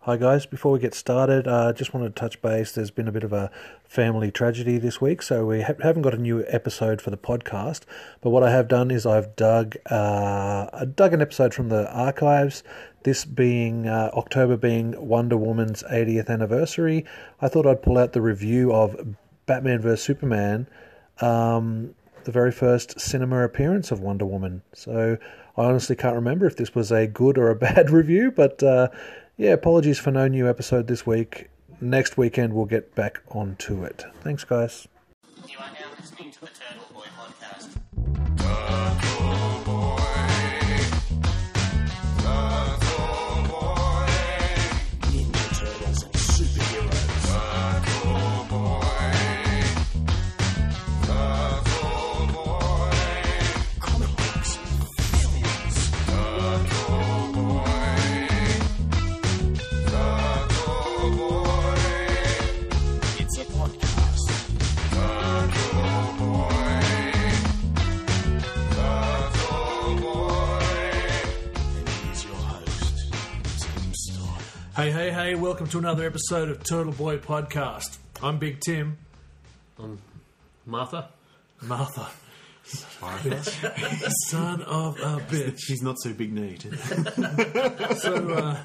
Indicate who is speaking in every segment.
Speaker 1: Hi, guys. Before we get started, I uh, just wanted to touch base. There's been a bit of a family tragedy this week, so we ha- haven't got a new episode for the podcast. But what I have done is I've dug, uh, I dug an episode from the archives. This being uh, October being Wonder Woman's 80th anniversary, I thought I'd pull out the review of Batman vs. Superman. Um, the very first cinema appearance of Wonder Woman. So I honestly can't remember if this was a good or a bad review, but uh, yeah, apologies for no new episode this week. Next weekend we'll get back onto it. Thanks, guys.
Speaker 2: You are now listening to the Turtle Boy podcast. It's a podcast.
Speaker 3: Hey, hey, hey, welcome to another episode of Turtle Boy Podcast. I'm Big Tim.
Speaker 4: Martha?
Speaker 3: Martha, son of a bitch.
Speaker 5: She's not so big need.
Speaker 3: So, uh,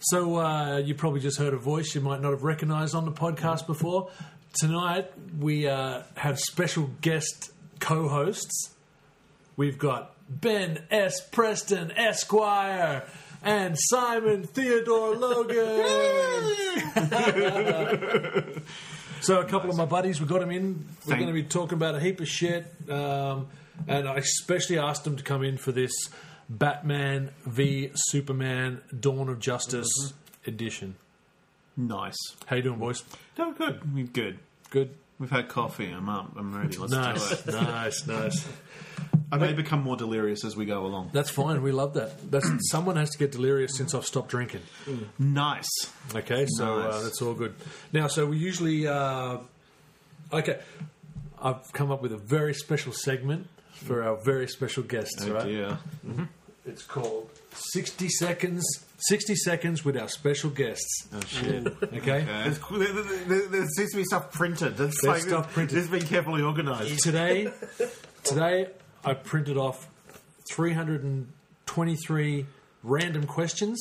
Speaker 3: so uh, you probably just heard a voice you might not have recognised on the podcast before. Tonight we uh, have special guest co-hosts. We've got Ben S. Preston Esquire and Simon Theodore Logan. so a couple of my buddies, we got them in. We're
Speaker 5: Thank-
Speaker 3: going to be talking about a heap of shit, um, and I especially asked them to come in for this Batman v Superman: Dawn of Justice edition.
Speaker 5: nice.
Speaker 3: How you doing, boys?
Speaker 5: No, good. We're good.
Speaker 3: Good.
Speaker 5: We've had coffee. I'm up. I'm ready. Let's do
Speaker 3: Nice,
Speaker 5: it.
Speaker 3: nice, nice.
Speaker 5: I may become more delirious as we go along.
Speaker 3: That's fine. We love that. That's someone has to get delirious since I've stopped drinking.
Speaker 5: Nice.
Speaker 3: Okay, so uh,
Speaker 5: Nice.
Speaker 3: that's all good. Now, so we usually uh, okay. I've come up with a very special segment for our very special guests.
Speaker 5: Oh
Speaker 3: right?
Speaker 5: dear.
Speaker 3: It's called 60 Seconds 60 Seconds with our special guests.
Speaker 5: Oh shit.
Speaker 3: Okay?
Speaker 4: There's, there, there, there seems to be stuff printed. It's
Speaker 3: There's
Speaker 4: like,
Speaker 3: stuff printed.
Speaker 4: It's been carefully organised.
Speaker 3: Today today I printed off 323 random questions,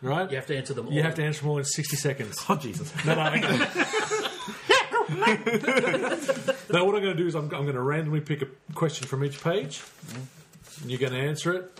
Speaker 3: right?
Speaker 6: You have to answer them all.
Speaker 3: You have to answer them all in 60 seconds.
Speaker 4: Oh, Jesus.
Speaker 3: No, no, okay. now what I'm going to do is I'm, I'm going to randomly pick a question from each page. and You're going to answer it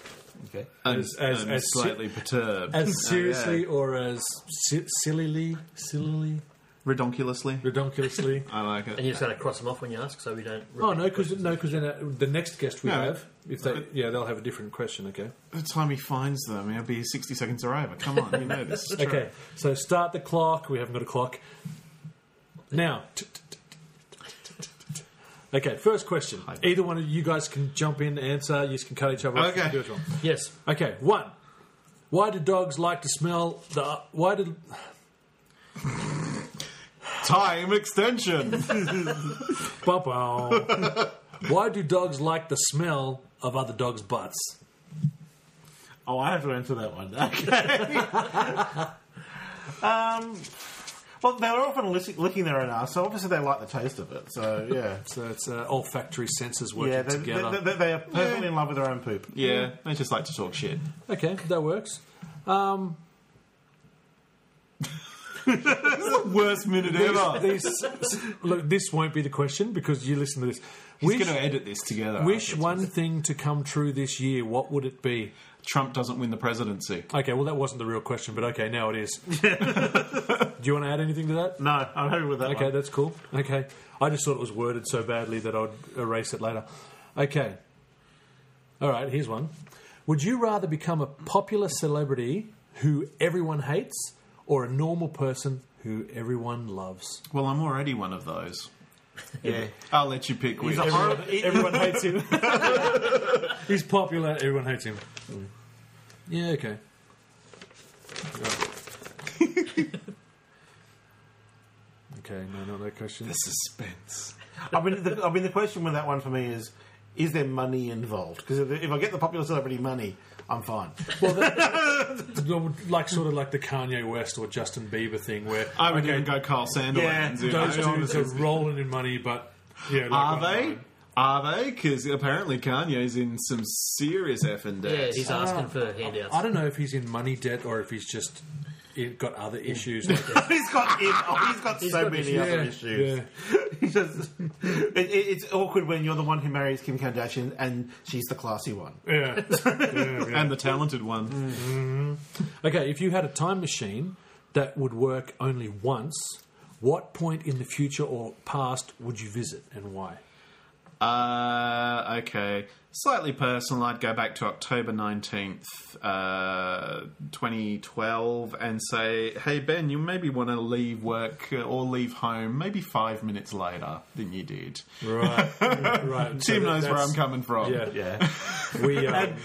Speaker 4: Okay.
Speaker 3: As- as-
Speaker 5: I'm
Speaker 3: as-
Speaker 5: slightly perturbed.
Speaker 3: as
Speaker 5: Oh,
Speaker 3: seriously
Speaker 5: yeah.
Speaker 3: or as si- sillily, sillily,
Speaker 5: Redonkulously.
Speaker 3: redonkulously.
Speaker 5: I like
Speaker 6: And
Speaker 5: it.
Speaker 6: you're just going to cross them off when you ask, so we don't.
Speaker 3: Oh no, because no, because then uh, the next guest we
Speaker 5: No.
Speaker 3: have, if they, yeah, they'll have a different question. Okay,
Speaker 5: By the time he finds them, it'll be 60 seconds or over. Come on, you know this. Is true.
Speaker 3: okay. So start the clock. We haven't got a clock now. Okay, first question. Either one of you guys can jump in, answer. You can cut each other. off.
Speaker 5: Okay.
Speaker 3: Do it wrong.
Speaker 6: Yes.
Speaker 3: Okay. One. Why do dogs like to smell the? Why do?
Speaker 5: Time extension.
Speaker 3: Ba-bow. why do dogs like the smell of other dogs' butts?
Speaker 4: Oh, I have to answer that one. Okay. um, well, they're often lick- licking their own ass, so obviously they like the taste of it. So, yeah.
Speaker 3: So it's uh, olfactory senses working
Speaker 4: Yeah, they,
Speaker 3: together.
Speaker 4: they, they, they are perfectly in love with their own poop.
Speaker 5: yeah, they just like to talk shit.
Speaker 3: Okay, that works.
Speaker 5: Worst minute ever.
Speaker 3: These, look, this won't be the question because you listen to this.
Speaker 5: He's
Speaker 3: Wish,
Speaker 5: going to edit this together.
Speaker 3: wish one thing to come true this year. What would it be?
Speaker 5: Trump doesn't win the presidency.
Speaker 3: Okay, well that wasn't the real question, but okay, now it is. Do you want to add anything to that?
Speaker 4: No, I'm happy with that
Speaker 3: Okay,
Speaker 4: one.
Speaker 3: that's cool. Okay, I just thought it was worded so badly that I'd erase it later. Okay. All right, here's one. Would you rather become a popular celebrity who everyone hates or a normal person who everyone loves?
Speaker 5: Well, I'm already one of those.
Speaker 4: Yeah.
Speaker 5: I'll let you pick which.
Speaker 4: He's a horrible... he-
Speaker 3: Everyone hates him. He's popular, everyone hates him. Yeah, okay. Right. okay, no, not that question.
Speaker 5: suspense.
Speaker 4: I mean, the, I mean, the question with that one for me is: Is there money involved? Because if, if I get the popular celebrity money, I'm fine.
Speaker 3: Well, that, like sort of like the Kanye West or Justin Bieber thing, where
Speaker 5: I would
Speaker 3: okay,
Speaker 5: even go Carl Sanderlands.
Speaker 4: Yeah,
Speaker 5: you know,
Speaker 3: those dudes are
Speaker 5: honestly.
Speaker 3: rolling in money, but yeah, like
Speaker 5: Are
Speaker 3: one of
Speaker 5: they?
Speaker 3: mine.
Speaker 5: Are they? Because apparently Kanye's in some serious effing debt.
Speaker 6: Yeah, he's asking for handouts.
Speaker 3: Ah, I don't know if he's in money debt or if he's just it got other issues. Like
Speaker 4: he's got in, oh, he's got so
Speaker 6: got
Speaker 4: many
Speaker 6: issues.
Speaker 4: other
Speaker 3: Yeah,
Speaker 4: issues. He just, it, it, it's awkward when you're the one who marries Kim Kardashian and she's the classy one. Mm.
Speaker 3: yeah. Yeah, yeah.
Speaker 5: and the talented one.
Speaker 3: Okay, if you had a time machine that would work only once, what point in the future or past would you visit and why?
Speaker 5: Uh, okay. Slightly personal, I'd go back to October 19th, uh, 2012, and say, hey, Ben, you maybe want to leave work uh, or leave home maybe five minutes later than you did.
Speaker 3: Right, right. So
Speaker 5: Tim
Speaker 3: that-
Speaker 5: knows where
Speaker 3: that's-
Speaker 5: I'm coming from.
Speaker 3: Yeah,
Speaker 4: Yeah.
Speaker 3: we. Um,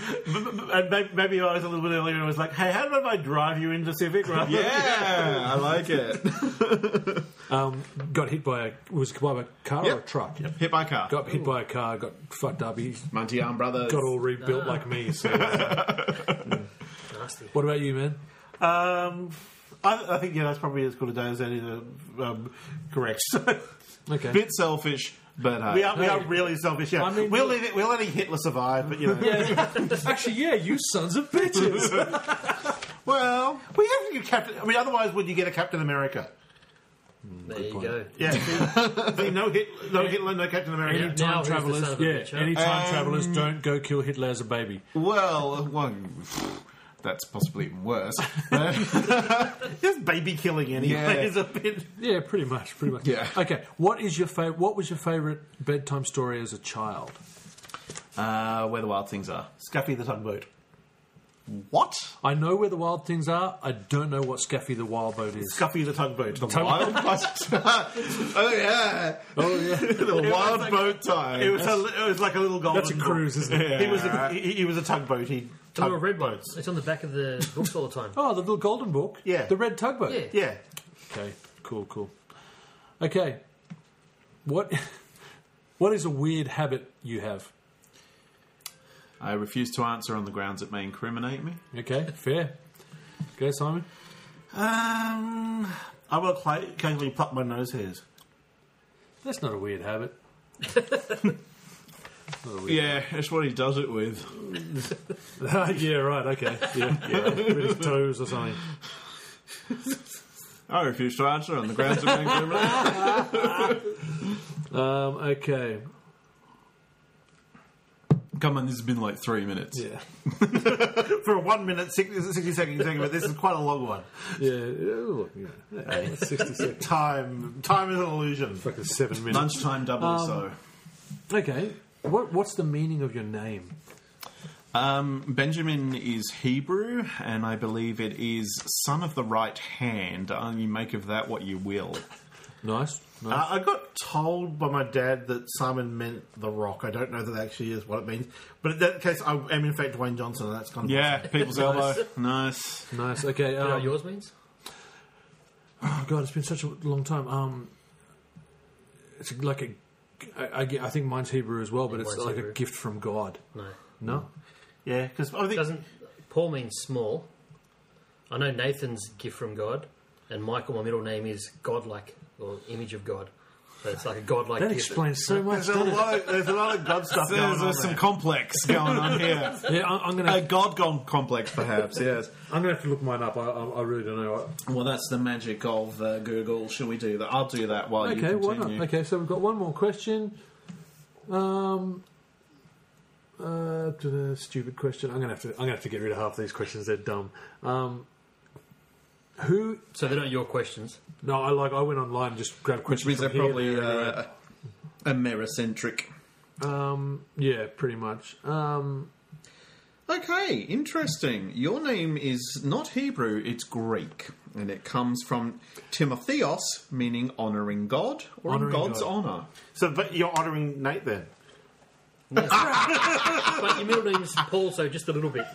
Speaker 4: and may- maybe I was a little bit earlier and was like, hey, how about if I drive you into Civic rather than-
Speaker 5: Yeah, I like it.
Speaker 3: um, got hit by a was hit by a car or a
Speaker 5: Yep.
Speaker 3: truck.
Speaker 5: Hit by car.
Speaker 3: Got hit by a car. Got fucked up. He
Speaker 5: Monty Arm Brothers.
Speaker 3: got all rebuilt like me. So, uh,
Speaker 6: Nasty.
Speaker 3: what about you, man?
Speaker 4: Um, I, I think, yeah, that's probably as good a day as any of the um, correct.
Speaker 3: Okay.
Speaker 5: Bit selfish, but uh, hey.
Speaker 4: we, are, we are
Speaker 3: Hey.
Speaker 4: really selfish, yeah.
Speaker 3: I mean,
Speaker 4: we'll,
Speaker 3: we-
Speaker 4: let it, we'll let Hitler survive, but, you know.
Speaker 3: yeah. Actually, yeah. You sons of bitches.
Speaker 5: Well,
Speaker 4: We have to get Captain... I mean, otherwise, would you get a Captain America?
Speaker 6: There you go.
Speaker 4: Yeah. See, no, Hit, no Hitler, no Captain America.
Speaker 6: Yeah. Now
Speaker 3: Time
Speaker 6: who's the
Speaker 3: travelers.
Speaker 6: son of a
Speaker 3: Yeah.
Speaker 6: bitch, huh?
Speaker 3: Any time
Speaker 4: Um,
Speaker 3: travelers don't go kill Hitler as a baby.
Speaker 5: well, well, that's possibly even worse.
Speaker 4: Just baby killing anyway
Speaker 5: Yeah.
Speaker 4: is a bit...
Speaker 3: Yeah, pretty much, pretty much.
Speaker 5: Yeah.
Speaker 3: Okay. What is your favorite? What was your favorite bedtime story as a child?
Speaker 5: uh, where the wild things are.
Speaker 4: Scuffy the tugboat.
Speaker 5: What?
Speaker 3: I know where the wild things are. I don't know what Scuffy the Wild Boat is.
Speaker 4: Scuffy the tugboat.
Speaker 5: Wild bus- oh yeah,
Speaker 3: Oh yeah,
Speaker 5: the wild
Speaker 4: like-
Speaker 5: boat time.
Speaker 4: It was, a, li- it was like a little golden...
Speaker 3: that's a cruise, isn't it?
Speaker 4: He was a, he, he was a tugboat. He
Speaker 6: Oh, a red one. It's on the back of the books all the time.
Speaker 3: Oh, the little golden book.
Speaker 4: Yeah.
Speaker 3: the red tugboat.
Speaker 6: Yeah.
Speaker 4: Yeah.
Speaker 3: Okay, cool, cool. Okay, what what is a weird habit you have?
Speaker 5: I refuse to answer on the grounds it may incriminate me.
Speaker 3: Okay, fair. Go, Simon.
Speaker 4: Um, I will cla- occasionally pluck my nose hairs.
Speaker 3: That's not a weird habit. Not a weird-
Speaker 5: Yeah, that's what he does it with.
Speaker 3: yeah, right. Okay. Yeah, yeah. With his toes or something.
Speaker 5: I refuse to answer on the grounds it may incriminate. me.
Speaker 3: Um, okay.
Speaker 5: Come on, this has been like three minutes.
Speaker 3: Yeah.
Speaker 4: For a one minute, 60, 60 second segment, this is quite a long one.
Speaker 3: Yeah, look, you know, hey, 60 seconds.
Speaker 4: Time. Time is an illusion.
Speaker 3: Fucking seven minutes.
Speaker 5: Lunchtime double so.
Speaker 3: Okay. What, what's the meaning of your name?
Speaker 5: Um, Benjamin is Hebrew, and I believe it is son of the right hand. Uh, you make of that what you will.
Speaker 3: Nice. nice.
Speaker 4: Uh, I got told by my dad that Simon meant the rock. I don't know that actually is what it means. But in that case, I am in fact Dwayne Johnson, and that's kind of.
Speaker 5: Yeah, people's elbow. Nice.
Speaker 3: nice. Okay.
Speaker 6: You know
Speaker 3: Um,
Speaker 6: what yours means?
Speaker 3: oh, God, it's been such a long time. Um, it's like a. I, I ge- I think mine's Hebrew as well, but it's
Speaker 6: mine's
Speaker 3: like a
Speaker 6: Hebrew.
Speaker 3: gift from God.
Speaker 6: No.
Speaker 3: No?
Speaker 4: Yeah, because I think.
Speaker 6: Doesn't Paul means small? I know Nathan's gift from God, and Michael, my middle name is godlike or image of God. So it's like a godlike.
Speaker 3: That
Speaker 6: gift.
Speaker 3: explains so much,
Speaker 4: There's a,
Speaker 3: doesn't it?
Speaker 4: lot of, there's a lot of God stuff going
Speaker 5: There's
Speaker 4: on.
Speaker 5: uh, some complex going on here.
Speaker 3: Yeah, I, I'm gonna
Speaker 5: A god gone complex, perhaps, yes.
Speaker 3: I'm gonna have to look mine up. I, I, I really don't know.
Speaker 5: Well, that's the magic of uh, Google. Shall we do that? I'll do that while
Speaker 3: Okay, why not? Okay, so we've got one more question. Um, uh, to the stupid question. I'm gonna have to. I'm gonna have to get rid of half these questions. They're dumb. Um, who?
Speaker 6: So they're not your questions.
Speaker 3: No, I like. I went online and just grabbed
Speaker 5: Which
Speaker 3: questions.
Speaker 5: means they're
Speaker 3: from here,
Speaker 5: probably
Speaker 3: there,
Speaker 5: uh, Americentric.
Speaker 3: um, yeah, pretty much. Um,
Speaker 5: Okay, interesting. Your name is not Hebrew, it's Greek. And it comes from Timotheos, meaning honouring God or in
Speaker 3: Honouring
Speaker 5: God's
Speaker 3: God.
Speaker 5: honour.
Speaker 4: So, but you're honouring Nate then.
Speaker 6: But your middle name is Paul, so just a little bit.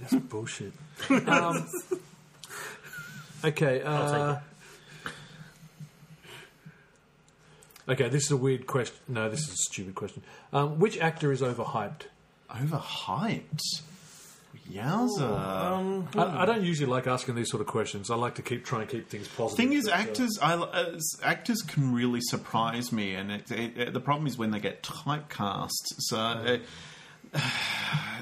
Speaker 3: that's bullshit. Um, okay. Uh, okay, this is a weird question. No, this is a stupid question. Um, which actor is overhyped?
Speaker 5: Overhyped. Yowza.
Speaker 3: I, I don't usually like asking these sort of questions. I like to keep try and keep things positive.
Speaker 5: thing is,
Speaker 3: but, uh,
Speaker 5: actors, I, uh, s- actors can really surprise me, and it, it, it- the problem is when they get typecast. So it,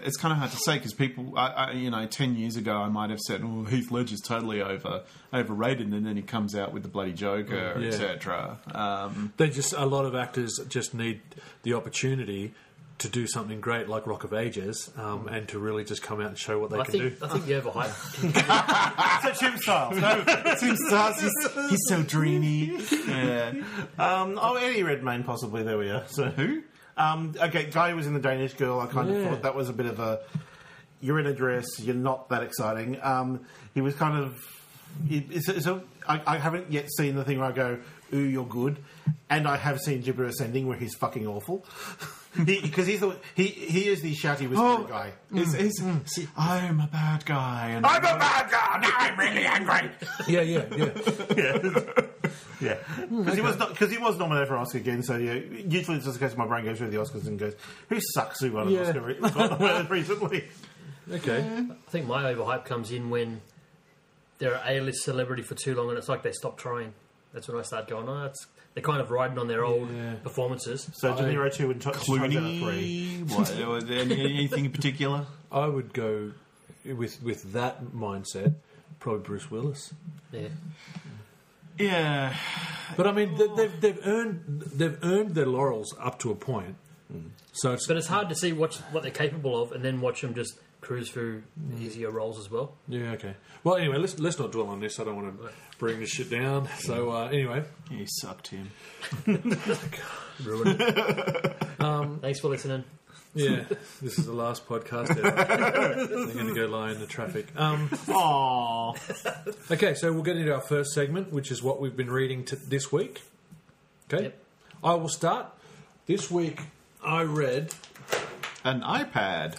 Speaker 5: it's kind of hard to say because people, I, I, you know, ten years ago, I might have said, "Oh, Heath Ledger's totally over overrated," and then he comes out with the bloody Joker,
Speaker 3: Yeah.
Speaker 5: etc. Um,
Speaker 3: they just a lot of actors just need the opportunity to do something great, like Rock of Ages, um, and to really just come out and show what they
Speaker 6: I
Speaker 3: can
Speaker 6: think
Speaker 3: do.
Speaker 6: I think you overhype.
Speaker 7: That's Jim Styles. No,
Speaker 5: Tim Stars, he's, he's so dreamy. Yeah.
Speaker 4: Um, oh, Eddie Redmayne, possibly. There we are. So
Speaker 5: Who?
Speaker 4: Um, okay, guy who was in the Danish Girl. I kind of
Speaker 3: Yeah.
Speaker 4: thought that was a bit of a. You're in a dress. You're not that exciting. Um, he was kind of. it- It's, it's a, I, I haven't yet seen the thing where I go, "Ooh, you're good," and I have seen Jupiter Ascending where he's fucking awful. Because he's the he he is the shouty whispery
Speaker 5: Oh,
Speaker 4: guy. Mm.
Speaker 5: Is, is, see, I'm a bad guy. And
Speaker 4: I'm a bad guy. Now I'm really angry.
Speaker 3: Yeah, yeah, yeah.
Speaker 4: Yeah,
Speaker 3: Hmm,
Speaker 4: because he was because he was nominated for an Oscar again. So yeah, usually it's just a case my brain goes through the Oscars and goes, "Who sucks who won an
Speaker 3: Yeah.
Speaker 4: Oscar re- got nominated recently?"
Speaker 3: Okay.
Speaker 6: I think my overhype comes in when they're a A-list celebrity for too long, and it's like they stop trying. That's when I start going, oh, it's they're kind of riding on their old
Speaker 3: Yeah.
Speaker 6: performances.
Speaker 4: So De Niro two and T- Clooney three.
Speaker 5: Clooney. What, was there any- anything in particular?
Speaker 3: I would go with with that mindset. Probably Bruce Willis.
Speaker 6: Yeah.
Speaker 5: Yeah.
Speaker 3: But I mean, they, they've, they've earned they've earned their laurels up to a point. So it's
Speaker 6: Hmm. But it's hard to see what what they're capable of, and then watch them just cruise through easier roles as well.
Speaker 3: yeah okay. Well, anyway, let's let's not dwell on this. I don't want to bring this shit down. So uh, anyway,
Speaker 5: You sucked him.
Speaker 6: Ruined. Thanks for listening.
Speaker 3: yeah, this is the last podcast. Ever. They're going to go lie in the traffic. Um,
Speaker 5: Aww.
Speaker 3: okay, so we'll get into our first segment, which is what we've been reading to this week. Okay,
Speaker 6: Yep.
Speaker 3: I will start. This week, I read
Speaker 5: An iPad.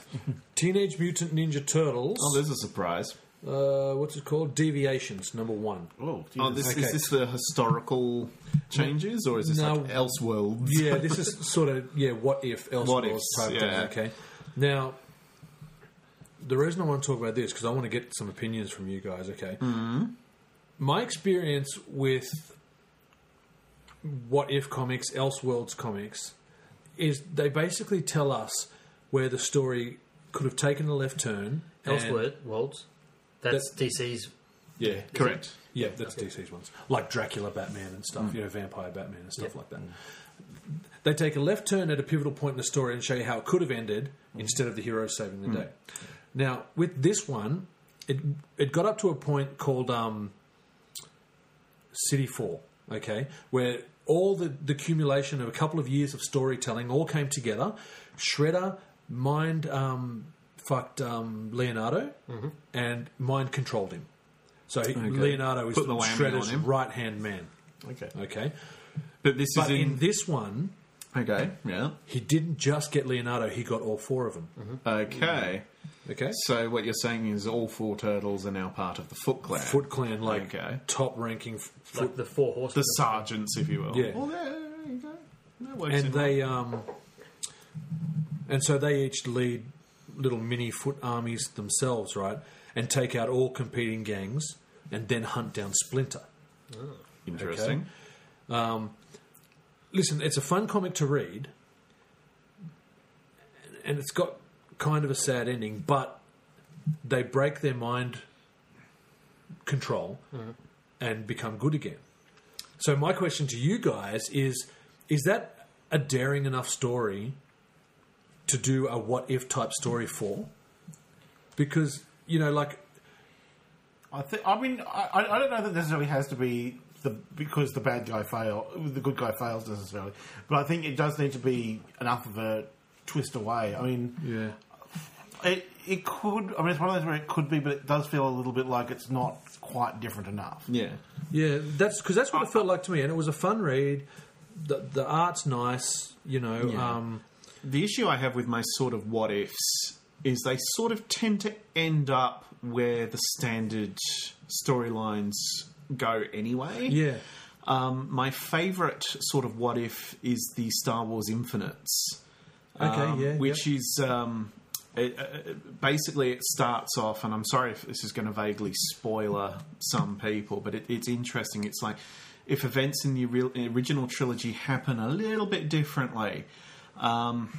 Speaker 3: Teenage Mutant Ninja Turtles.
Speaker 5: Oh, there's a surprise.
Speaker 3: uh, what's it called? Deviations, number one.
Speaker 4: Oh,
Speaker 5: Oh, this,
Speaker 3: Okay.
Speaker 5: is this the historical changes, or is this
Speaker 3: No.
Speaker 5: like Elseworlds?
Speaker 3: Yeah, this is sort of yeah. What if Elseworlds
Speaker 5: What ifs,
Speaker 3: type
Speaker 5: yeah.
Speaker 3: thing? Okay. Now, the reason I want to talk about this because I want to get some opinions from you guys. Okay. mm
Speaker 5: Mm-hmm.
Speaker 3: My experience with what if comics, Elseworlds comics, is they basically tell us where the story could have taken a left turn. and-
Speaker 6: Elseworld, Worlds. That's DC's.
Speaker 3: Yeah.
Speaker 5: Correct.
Speaker 3: Yeah, that's DC's ones. Like Dracula Batman and stuff, you know, Vampire Batman and stuff
Speaker 6: Yeah.
Speaker 3: like that. They take a left turn at a pivotal point in the story and show you how it could have ended instead of the hero saving the day. Now, with this one, it it got up to a point called um, City 4, okay, where all the, the accumulation of a couple of years of storytelling all came together. Shredder mind um, fucked um, Leonardo
Speaker 5: Mm-hmm.
Speaker 3: and mind controlled him. So he, Leonardo is
Speaker 5: Put the whammy
Speaker 3: Shredder's
Speaker 5: on him.
Speaker 3: right hand man.
Speaker 4: Okay.
Speaker 3: Okay.
Speaker 5: But this
Speaker 3: But
Speaker 5: is
Speaker 3: in
Speaker 5: in.
Speaker 3: this one,
Speaker 5: okay, yeah.
Speaker 3: he didn't just get Leonardo, he got all four of them.
Speaker 5: Mm-hmm. Okay.
Speaker 3: Okay.
Speaker 5: So what you're saying is all four turtles are now part of the Foot Clan.
Speaker 3: Foot Clan, like
Speaker 5: Okay.
Speaker 3: top ranking. f- Foot
Speaker 6: Like the four
Speaker 5: the
Speaker 6: horsemen.
Speaker 5: sergeants, if you will.
Speaker 3: Yeah.
Speaker 5: Well, there you go. That works
Speaker 3: and
Speaker 5: in
Speaker 3: they um, and so they each lead little mini foot armies themselves, right? And take out all competing gangs, and then hunt down Splinter.
Speaker 5: Interesting.
Speaker 3: Listen, it's a fun comic to read, and it's got kind of a sad ending, but they break their mind control and become good again. So my question to you guys is: Is that a daring enough story to do a what if type story for? Because you know, like
Speaker 4: I think. I mean, I, I I don't know that necessarily has to be the because the bad guy fail, the good guy fails necessarily, but I think it does need to be enough of a twist away. I mean,
Speaker 3: yeah,
Speaker 4: it it could. I mean, it's one of those where it could be, but it does feel a little bit like it's not quite different enough.
Speaker 5: Yeah.
Speaker 3: yeah, that's because that's what it felt like to me, and it was a fun read. The the art's nice, you know.
Speaker 5: Yeah.
Speaker 3: Um,
Speaker 5: The issue I have with my sort of what ifs is they sort of tend to end up where the standard storylines go anyway.
Speaker 3: yeah,
Speaker 5: Um, my favourite sort of what if is the Star Wars Infinites.
Speaker 3: okay,
Speaker 5: um,
Speaker 3: yeah,
Speaker 5: which is um, It, uh, basically, it starts off, and I'm sorry if this is going to vaguely spoiler some people, but it, it's interesting. It's like if events in the real, original trilogy happen a little bit differently. Um,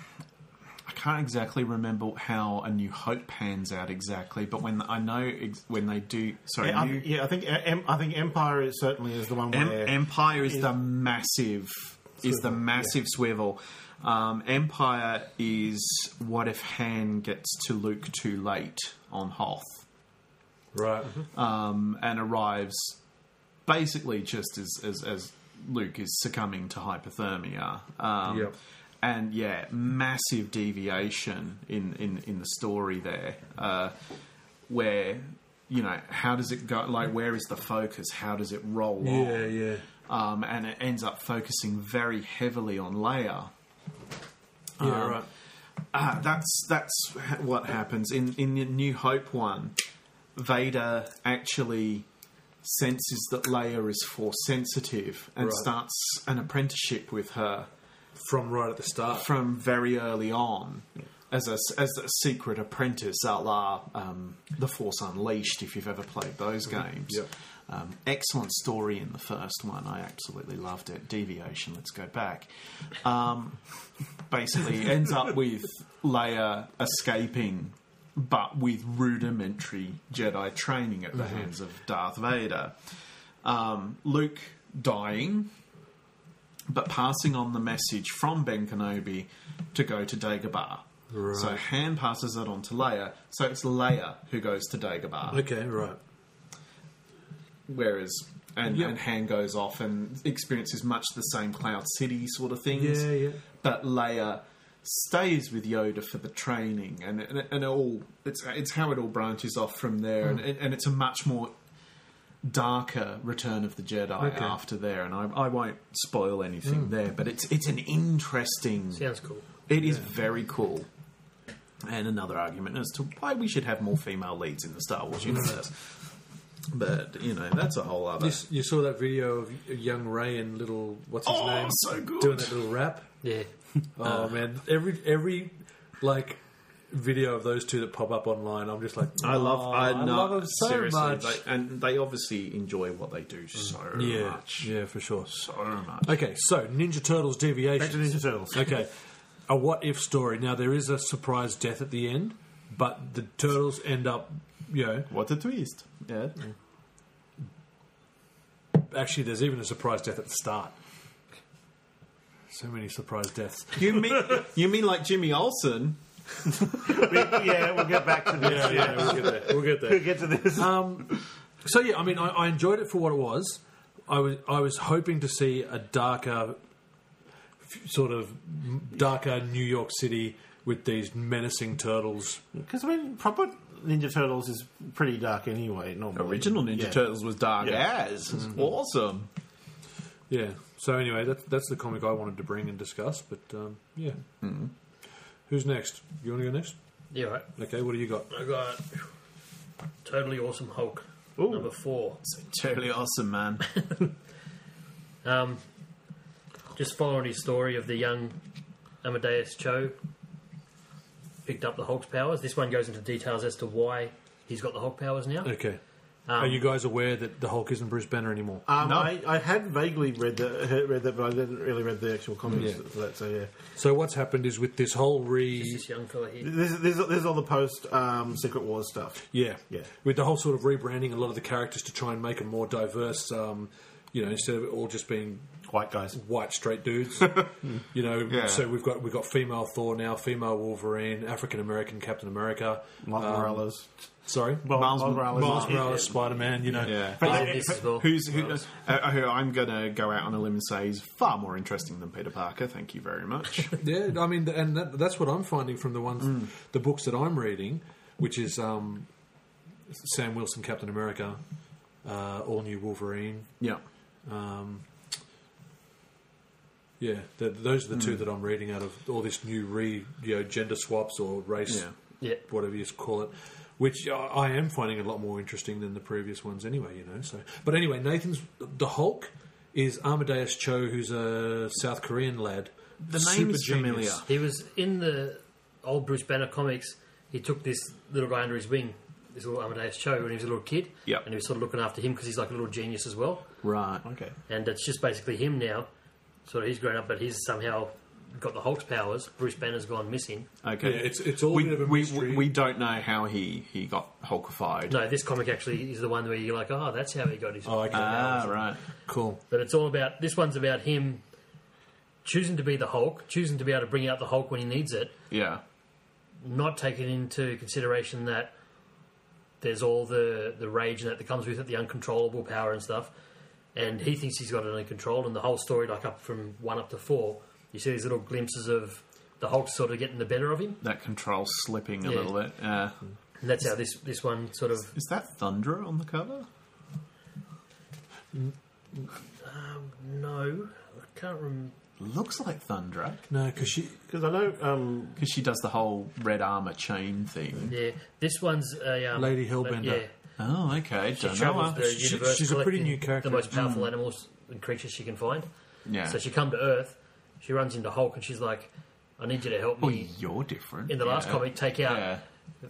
Speaker 5: I can't exactly remember how A New Hope pans out exactly, but when I know ex- when they do, sorry,
Speaker 4: Yeah, I,
Speaker 5: New-
Speaker 4: yeah, I think uh, em, I think Empire is certainly is the one
Speaker 5: Em-
Speaker 4: where
Speaker 5: Empire is the massive is the massive swivel. Um, Empire is what if Han gets to Luke too late on Hoth
Speaker 3: Right.
Speaker 5: um, and arrives basically just as, as, as Luke is succumbing to hypothermia. Um,
Speaker 3: Yep.
Speaker 5: And yeah, massive deviation in, in, in the story there, uh, where, you know, how does it go? Like, where is the focus? How does it roll on?
Speaker 3: Yeah, yeah.
Speaker 5: Um, and it ends up focusing very heavily on Leia.
Speaker 3: Yeah,
Speaker 5: Um,
Speaker 3: right.
Speaker 5: Ah, that's that's ha- what happens in in the New Hope one. Vader actually senses that Leia is force sensitive and
Speaker 3: Right.
Speaker 5: starts an apprenticeship with her
Speaker 3: From right at the start.
Speaker 5: from very early on as a s- as a secret apprentice, a la um, the Force Unleashed. If you've ever played those games.
Speaker 3: Yep.
Speaker 5: Um, excellent story in the first one. I absolutely loved it. Deviation. Let's go back. Um, basically, ends up with Leia escaping, but with rudimentary Jedi training at the hands of Darth Vader. Um, Luke dying, but passing on the message from Ben Kenobi to go to Dagobah. So Han passes it on to Leia. So it's Leia who goes to Dagobah
Speaker 3: Okay, right.
Speaker 5: whereas and,
Speaker 3: Yeah.
Speaker 5: and Han goes off and experiences much the same Cloud City sort of things.
Speaker 3: Yeah, yeah.
Speaker 5: But Leia stays with Yoda for the training, and and, and it all it's it's how it all branches off from there,
Speaker 3: Hmm.
Speaker 5: and and it's a much more darker Return of the Jedi
Speaker 3: Okay. Hmm.
Speaker 5: after there. And I, I won't spoil anything there, but it's it's an interesting.
Speaker 6: Sounds cool.
Speaker 5: It is very cool. And another argument as to why we should have more female leads in the Star Wars universe. But, you know, that's a whole other.
Speaker 3: You, s- you saw that video of young Ray and little what's his
Speaker 5: Oh,
Speaker 3: name
Speaker 5: so good.
Speaker 3: doing that little rap.
Speaker 6: Yeah.
Speaker 3: Oh man, every every like video of those two that pop up online, I'm just like,
Speaker 5: I love,
Speaker 3: "Oh,
Speaker 5: I, know,
Speaker 3: love them so
Speaker 5: seriously,
Speaker 3: much.
Speaker 5: They, and they obviously enjoy what they do so
Speaker 3: yeah,
Speaker 5: much.
Speaker 3: yeah, for sure.
Speaker 5: So much.
Speaker 3: Okay, so Ninja Turtles deviation.
Speaker 4: Back to Ninja Turtles.
Speaker 3: Okay, a what if story. Now there is a surprise death at the end, but the turtles end up, you know.
Speaker 5: What a twist. Yeah.
Speaker 3: Actually, there's even a surprise death at the start. So many surprise deaths.
Speaker 5: You mean, you mean like Jimmy Olsen?
Speaker 4: yeah, we'll get back to Um, this. yeah.
Speaker 3: we'll get there. We'll get there.
Speaker 4: We'll get to this.
Speaker 3: So yeah, I mean, I, I enjoyed it for what it was. I was I was hoping to see a darker, f- sort of m- darker New York City with these menacing turtles.
Speaker 4: Because I mean, proper Ninja Turtles is pretty dark anyway. Normally,
Speaker 5: Original Ninja
Speaker 4: Yeah.
Speaker 5: Turtles was dark
Speaker 4: Yeah.
Speaker 5: as. It's Awesome.
Speaker 3: Yeah. So anyway, that, that's the comic I wanted to bring and discuss. But um, yeah, who's next? You want to go next?
Speaker 6: Yeah, right.
Speaker 3: Okay. What do you got?
Speaker 6: I got Totally Awesome Hulk, number four.
Speaker 5: So totally awesome, man.
Speaker 6: Um, just following his story of the young Amadeus Cho picked up the Hulk's powers. This one goes into details as to why he's got the Hulk powers now.
Speaker 3: Okay. Are you guys aware that the Hulk isn't Bruce Banner anymore?
Speaker 4: Um, I, I had vaguely read that, heard- read that, but I didn't really read the actual comics
Speaker 3: Yeah.
Speaker 4: for that. So yeah,
Speaker 3: so what's happened is with this whole re
Speaker 6: This young fella here.
Speaker 4: this, this, this is all the post um, Secret Wars stuff.
Speaker 3: Yeah,
Speaker 4: Yeah.
Speaker 3: With the whole sort of rebranding a lot of the characters to try and make them more diverse. Um, you know, instead of it all just being
Speaker 4: White guys.
Speaker 3: white straight dudes. you know,
Speaker 5: Yeah.
Speaker 3: so we've got we've got female Thor now, female Wolverine, African American Captain America.
Speaker 4: Miles
Speaker 3: um,
Speaker 4: Morales.
Speaker 3: Sorry,
Speaker 5: Miles-
Speaker 4: Morales.
Speaker 3: Miles
Speaker 4: is-
Speaker 3: Morales, Spider Man. You know,
Speaker 5: Yeah.
Speaker 6: Oh, this as well.
Speaker 5: Who's who, uh, who I'm going to go out on a limb and say is far more interesting than Peter Parker. Thank you very much.
Speaker 3: Yeah, I mean, and that, that's what I'm finding from the ones,
Speaker 4: Mm.
Speaker 3: the books that I'm reading, which is um, Sam Wilson, Captain America, uh, All New Wolverine.
Speaker 5: yeah.
Speaker 3: Yeah, th those are the
Speaker 5: Hmm.
Speaker 3: two that I'm reading out of all this new re, you know, gender swaps or race,
Speaker 5: Yeah.
Speaker 6: Yeah.
Speaker 3: whatever you call it, which I, I am finding a lot more interesting than the previous ones anyway, you know. So, But anyway, Nathan's The Hulk is Amadeus Cho, who's a South Korean lad.
Speaker 5: The name is familiar.
Speaker 6: He was in the old Bruce Banner comics. he took this little guy under his wing, this little Amadeus Cho, when he was a little kid.
Speaker 5: Yep.
Speaker 6: And he was sort of looking after him because he's like a little genius as well.
Speaker 5: Right.
Speaker 4: Okay.
Speaker 6: And it's just basically him now. So he's grown up, but he's somehow got the Hulk's powers. Bruce Banner's gone missing.
Speaker 5: Okay.
Speaker 3: Yeah, it's- it's all
Speaker 5: we,
Speaker 3: a bit of a
Speaker 5: we,
Speaker 3: mystery.
Speaker 5: we don't know how he, he got Hulkified.
Speaker 6: No, this comic actually is the one where you're like, oh, that's how he got his
Speaker 3: Oh, okay.
Speaker 5: Ah, right.
Speaker 3: Cool.
Speaker 6: But it's all about this one's about him choosing to be the Hulk, choosing to be able to bring out the Hulk when he needs it,
Speaker 5: Yeah.
Speaker 6: not taking into consideration that there's all the the rage and that that comes with it, the uncontrollable power and stuff. And he thinks he's got it under control. And the whole story, like up from one up to four, you see these little glimpses of the Hulk sort of getting the better of him.
Speaker 5: That control slipping a
Speaker 6: Yeah.
Speaker 5: little bit. Yeah.
Speaker 6: And that's how this this one sort of
Speaker 5: Is that Thunder on the cover?
Speaker 6: no, I can't remember.
Speaker 5: Looks like Thunder
Speaker 3: No, because she.
Speaker 4: Because I know um,
Speaker 5: because she does the whole red armor chain thing.
Speaker 6: Yeah, this one's a um,
Speaker 3: Lady Hellbender.
Speaker 6: Yeah,
Speaker 5: Oh, okay.
Speaker 6: She
Speaker 5: Don't know
Speaker 6: travels
Speaker 5: her.
Speaker 6: the
Speaker 3: She-
Speaker 6: universe
Speaker 3: she's a pretty
Speaker 6: collecting
Speaker 3: new character.
Speaker 6: The most powerful animals and creatures she can find.
Speaker 5: Yeah.
Speaker 6: So she come to Earth. She runs into Hulk and she's like, "I need you to help
Speaker 5: Well,
Speaker 6: me."
Speaker 5: Oh, you're different.
Speaker 6: In the last
Speaker 5: Yeah.
Speaker 6: comic, take out
Speaker 5: Yeah.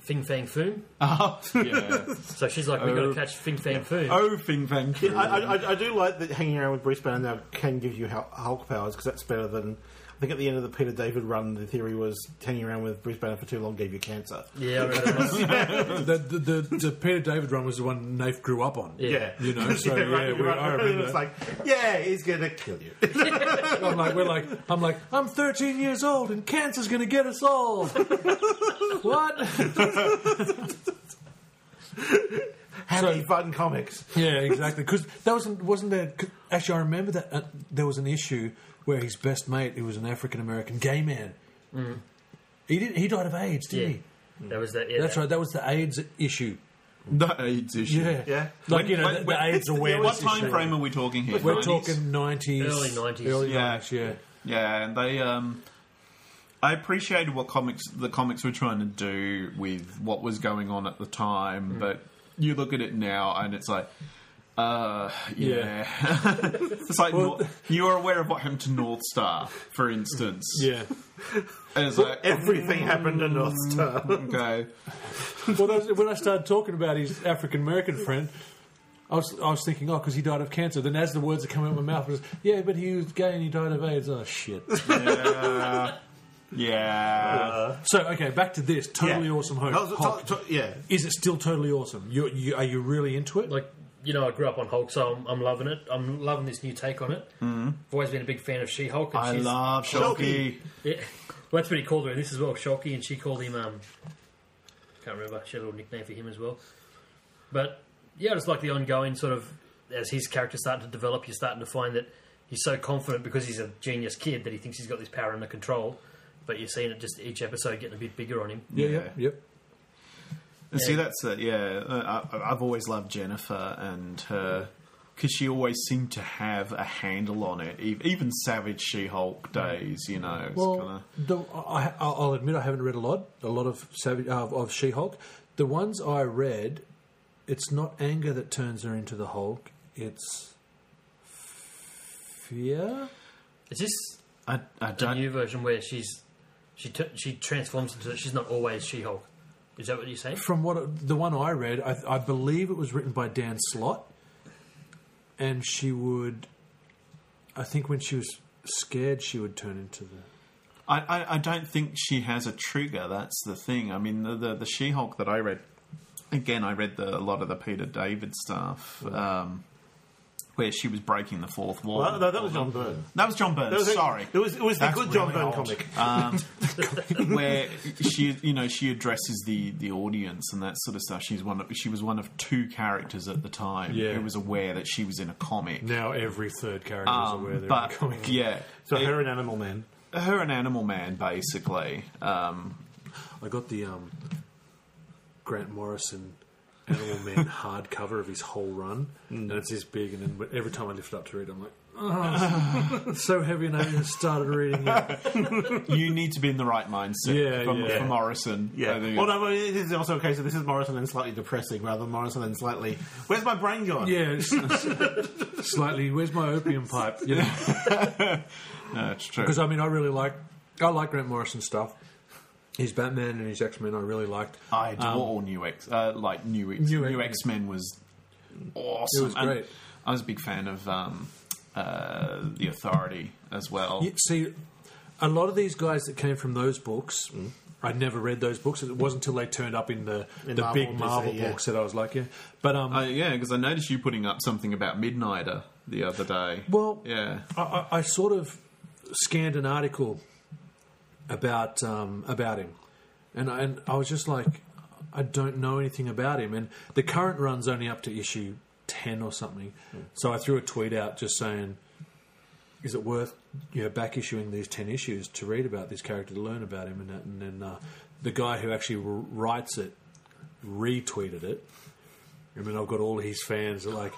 Speaker 6: Fing Fang Foom.
Speaker 5: Oh, yeah.
Speaker 6: So she's like, "We got
Speaker 5: Oh.
Speaker 6: to catch Fing Fang Foom."
Speaker 5: oh, Fing Fang.
Speaker 4: I, I, I- I do like that hanging around with Bruce Banner now can give you Hul- Hulk powers because that's better than. I think at the end of the Peter David run, the theory was hanging around with Bruce Banner for too long gave you cancer.
Speaker 6: Yeah, I remember that.
Speaker 3: The, the, the, the Peter David run was the one Nath grew up on.
Speaker 6: Yeah.
Speaker 3: You know, so yeah,
Speaker 4: right,
Speaker 3: we,
Speaker 4: right.
Speaker 3: I remember
Speaker 4: It's
Speaker 3: that.
Speaker 4: like, yeah, he's gonna kill you.
Speaker 3: I'm like, we're like, I'm like, I'm 13 years old and cancer's going to get us all. what?
Speaker 4: Happy fun comics.
Speaker 3: Yeah, exactly. Because that wasn't wasn't there. 'cause Actually, I remember that uh, there was an issue where his best mate, who was an African American gay man, Mm. he didn't. He died of AIDS,
Speaker 6: yeah.
Speaker 3: didn't he?
Speaker 6: That was that. Yeah,
Speaker 3: That's
Speaker 6: that-
Speaker 3: right. That was the AIDS issue.
Speaker 5: the AIDS issue.
Speaker 3: Yeah,
Speaker 4: Yeah.
Speaker 3: Like you know,
Speaker 5: When-
Speaker 3: the, the
Speaker 5: when-
Speaker 3: AIDS
Speaker 5: What
Speaker 3: awareness.
Speaker 5: time
Speaker 3: issue.
Speaker 5: frame are we talking here?
Speaker 3: We're
Speaker 5: 90s?
Speaker 3: talking nineties,
Speaker 6: Early 90s.
Speaker 3: early
Speaker 5: Yeah.
Speaker 3: 90s, yeah.
Speaker 5: Yeah, and they. Um, I appreciated what comics the comics were trying to do with what was going on at the time,
Speaker 3: Mm.
Speaker 5: but you look at it now and it's like, uh, yeah, it's like
Speaker 3: Well-
Speaker 5: Nor- you are aware of what happened to North Star, for instance.
Speaker 3: yeah.
Speaker 5: and it's like
Speaker 4: Everything happened to North Star.
Speaker 5: okay,
Speaker 3: well, that was- when I started talking about his African American friend, I was, I was thinking, oh, because he died of cancer. Then as the words that come out of my mouth, it was, yeah, but he was gay and he died of AIDS. Oh shit.
Speaker 5: yeah,
Speaker 3: So okay, back to this totally
Speaker 4: Yeah.
Speaker 3: awesome Hulk.
Speaker 4: Oh, so-
Speaker 3: Hulk.
Speaker 4: so- yeah.
Speaker 3: Is it still totally awesome? You, you, are you really into it?
Speaker 6: like you know, I grew up on Hulk, so I'm, I'm loving it. I'm loving this new take on it. Mm-hmm. I've always been a big fan of She-Hulk. And
Speaker 5: I
Speaker 6: she's,
Speaker 5: love Shulky.
Speaker 6: Yeah. Well, that's what he called her in this as well, Shocky, and she called him. Um, can't remember. She had a little nickname for him as well. But yeah, it's like the ongoing sort of as his character's starting to develop, you're starting to find that he's so confident because he's a genius kid that he thinks he's got this power under control. But you're seeing it just each episode getting a bit bigger on him.
Speaker 3: yeah,
Speaker 5: yeah.
Speaker 3: yeah, yep.
Speaker 5: And See, that's it. Yeah, Uh, I, I've always loved Jennifer and her because she always seemed to have a handle on it. E- Even Savage She-Hulk days, you know. It's
Speaker 3: Well,
Speaker 5: kinda,
Speaker 3: the, I, I- I'll admit I haven't read a lot, a lot of Savage uh, of She Hulk. The ones I read, it's not anger that turns her into the Hulk. It's fear.
Speaker 6: Is this
Speaker 5: I, I
Speaker 6: the
Speaker 5: don't.
Speaker 6: new version where she's she t- she transforms into she's not always She-Hulk? Is that what you're saying?
Speaker 3: From what it- the one I read, I, I believe it was written by Dan Slott, and she would. I think when she was scared, she would turn into the.
Speaker 5: I, I, I don't think she has a trigger. That's the thing. I mean, the the, the She-Hulk that I read. Again, I read the, a lot of the Peter David stuff, um, where she was breaking the fourth wall.
Speaker 4: Well, no, that was John Byrne.
Speaker 5: That was John Byrne.
Speaker 4: That was-
Speaker 5: sorry,
Speaker 4: It was, it was the
Speaker 5: That's
Speaker 4: good John
Speaker 5: really Uh,
Speaker 4: Byrne
Speaker 5: old.
Speaker 4: comic.
Speaker 5: Um, where she you know she addresses the the audience and that sort of stuff she's one of, she was one of two characters at the time
Speaker 3: Yeah.
Speaker 5: who was aware that she was in a comic
Speaker 3: Now every third character
Speaker 5: Um, but yeah
Speaker 4: So
Speaker 5: It-
Speaker 4: her and Animal Man.
Speaker 5: her and animal man basically um
Speaker 3: I got the um, Grant Morrison Animal Man hardcover of his whole run,
Speaker 5: Hmm.
Speaker 3: and it's this big. And then every time I lift it up to read, I'm like, oh, it's so heavy, and I even started reading it.
Speaker 5: you need to be in the right mindset
Speaker 3: Yeah,
Speaker 5: from,
Speaker 3: yeah.
Speaker 5: for morrison
Speaker 4: Yeah.
Speaker 5: I think-
Speaker 4: Well, no, but it is also a case of this is Morrison and slightly depressing rather than Morrison and slightly. Where's my brain gone?
Speaker 3: Yeah, it's, it's slightly. Where's my opium pipe? You know,
Speaker 5: no, it's true
Speaker 3: um, because I mean, I really like I like Grant Morrison stuff. his Batman and his X Men I really liked.
Speaker 5: I adore Um, new X, uh, like new X,
Speaker 3: New
Speaker 5: new,
Speaker 3: X-
Speaker 5: X Men was awesome.
Speaker 3: It was
Speaker 5: And
Speaker 3: great.
Speaker 5: I was a big fan of um, uh, the Authority as well.
Speaker 3: You- see, a lot of these guys that came from those books,
Speaker 4: Mm.
Speaker 3: I never read those books. It wasn't until they turned up in the the
Speaker 4: Marvel,
Speaker 3: big
Speaker 4: Disney,
Speaker 3: Marvel
Speaker 4: yeah.
Speaker 3: books that I was like, yeah. But um,
Speaker 5: Uh, yeah, because I noticed you putting up something about Midnighter the other day.
Speaker 3: Well,
Speaker 5: yeah,
Speaker 3: I, I, I sort of scanned an article about um, about him, and I, and I was just like, I don't know anything about him, and the current run's only up to issue ten or something. So I threw a tweet out just saying, "Is it worth you know back issuing these ten issues to read about this character to learn about him?" And that, and then uh, the guy who actually r- writes it retweeted it. I mean, I've got all his fans that are like,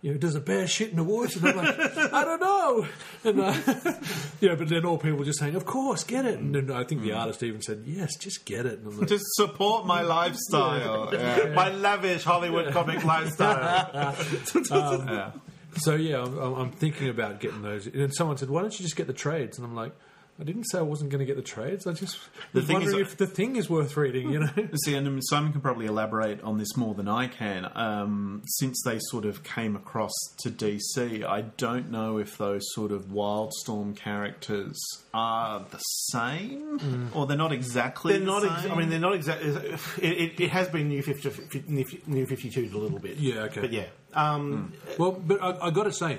Speaker 3: you know, does a bear shit in the woods? And I'm like, I don't know. And, uh, you know, but then all people just saying, of course, get it. And then I think the
Speaker 5: Mm.
Speaker 3: artist even said, yes, just get it. And I'm like,
Speaker 5: just support my lifestyle. Yeah.
Speaker 4: My lavish Hollywood comic lifestyle. Um,
Speaker 5: Yeah.
Speaker 3: so yeah, I'm, I'm I'm thinking about getting those. And then someone said, why don't you just get the trades? And I'm like, I didn't say I wasn't going to get the trades. I just was
Speaker 5: thing is- uh,
Speaker 3: wondering if the thing is worth reading, you know?
Speaker 5: See, and Simon can probably elaborate on this more than I can. Um, since they sort of came across to DC, I don't know if those sort of Wildstorm characters are the same, or they're not exactly.
Speaker 4: Mm. They're not.
Speaker 5: The
Speaker 4: Ex-
Speaker 5: same.
Speaker 4: I mean, they're not exactly. It, it, it has been new fifty, new, new fifty two a little bit.
Speaker 3: Yeah, okay.
Speaker 4: But yeah, um,
Speaker 3: Well, but I, I got to say,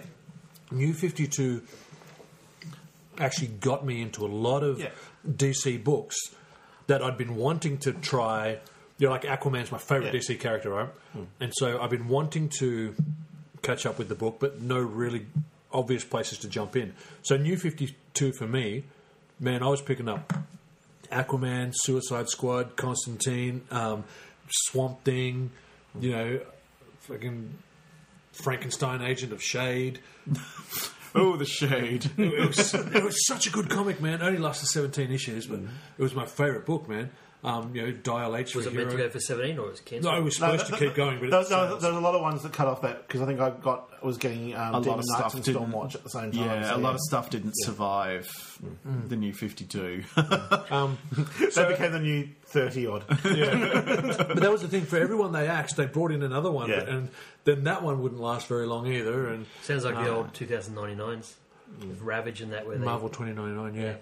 Speaker 3: New Fifty Two actually got me into a lot of
Speaker 4: Yeah.
Speaker 3: DC books that I'd been wanting to try. You know, like Aquaman's my favorite
Speaker 4: Yeah. Hmm.
Speaker 3: DC character, right? And so I've been wanting to catch up with the book, but no really obvious places to jump in. So New Fifty Two for me, man, I was picking up Aquaman, Suicide Squad, Constantine, um, Swamp Thing, you know, fucking Frankenstein Agent of Shade.
Speaker 5: oh, the shade.
Speaker 3: It was, it was such a good comic, man. It only lasted 17 issues, but it was my favourite book, man. Um, you know, Dial H for
Speaker 6: Was it meant
Speaker 3: Hero.
Speaker 6: to go for 17 or was it
Speaker 3: No,
Speaker 6: cancelled?
Speaker 3: it was supposed to keep going, but
Speaker 4: there's,
Speaker 3: it
Speaker 4: there's,
Speaker 3: failed.
Speaker 4: there's a lot of ones that cut off that because I think I got was getting um,
Speaker 5: a lot
Speaker 4: Demon
Speaker 5: of
Speaker 4: Knights
Speaker 5: stuff
Speaker 4: and
Speaker 5: didn't
Speaker 4: Stormwatch at the same time.
Speaker 5: Yeah,
Speaker 4: so
Speaker 5: a lot of stuff didn't survive
Speaker 4: Mm.
Speaker 5: the new Fifty Two.
Speaker 4: That became the new thirty odd.
Speaker 3: but that was the thing. For everyone they axed, they brought in another one,
Speaker 4: Yeah.
Speaker 3: but, and then that one wouldn't last very long either. And
Speaker 6: Sounds like the old 2099s. with Ravage and that where they
Speaker 3: Marvel 2099, yeah.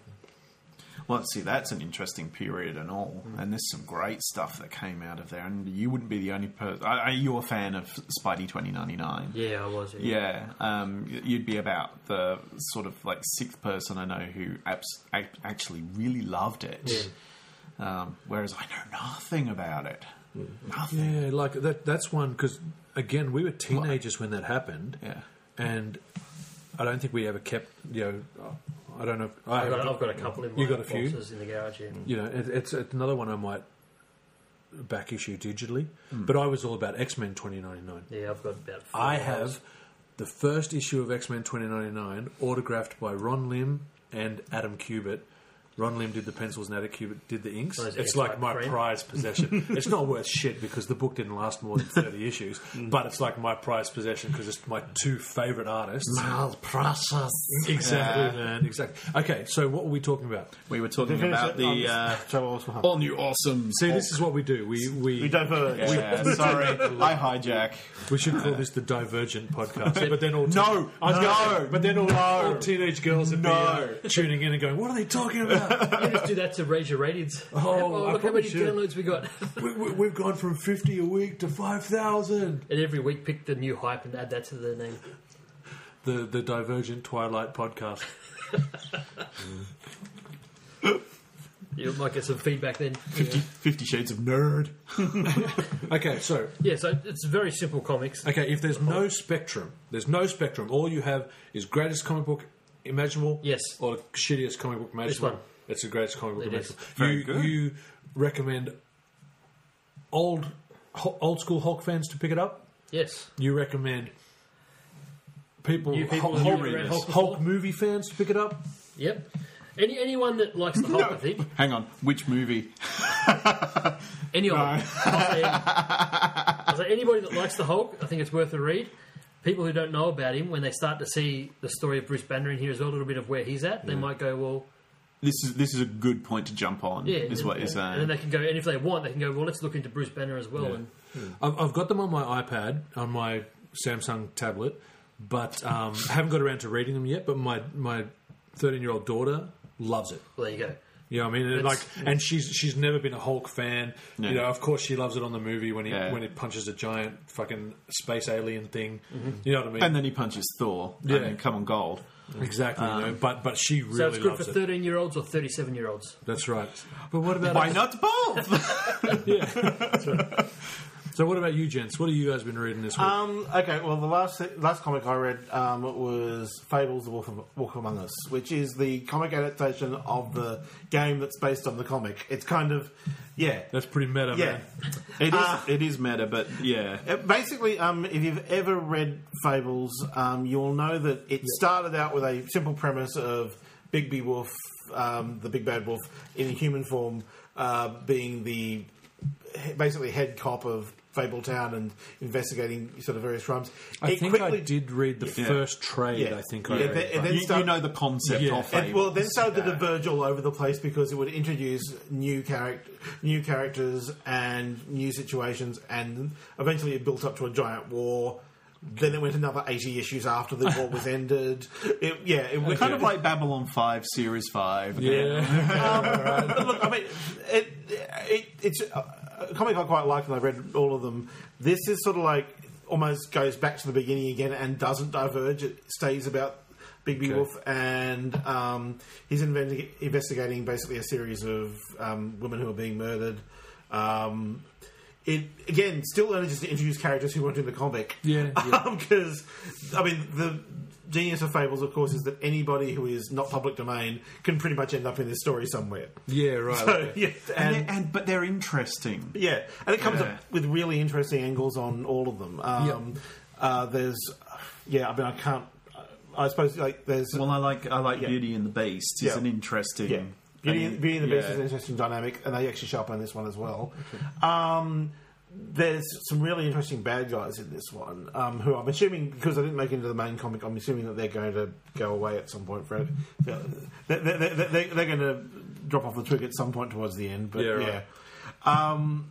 Speaker 5: well, see, that's an interesting period and all, and there's some great stuff that came out of there. And you wouldn't be the only person. Are are you a fan of Spidey Twenty Ninety Nine?
Speaker 6: Yeah, I was.
Speaker 5: Yeah, um, y- you'd be about the sort of like sixth person I know who abs- ac actually really loved it. Um, whereas I know nothing about it. Nothing.
Speaker 3: Yeah, like that. That's one because again, we were teenagers when that happened.
Speaker 5: Yeah.
Speaker 3: and I don't think we ever kept. You know, I don't know. If, I
Speaker 6: I've
Speaker 3: haven't-
Speaker 6: got, I've got a couple in my
Speaker 3: You got a few.
Speaker 6: boxes in the garage. Yeah.
Speaker 3: You know, it, it's, it's another one I might back issue digitally. But I was all about X Men twenty ninety nine.
Speaker 6: yeah, I've got about. Four
Speaker 3: I
Speaker 6: of those.
Speaker 3: have the first issue of X Men 2099 autographed by Ron Lim and Adam Cubitt. Ron Lim did the pencils and Adam Cubitt did the inks.
Speaker 6: Oh, is it
Speaker 3: It's
Speaker 6: his
Speaker 3: like
Speaker 6: type
Speaker 3: my
Speaker 6: friend?
Speaker 3: prized possession. it's not worth shit because the book didn't last more than 30 issues, but it's like my prized possession because it's my two favourite artists.
Speaker 4: Miles precious.
Speaker 3: Exactly, man. Exactly. Okay, so what were we talking about?
Speaker 5: We were talking about the uh, all new awesome.
Speaker 3: See, this is what we do. We we
Speaker 4: We diverge.
Speaker 5: Yeah, sorry, I hijack.
Speaker 3: We should call this the Divergent podcast. But then all
Speaker 5: No,
Speaker 3: I was gonna
Speaker 5: no,
Speaker 3: say, but then all, all teenage girls would
Speaker 5: No.
Speaker 3: be uh, tuning in and going, "What are they talking about?
Speaker 6: You just do that to raise your ratings. Oh,
Speaker 3: I
Speaker 6: look how
Speaker 3: probably
Speaker 6: many
Speaker 3: should.
Speaker 6: downloads we got.
Speaker 3: we, we, we've gone from fifty a week to five thousand.
Speaker 6: and every week, pick the new hype and add that to the name.
Speaker 3: The the Divergent Twilight podcast.
Speaker 6: You might get some feedback then.
Speaker 5: Fifty, Fifty Shades of Nerd.
Speaker 3: Okay, so
Speaker 6: Yeah, so it's very simple comics.
Speaker 3: okay, if there's no spectrum, there's no spectrum. All you have is greatest comic book imaginable.
Speaker 6: Yes.
Speaker 3: or shittiest comic book imaginable.
Speaker 6: one.
Speaker 3: It's the greatest comic book
Speaker 6: It is.
Speaker 3: imaginable.
Speaker 5: Very
Speaker 3: you,
Speaker 5: good.
Speaker 3: You recommend old ho- old school Hulk fans to pick it up.
Speaker 6: Yes.
Speaker 3: you recommend people,
Speaker 6: You people
Speaker 3: Hulk,
Speaker 6: who
Speaker 3: Hulk-
Speaker 6: read
Speaker 3: Hulk
Speaker 6: Hulk before?
Speaker 3: Hulk movie fans to pick it up.
Speaker 6: Yep. Any anyone that likes the Hulk, I think.
Speaker 5: Hang on, which movie?
Speaker 6: Anyone. I'll say, I'll say anybody that likes the Hulk, I think it's worth a read. People who don't know
Speaker 3: Mm.
Speaker 6: about him, when they start to see the story of Bruce Banner in here as well, a little bit of where he's at, they might go, well,
Speaker 5: this is this is a good point to jump on.
Speaker 6: Yeah,
Speaker 5: is
Speaker 6: and-
Speaker 5: what you're saying.
Speaker 6: And then they can go, and if they want, they can go. Well, let's look into Bruce Banner as well. And
Speaker 3: I've, I've got them on my iPad, on my Samsung tablet, but um, haven't got around to reading them yet. But my my thirteen year old daughter loves it.
Speaker 6: well, there you go.
Speaker 3: You know what I mean? And like,
Speaker 6: It's-
Speaker 3: and she's she's never been a Hulk fan.
Speaker 5: Yeah.
Speaker 3: You know, of course she loves it on the movie when he
Speaker 5: Yeah.
Speaker 3: when it punches a giant fucking space alien thing.
Speaker 6: Mm-hmm.
Speaker 3: You know what I mean?
Speaker 5: and then he punches Thor.
Speaker 3: Yeah.
Speaker 5: I mean, come on, gold.
Speaker 3: exactly. you know, but but she
Speaker 6: Um, So
Speaker 3: really
Speaker 6: it's good
Speaker 3: loves
Speaker 6: for
Speaker 3: it.
Speaker 6: thirteen-year-olds or thirty-seven-year-olds.
Speaker 3: That's right. But what about
Speaker 5: Why not both?
Speaker 3: So what about you, gents? What have you guys been reading this week?
Speaker 4: Um, okay, well, the last last comic I read um, was Fables: The Wolf, Wolf Among Us, which is the comic adaptation of the game that's based on the comic. It's kind of, yeah,
Speaker 3: That's pretty meta,
Speaker 4: yeah.
Speaker 3: man.
Speaker 5: it is. it is meta, but yeah.
Speaker 4: It- basically, um, if you've ever read Fables, um, you'll know that it started out with a simple premise of Big B Wolf, um, the big bad wolf in human form, uh, being the basically head cop of Fable Town and investigating sort of various crimes.
Speaker 3: I
Speaker 4: It
Speaker 3: think I
Speaker 4: quickly-
Speaker 3: did read the first trade.
Speaker 4: Yeah.
Speaker 3: I think
Speaker 4: Yeah,
Speaker 3: I read.
Speaker 4: they- and
Speaker 3: but-
Speaker 4: then
Speaker 5: You,
Speaker 4: start-
Speaker 5: you know the concept
Speaker 3: Yeah.
Speaker 5: of
Speaker 4: And,
Speaker 5: Fables.
Speaker 4: well, then started to diverge all over the place because it would introduce new character, new characters, and new situations, and eventually it built up to a giant war. Then it went another eighty issues after the war was ended. It, yeah, it was
Speaker 5: kind of like Babylon Five, Series Five.
Speaker 3: yeah.
Speaker 4: But look, I mean, it, it, it's uh, a comic I quite liked, and I read all of them. This is sort of like almost goes back to the beginning again and doesn't diverge. It stays about Big B Wolf, and um, he's inventi- investigating basically a series of um, women who are being murdered. Um, it again still manages to introduce characters who weren't in the comic.
Speaker 3: Yeah, yeah.
Speaker 4: because I mean the genius of Fables, of course, is that anybody who is not public domain can pretty much end up in this story somewhere.
Speaker 3: yeah, right.
Speaker 4: So, yeah,
Speaker 5: and,
Speaker 4: and,
Speaker 5: they're- and but they're interesting.
Speaker 4: yeah, and it comes
Speaker 5: Yeah.
Speaker 4: up with really interesting angles on all of them. Um, uh, there's, yeah, I mean, I can't. I suppose like there's
Speaker 5: Well, I like I like
Speaker 4: Yeah.
Speaker 5: Beauty and the Beast. It's
Speaker 4: Yeah.
Speaker 5: an interesting.
Speaker 4: yeah. Beauty,
Speaker 5: and-
Speaker 4: Beauty and the Beast
Speaker 5: yeah.
Speaker 4: is an interesting dynamic, and they actually show up in this one as well. Um, there's some really interesting bad guys in this one, um, who I'm assuming because I didn't make it into the main comic, I'm assuming that they're going to go away at some point. For they're, they're, they're, they're going to drop off the twig at some point towards the end, but
Speaker 3: Yeah,
Speaker 4: yeah.
Speaker 3: right.
Speaker 4: Um,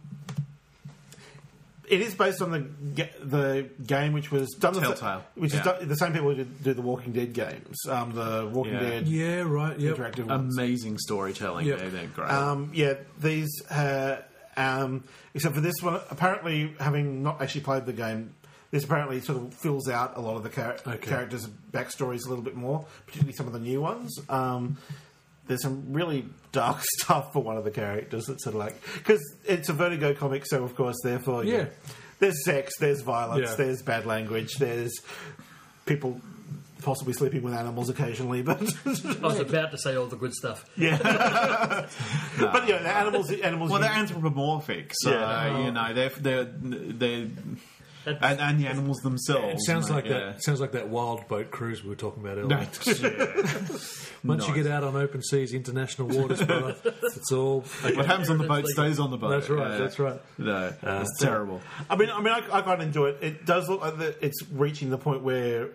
Speaker 4: it is based on the ga- the game which was done the sa-
Speaker 5: Telltale,
Speaker 4: which
Speaker 5: yeah.
Speaker 4: is done, the same people who did- do the Walking Dead games, um, the Walking
Speaker 5: Yeah.
Speaker 4: Dead
Speaker 3: yeah, right. Yep.
Speaker 4: interactive ones.
Speaker 5: Amazing storytelling.
Speaker 3: Yep.
Speaker 5: They're, they're great.
Speaker 4: Um, yeah, these, uh, um, except for this one, apparently, having not actually played the game, this apparently sort of fills out a lot of the char-
Speaker 3: Okay.
Speaker 4: characters' backstories a little bit more, particularly some of the new ones. Um, there's some really dark stuff for one of the characters that's sort of like because it's a Vertigo comic, so of course, therefore,
Speaker 3: Yeah.
Speaker 4: There's sex, there's violence,
Speaker 3: Yeah.
Speaker 4: there's bad language, there's people possibly sleeping with animals occasionally, but
Speaker 6: I was about to say all the good stuff.
Speaker 4: but you know, the animals, animals.
Speaker 5: well,
Speaker 4: you-
Speaker 5: they're anthropomorphic, so uh,
Speaker 4: Yeah.
Speaker 5: you know they're they're they
Speaker 6: That's-
Speaker 5: and, and the animals themselves.
Speaker 3: It sounds like
Speaker 5: yeah.
Speaker 3: that. Sounds like that wild boat cruise we were talking about earlier. Once you
Speaker 5: Nice.
Speaker 3: get out on open seas, international waters, brother, it's all.
Speaker 5: What happens on the boat
Speaker 6: That's
Speaker 5: stays on the boat.
Speaker 3: That's right.
Speaker 5: Yeah.
Speaker 3: That's right. Uh,
Speaker 5: No, it's terrible.
Speaker 4: I mean, I mean, I, I quite enjoy it. It does look like that it's reaching the point where.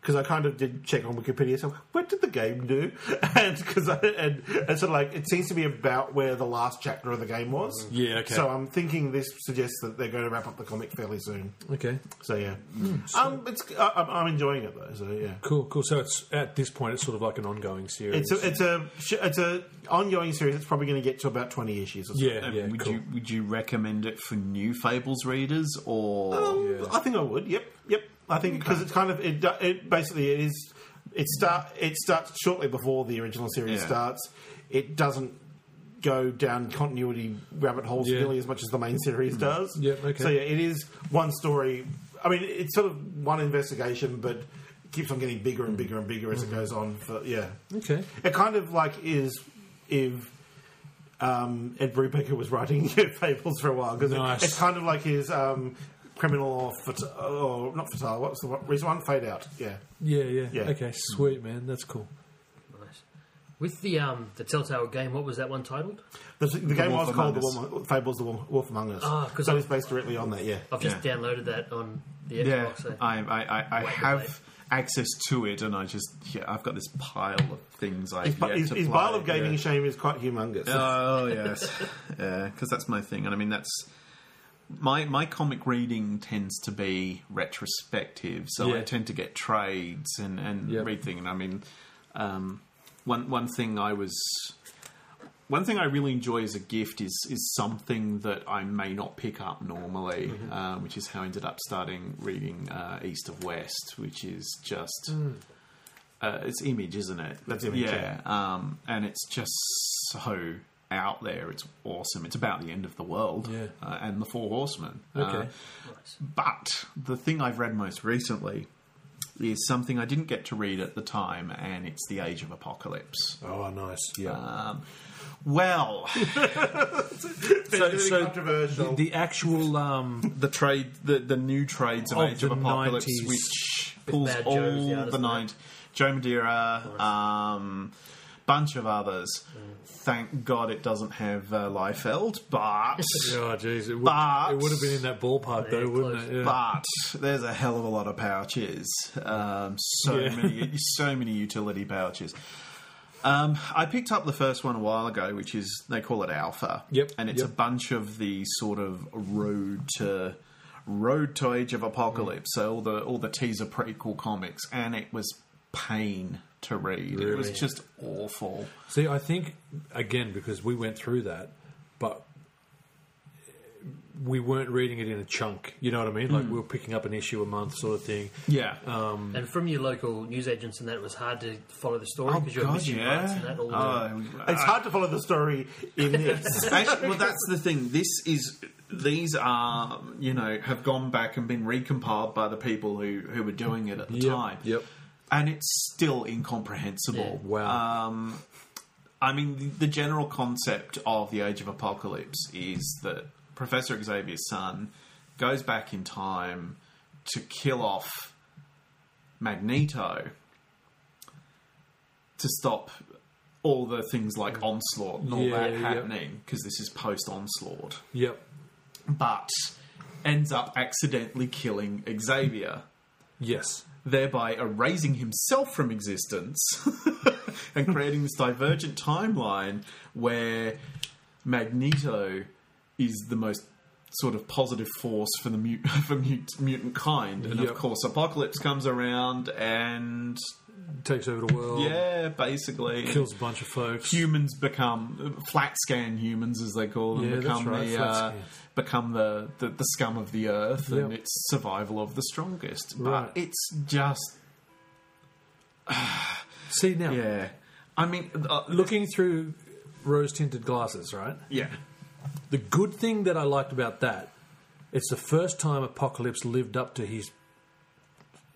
Speaker 4: Because I kind of did check on Wikipedia, so what did the game do? And because I and, and sort of like it seems to be about where the last chapter of the game was.
Speaker 3: Mm-hmm. Yeah, okay.
Speaker 4: So I'm thinking this suggests that they're going to wrap up the comic fairly soon.
Speaker 3: Okay.
Speaker 4: So yeah,
Speaker 3: Hmm,
Speaker 4: um, it's I, I'm- I'm enjoying it though. So yeah,
Speaker 3: Cool. Cool. So it's at this point, it's sort of like an ongoing series.
Speaker 4: it's a it's a sh- it's a ongoing series. It's probably going to get to about 20 issues. Or so.
Speaker 3: yeah. Yeah.
Speaker 5: Um, would
Speaker 3: Cool.
Speaker 5: you would you recommend it for new Fables readers or?
Speaker 4: Um,
Speaker 3: Yeah.
Speaker 4: I think I would. Yep, yep. I think because it's kind of it, do- it. Basically, it is. It start. It starts shortly before the original series
Speaker 5: Yeah.
Speaker 4: starts. It doesn't go down continuity rabbit holes
Speaker 3: Yeah. Mm-hmm.
Speaker 4: nearly as much as the main series does.
Speaker 3: Yep, okay.
Speaker 4: So yeah, it is one story. I mean, it's sort of one investigation, but keeps on getting bigger and bigger and bigger as it goes on. For yeah,
Speaker 3: Mm-hmm. Okay.
Speaker 4: it kind of like is if um, Ed Brubaker was writing Fables for a while because
Speaker 3: Nice.
Speaker 4: it's kind of like his um, criminal or, fat- or not fatal. What's the one- recent one? Fade out. Yeah.
Speaker 3: Yeah, yeah.
Speaker 4: Yeah.
Speaker 3: Okay. Sweet man. That's cool.
Speaker 6: Nice. With the um the Telltale game, what was that one titled?
Speaker 4: The, the, game
Speaker 5: Wolf
Speaker 4: was called the
Speaker 5: Among
Speaker 4: Wolf, Fables: The Wolf, Wolf Among Us.
Speaker 6: Ah, 'cause
Speaker 4: so
Speaker 6: I-
Speaker 4: it's based directly on that. Yeah.
Speaker 6: I've just
Speaker 5: Yeah.
Speaker 6: downloaded that on the
Speaker 5: Yeah,
Speaker 6: Xbox. so-
Speaker 5: I, I, I, I
Speaker 6: Wait,
Speaker 5: have
Speaker 6: wait.
Speaker 5: access to it, and I just yeah, I've got this pile of things I
Speaker 4: His,
Speaker 5: yet
Speaker 4: his,
Speaker 5: to
Speaker 4: his
Speaker 5: play,
Speaker 4: pile of gaming
Speaker 5: yeah.
Speaker 4: shame is quite humongous.
Speaker 5: Oh yes, yeah, because that's my thing, and I mean that's my my comic reading tends to be retrospective, so I
Speaker 3: Yeah.
Speaker 5: tend to get trades and and
Speaker 3: Yep.
Speaker 5: read things. And I mean, um, one one thing I was. One thing I really enjoy as a gift is is something that I may not pick up normally, uh, which is how I ended up starting reading uh, East of West, which is just uh, it's image, isn't it?
Speaker 4: That's Image,
Speaker 5: Yeah. Um, and it's just so out there. It's awesome. It's about the end of the world
Speaker 3: Yeah.
Speaker 5: uh, and the Four Horsemen.
Speaker 3: Okay.
Speaker 5: Uh, but the thing I've read most recently is something I didn't get to read at the time, and it's The Age of Apocalypse.
Speaker 3: Oh, nice. Yeah.
Speaker 5: Um, well,
Speaker 3: so, so
Speaker 4: controversial.
Speaker 3: the actual um,
Speaker 5: the trade, the, the new trades of,
Speaker 3: Of
Speaker 5: Age of
Speaker 3: the
Speaker 5: Apocalypse,
Speaker 3: 90s.
Speaker 5: which pulls
Speaker 6: Bad
Speaker 5: all
Speaker 6: Joe's the
Speaker 5: the
Speaker 6: artist,
Speaker 5: night. Joe Madeira, um, bunch of others.
Speaker 3: Mm.
Speaker 5: Thank God it doesn't have uh, Liefeld, but
Speaker 3: oh, jeez, it,
Speaker 5: But-
Speaker 3: would- it would have been in that ballpark though,
Speaker 6: Yeah,
Speaker 3: wouldn't it?
Speaker 6: close.
Speaker 3: Yeah.
Speaker 5: but there's a hell of a lot of pouches. Um, so
Speaker 3: Yeah.
Speaker 5: many, so many utility pouches. Um, I picked up the first one a while ago, which is they call it Alpha.
Speaker 3: Yep,
Speaker 5: and it's
Speaker 3: yep.
Speaker 5: a bunch of the sort of road to road to Age of Apocalypse. So all the all the teaser prequel comics, and it was pain to read. It was just awful.
Speaker 3: See, I think again because we went through that, but we weren't reading it in a chunk. You know what I mean?
Speaker 5: Hmm.
Speaker 3: Like we were picking up an issue a month, sort of thing.
Speaker 5: Yeah,
Speaker 6: And from your local news agents, and that it was hard to follow the story because you're missing rights and that all.
Speaker 5: Oh, I-
Speaker 4: it's hard to follow the story in this.
Speaker 5: Actually, well, that's the thing. This is these are you know have gone back and been recompiled by the people who who were doing it at the
Speaker 3: Yep,
Speaker 5: time.
Speaker 3: yep.
Speaker 5: And it's still incomprehensible. Uh,
Speaker 6: Yeah.
Speaker 3: Wow.
Speaker 5: I mean, the, the general concept of the Age of Apocalypse is that Professor Xavier's son goes back in time to kill off Magneto to stop all the things like Onslaught and all
Speaker 3: Mm. Yeah,
Speaker 5: that
Speaker 3: yeah.
Speaker 5: happening because this is post Onslaught
Speaker 3: yep.
Speaker 5: but ends up accidentally killing Xavier,
Speaker 3: Yes.
Speaker 5: thereby erasing himself from existence and creating this divergent timeline where Magneto is the most sort of positive force for the mut- for mut- mutant kind and
Speaker 3: Yep.
Speaker 5: of course apocalypse comes around and
Speaker 3: Takes over the world.
Speaker 5: yeah basically
Speaker 3: Kills a bunch of folks.
Speaker 5: humans become flat scan humans as they call them
Speaker 3: Yeah, that's
Speaker 5: become
Speaker 3: right,
Speaker 5: the
Speaker 3: flat
Speaker 5: uh,
Speaker 3: scan.
Speaker 5: become the, the the scum of the earth and
Speaker 3: Yep.
Speaker 5: it's survival of the strongest
Speaker 3: Right.
Speaker 5: but it's just
Speaker 3: See now,
Speaker 5: yeah i mean uh, look
Speaker 3: looking through rose tinted glasses, right?
Speaker 5: yeah
Speaker 3: The good thing that I liked about that, it's the first time Apocalypse lived up to his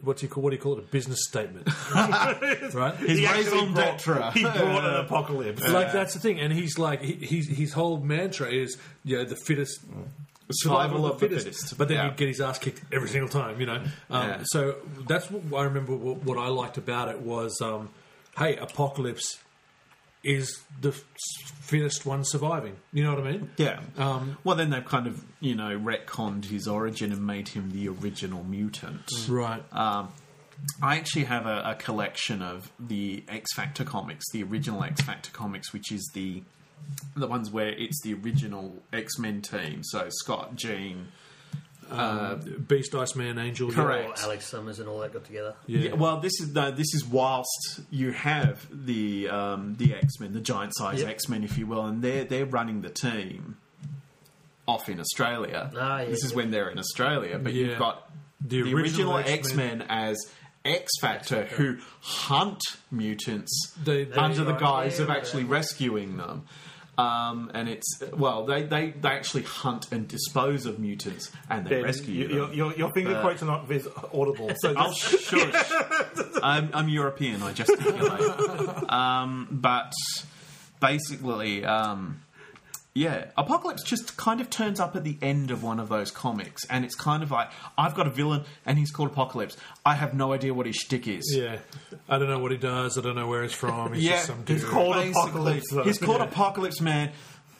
Speaker 3: what's he call what do you call it a business statement, right?
Speaker 5: his raison
Speaker 4: He actually brought-
Speaker 5: d'etre
Speaker 4: He brought an apocalypse.
Speaker 3: like that's the thing, and he's like he, he's, his whole mantra is you know the fittest.
Speaker 5: Survival of the fittest.
Speaker 3: but then
Speaker 5: Yeah.
Speaker 3: he'd get his ass kicked every single time, you know. Um,
Speaker 5: Yeah.
Speaker 3: So that's what I remember. What, what I liked about it was, um, hey, apocalypse is the f- fittest one surviving. You know what I mean?
Speaker 5: yeah
Speaker 3: Um,
Speaker 5: well then they've kind of you know retconned his origin and made him the original mutant
Speaker 3: Right.
Speaker 5: Um, I actually have a, a collection of the X Factor comics, the original X Factor comics, which is the the ones where it's the original X Men team. So Scott, Jean,
Speaker 3: Beast, Iceman, Angel. yeah.
Speaker 5: Correct.
Speaker 6: Or Alex Summers and all that got together.
Speaker 3: Yeah.
Speaker 5: Yeah, well, this is no, this is whilst you have the um, the X Men, the giant size
Speaker 6: Yep.
Speaker 5: X Men, if you will, and they're they're running the team off in Australia.
Speaker 6: Ah, yeah,
Speaker 5: this is
Speaker 6: yeah.
Speaker 5: when they're in Australia, but
Speaker 3: Yeah.
Speaker 5: you've got
Speaker 3: The
Speaker 5: the,
Speaker 3: original
Speaker 5: original,
Speaker 3: X-Men.
Speaker 5: X Men as X Factor who hunt mutants
Speaker 3: They- they-
Speaker 5: under the
Speaker 6: Right.
Speaker 5: guise
Speaker 6: Yeah,
Speaker 5: of
Speaker 6: right.
Speaker 5: actually rescuing them. Um, and it's well, they, they, they actually hunt and dispose of mutants, and they
Speaker 4: Ben,
Speaker 5: rescue
Speaker 4: you-
Speaker 5: them.
Speaker 4: your, your, your finger quotes are not vis- audible. So
Speaker 5: Oh,
Speaker 4: just,
Speaker 5: shush. I'm, I'm European, I gesticulate. um, but basically, um, Yeah, Apocalypse just kind of turns up at the end of one of those comics, and it's kind of like I've got a villain, and he's called Apocalypse. I have no idea what his shtick is.
Speaker 3: Yeah, I don't know what he does. I don't know where he's from. He's
Speaker 5: Yeah,
Speaker 3: just some dude.
Speaker 5: he's called
Speaker 4: Basically,
Speaker 5: Apocalypse.
Speaker 4: though.
Speaker 5: He's called
Speaker 4: Yeah.
Speaker 5: Apocalypse Man.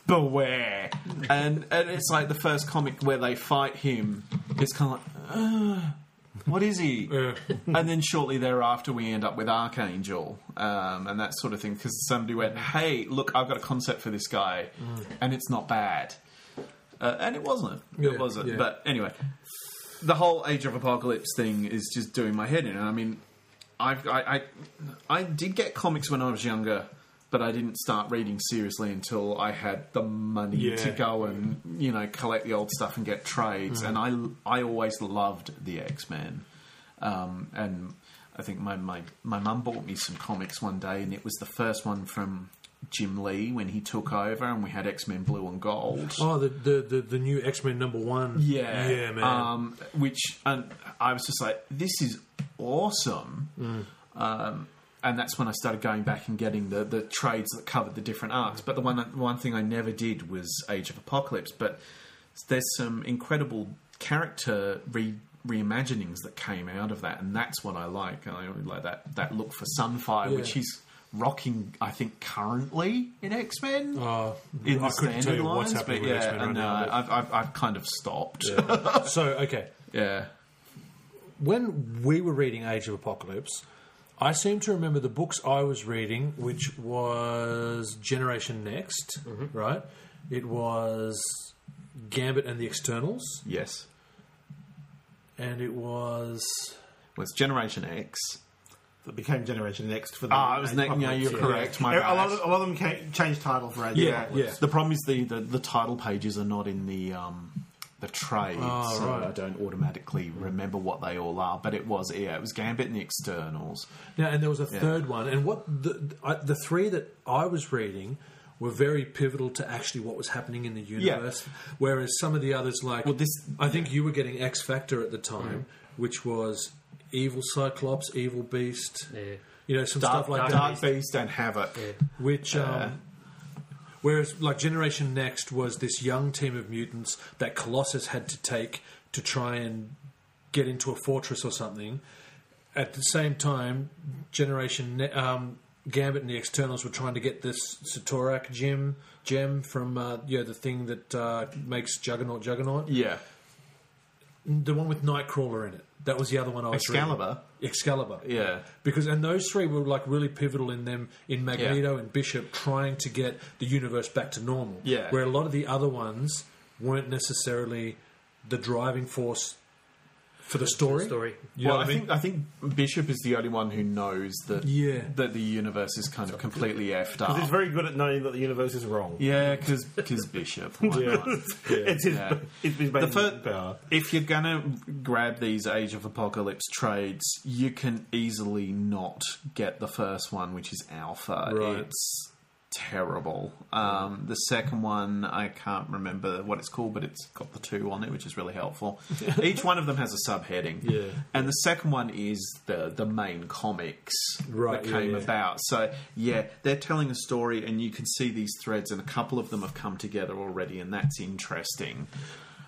Speaker 5: Beware, and and it's like the first comic where they fight him. It's kind of like, "Ugh, what is he?
Speaker 3: Yeah.
Speaker 5: and then shortly thereafter, we end up with Archangel um, and that sort of thing because somebody went, "Hey, look, I've got a concept for this guy,
Speaker 3: Mm.
Speaker 5: and it's not bad." Uh, and it wasn't.
Speaker 3: Yeah,
Speaker 5: it wasn't.
Speaker 3: yeah.
Speaker 5: But anyway, the whole Age of Apocalypse thing is just doing my head in. And I mean, I've, I, I I did get comics when I was younger, but I didn't start reading seriously until I had the money
Speaker 3: Yeah.
Speaker 5: to go and you know collect the old stuff and get trades. And I I always loved the X Men, um, and I think my my my mum bought me some comics one day, and it was the first one from. Jim Lee when he took over, and we had X Men Blue and Gold.
Speaker 3: Oh, the the, the, the new X Men number one.
Speaker 5: Yeah,
Speaker 3: yeah, man.
Speaker 5: Um, which and I was just like, this is awesome.
Speaker 3: Mm.
Speaker 5: Um, and that's when I started going back and getting the, the trades that covered the different arcs. But the one one thing I never did was Age of Apocalypse. But there's some incredible character re reimaginings that came out of that, and that's what I like. I really like that that look for Sunfire,
Speaker 3: Yeah.
Speaker 5: which he's rocking, I think, currently in X Men
Speaker 3: Uh,
Speaker 5: in the
Speaker 3: I couldn't
Speaker 5: standard
Speaker 3: tell you
Speaker 5: lines,
Speaker 3: what's happening
Speaker 5: but
Speaker 3: with X
Speaker 5: yeah,
Speaker 3: Men right
Speaker 5: and,
Speaker 3: now.
Speaker 5: uh,
Speaker 3: but-
Speaker 5: I've, I've, I've kind of stopped.
Speaker 3: so okay,
Speaker 5: yeah.
Speaker 3: when we were reading Age of Apocalypse, I seem to remember the books I was reading, which was Generation Next,
Speaker 5: Mm-hmm.
Speaker 3: right? It was Gambit and the Externals,
Speaker 5: Yes.
Speaker 3: and it was
Speaker 5: Well, it's Generation X.
Speaker 4: That became Generation Next for the.
Speaker 5: Ah, I was ne- yeah,
Speaker 4: Apocalypse,
Speaker 5: you're correct. My
Speaker 4: A lot,
Speaker 5: bad.
Speaker 4: of, a lot of them ca- changed title for Age.
Speaker 5: Yeah,
Speaker 4: Apocalypse.
Speaker 5: yeah. The problem is the, the, the title pages are not in the um, the trade,
Speaker 3: Oh,
Speaker 5: so
Speaker 3: right.
Speaker 5: I don't automatically remember what they all are. But it was yeah, it was Gambit and the Externals.
Speaker 3: Now, and there was a third one, and what the I, the three that I was reading were very pivotal to actually what was happening in the universe. Whereas some of the others, like
Speaker 5: Well, this- Mm-hmm.
Speaker 3: I think you were getting X Factor at the time, which was evil Cyclops, evil Beast,
Speaker 6: Yeah.
Speaker 3: you know, some
Speaker 5: Dark,
Speaker 3: stuff like that.
Speaker 5: Dark Beast and Havoc.
Speaker 3: Which,
Speaker 5: Uh,
Speaker 3: um, whereas like Generation Next was this young team of mutants that Colossus had to take to try and get into a fortress or something. At the same time, Generation ne- um, Gambit and the Externals were trying to get this Satorak gem gem from uh, you know, the thing that uh, makes Juggernaut Juggernaut,
Speaker 5: Yeah.
Speaker 3: the one with Nightcrawler in it. That was the other one I was
Speaker 5: Excalibur.
Speaker 3: reading. Excalibur,
Speaker 5: Yeah.
Speaker 3: because and those three were like really pivotal in them in Magneto and Bishop trying to get the universe back to normal.
Speaker 5: Yeah.
Speaker 3: where a lot of the other ones weren't necessarily the driving force for the story.
Speaker 6: Story.
Speaker 3: You know
Speaker 5: well,
Speaker 3: what
Speaker 5: I,
Speaker 3: I mean?
Speaker 5: think I think Bishop is the only one who knows that
Speaker 3: Yeah.
Speaker 5: that the universe is kind of completely effed up.
Speaker 4: He's very good at knowing that the universe is wrong.
Speaker 5: yeah, because Bishop. Why not?
Speaker 4: it's his,
Speaker 5: Yeah.
Speaker 4: it's his
Speaker 5: The
Speaker 4: main
Speaker 5: fir-
Speaker 4: power.
Speaker 5: if you're gonna grab these Age of Apocalypse trades, you can easily not get the first one, which is Alpha.
Speaker 3: Right.
Speaker 5: It's terrible. Um, the second one, I can't remember what it's called, but it's got the two on it, which is really helpful. Each one of them has a subheading,
Speaker 3: Yeah.
Speaker 5: and the second one is the the main comics
Speaker 3: Right,
Speaker 5: that
Speaker 3: yeah,
Speaker 5: came
Speaker 3: yeah.
Speaker 5: about. So yeah, they're telling a story, and you can see these threads, and a couple of them have come together already, and that's interesting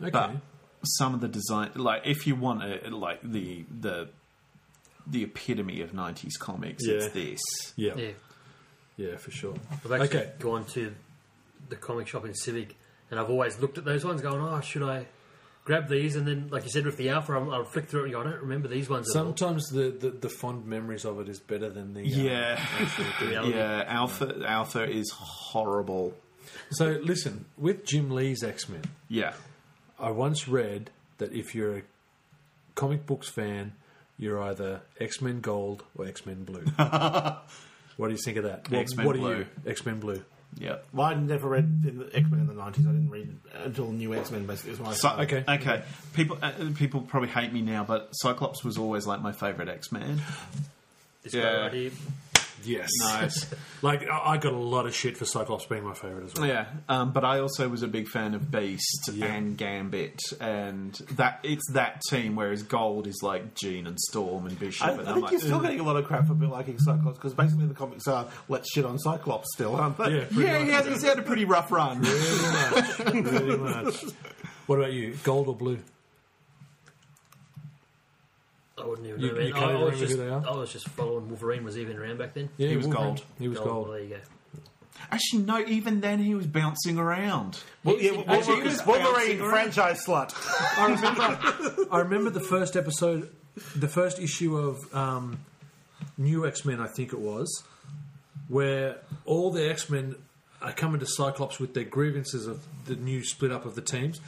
Speaker 3: Okay.
Speaker 5: but some of the design like if you want a, like the the the epitome of 90s comics
Speaker 3: Yeah.
Speaker 5: it's this
Speaker 3: yeah.
Speaker 6: Yeah.
Speaker 3: yeah, for sure.
Speaker 6: I've actually
Speaker 3: Okay.
Speaker 6: gone to the comic shop in Civic, and I've always looked at those ones, going, "Oh, should I grab these?" And then, like you said, with the alpha, I'll, I'll flick through it. And go, I don't remember these ones. at all."
Speaker 3: Sometimes the, the, the fond memories of it is better than the uh,
Speaker 5: Yeah.
Speaker 3: actual thing.
Speaker 6: Yeah.
Speaker 5: yeah alpha alpha is horrible
Speaker 3: So listen, with Jim Lee's X Men,
Speaker 5: yeah
Speaker 3: I once read that if you're a comic books fan, you're either X Men Gold or X Men Blue. what do you think of that? What-
Speaker 5: X-Men
Speaker 3: what
Speaker 5: Blue.
Speaker 3: Are you? X Men Blue.
Speaker 5: yeah
Speaker 4: Well, I never read in the X Men in the nineties. I didn't read until New X Men. Basically, is when I
Speaker 5: So-
Speaker 4: started.
Speaker 3: okay.
Speaker 5: okay people uh, people probably hate me now but cyclops was always like my favorite x-man
Speaker 6: It's
Speaker 5: Yeah.
Speaker 6: great idea.
Speaker 3: Yes.
Speaker 5: Nice.
Speaker 3: Like, I I got a lot of shit for Cyclops being my favourite as well.
Speaker 5: Yeah, um, but I also was a big fan of Beast
Speaker 3: Yeah.
Speaker 5: and Gambit, and that it's that team. Whereas Gold is like Jean and Storm and Bishop,
Speaker 4: I, I
Speaker 5: and
Speaker 4: think
Speaker 5: I'm like,
Speaker 4: you're still getting a lot of crap for liking Cyclops because basically the comics are let's shit on Cyclops still, aren't they?
Speaker 3: Yeah, pretty
Speaker 5: yeah, he
Speaker 3: much.
Speaker 5: has, he's had a pretty rough run.
Speaker 3: Pretty much. Pretty much. What about you? Gold or blue?
Speaker 6: I wouldn't even
Speaker 3: You-
Speaker 6: know. man.
Speaker 3: you can't
Speaker 6: I, I
Speaker 3: even
Speaker 6: was
Speaker 3: remember
Speaker 6: just,
Speaker 3: who they are?
Speaker 6: I was just following Wolverine was even around back then.
Speaker 3: Yeah,
Speaker 5: He was
Speaker 3: Wolverine.
Speaker 5: gold.
Speaker 3: He was gold.
Speaker 6: There you go.
Speaker 5: Actually, no, even then he was bouncing around.
Speaker 4: Well, yeah, Wolverine,
Speaker 5: Actually, he was
Speaker 4: Wolverine
Speaker 5: bouncing around.
Speaker 4: franchise slut.
Speaker 3: I remember. I remember the first episode, the first issue of um, New X Men, I think it was, where all the X Men are coming to Cyclops with their grievances of the new split up of the teams,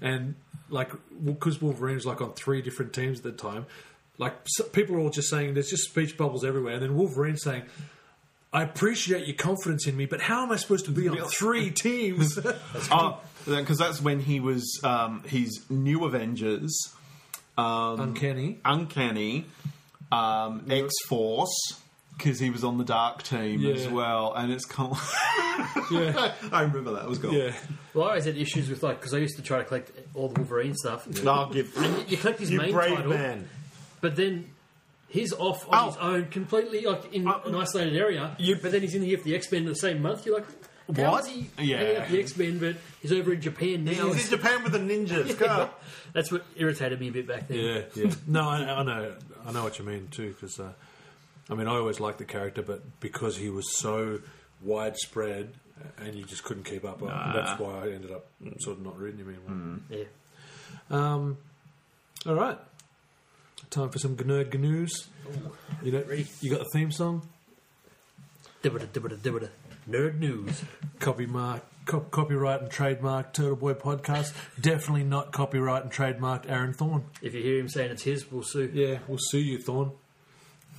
Speaker 3: and like because Wolverine was like on three different teams at the time, like s people are all just saying there's just speech bubbles everywhere, and then Wolverine saying. I appreciate your confidence in me, but how am I supposed to be on three teams?
Speaker 5: Oh, because that's when he was um, his new Avengers,
Speaker 3: Um, Uncanny.
Speaker 5: Uncanny, um, X Force. Because he was on the Dark Team as
Speaker 3: Yeah.
Speaker 5: well, and it's kind of.
Speaker 3: Yeah.
Speaker 5: I remember that was cool.
Speaker 3: Yeah.
Speaker 6: Well, I always had issues with like because I used to try to collect all the Wolverine stuff.
Speaker 5: I'll give.
Speaker 6: And you- you collect his
Speaker 4: You
Speaker 6: main
Speaker 4: brave
Speaker 6: title,
Speaker 4: man.
Speaker 6: but then he's off on
Speaker 5: Oh.
Speaker 6: his own, completely like in an isolated area. but then he's in here for the X Men the same month. You're like, how
Speaker 5: What?
Speaker 6: is he
Speaker 5: Yeah.
Speaker 6: hanging out with the X Men, but he's over in Japan now?
Speaker 4: He's in Japan with the ninjas. Go on.
Speaker 6: That's what irritated me a bit back then.
Speaker 3: Yeah, yeah. No, I, I know, I know what you mean too. Because uh, I mean, I always liked the character, but because he was so widespread, and you just couldn't keep up, uh, that's why I ended up sort of not reading him anymore.
Speaker 6: Yeah.
Speaker 3: Um, all right, time for some nerd news. You know, you got the theme song.
Speaker 6: Dibbida, dibbida, dibbida. Nerd news.
Speaker 3: Copymark, co- copyright and trademark Turtle Boy podcast. Definitely not copyright and trademarked Aaron Thorne.
Speaker 6: If you hear him saying it's his, we'll sue.
Speaker 3: Yeah, we'll sue you, Thorne.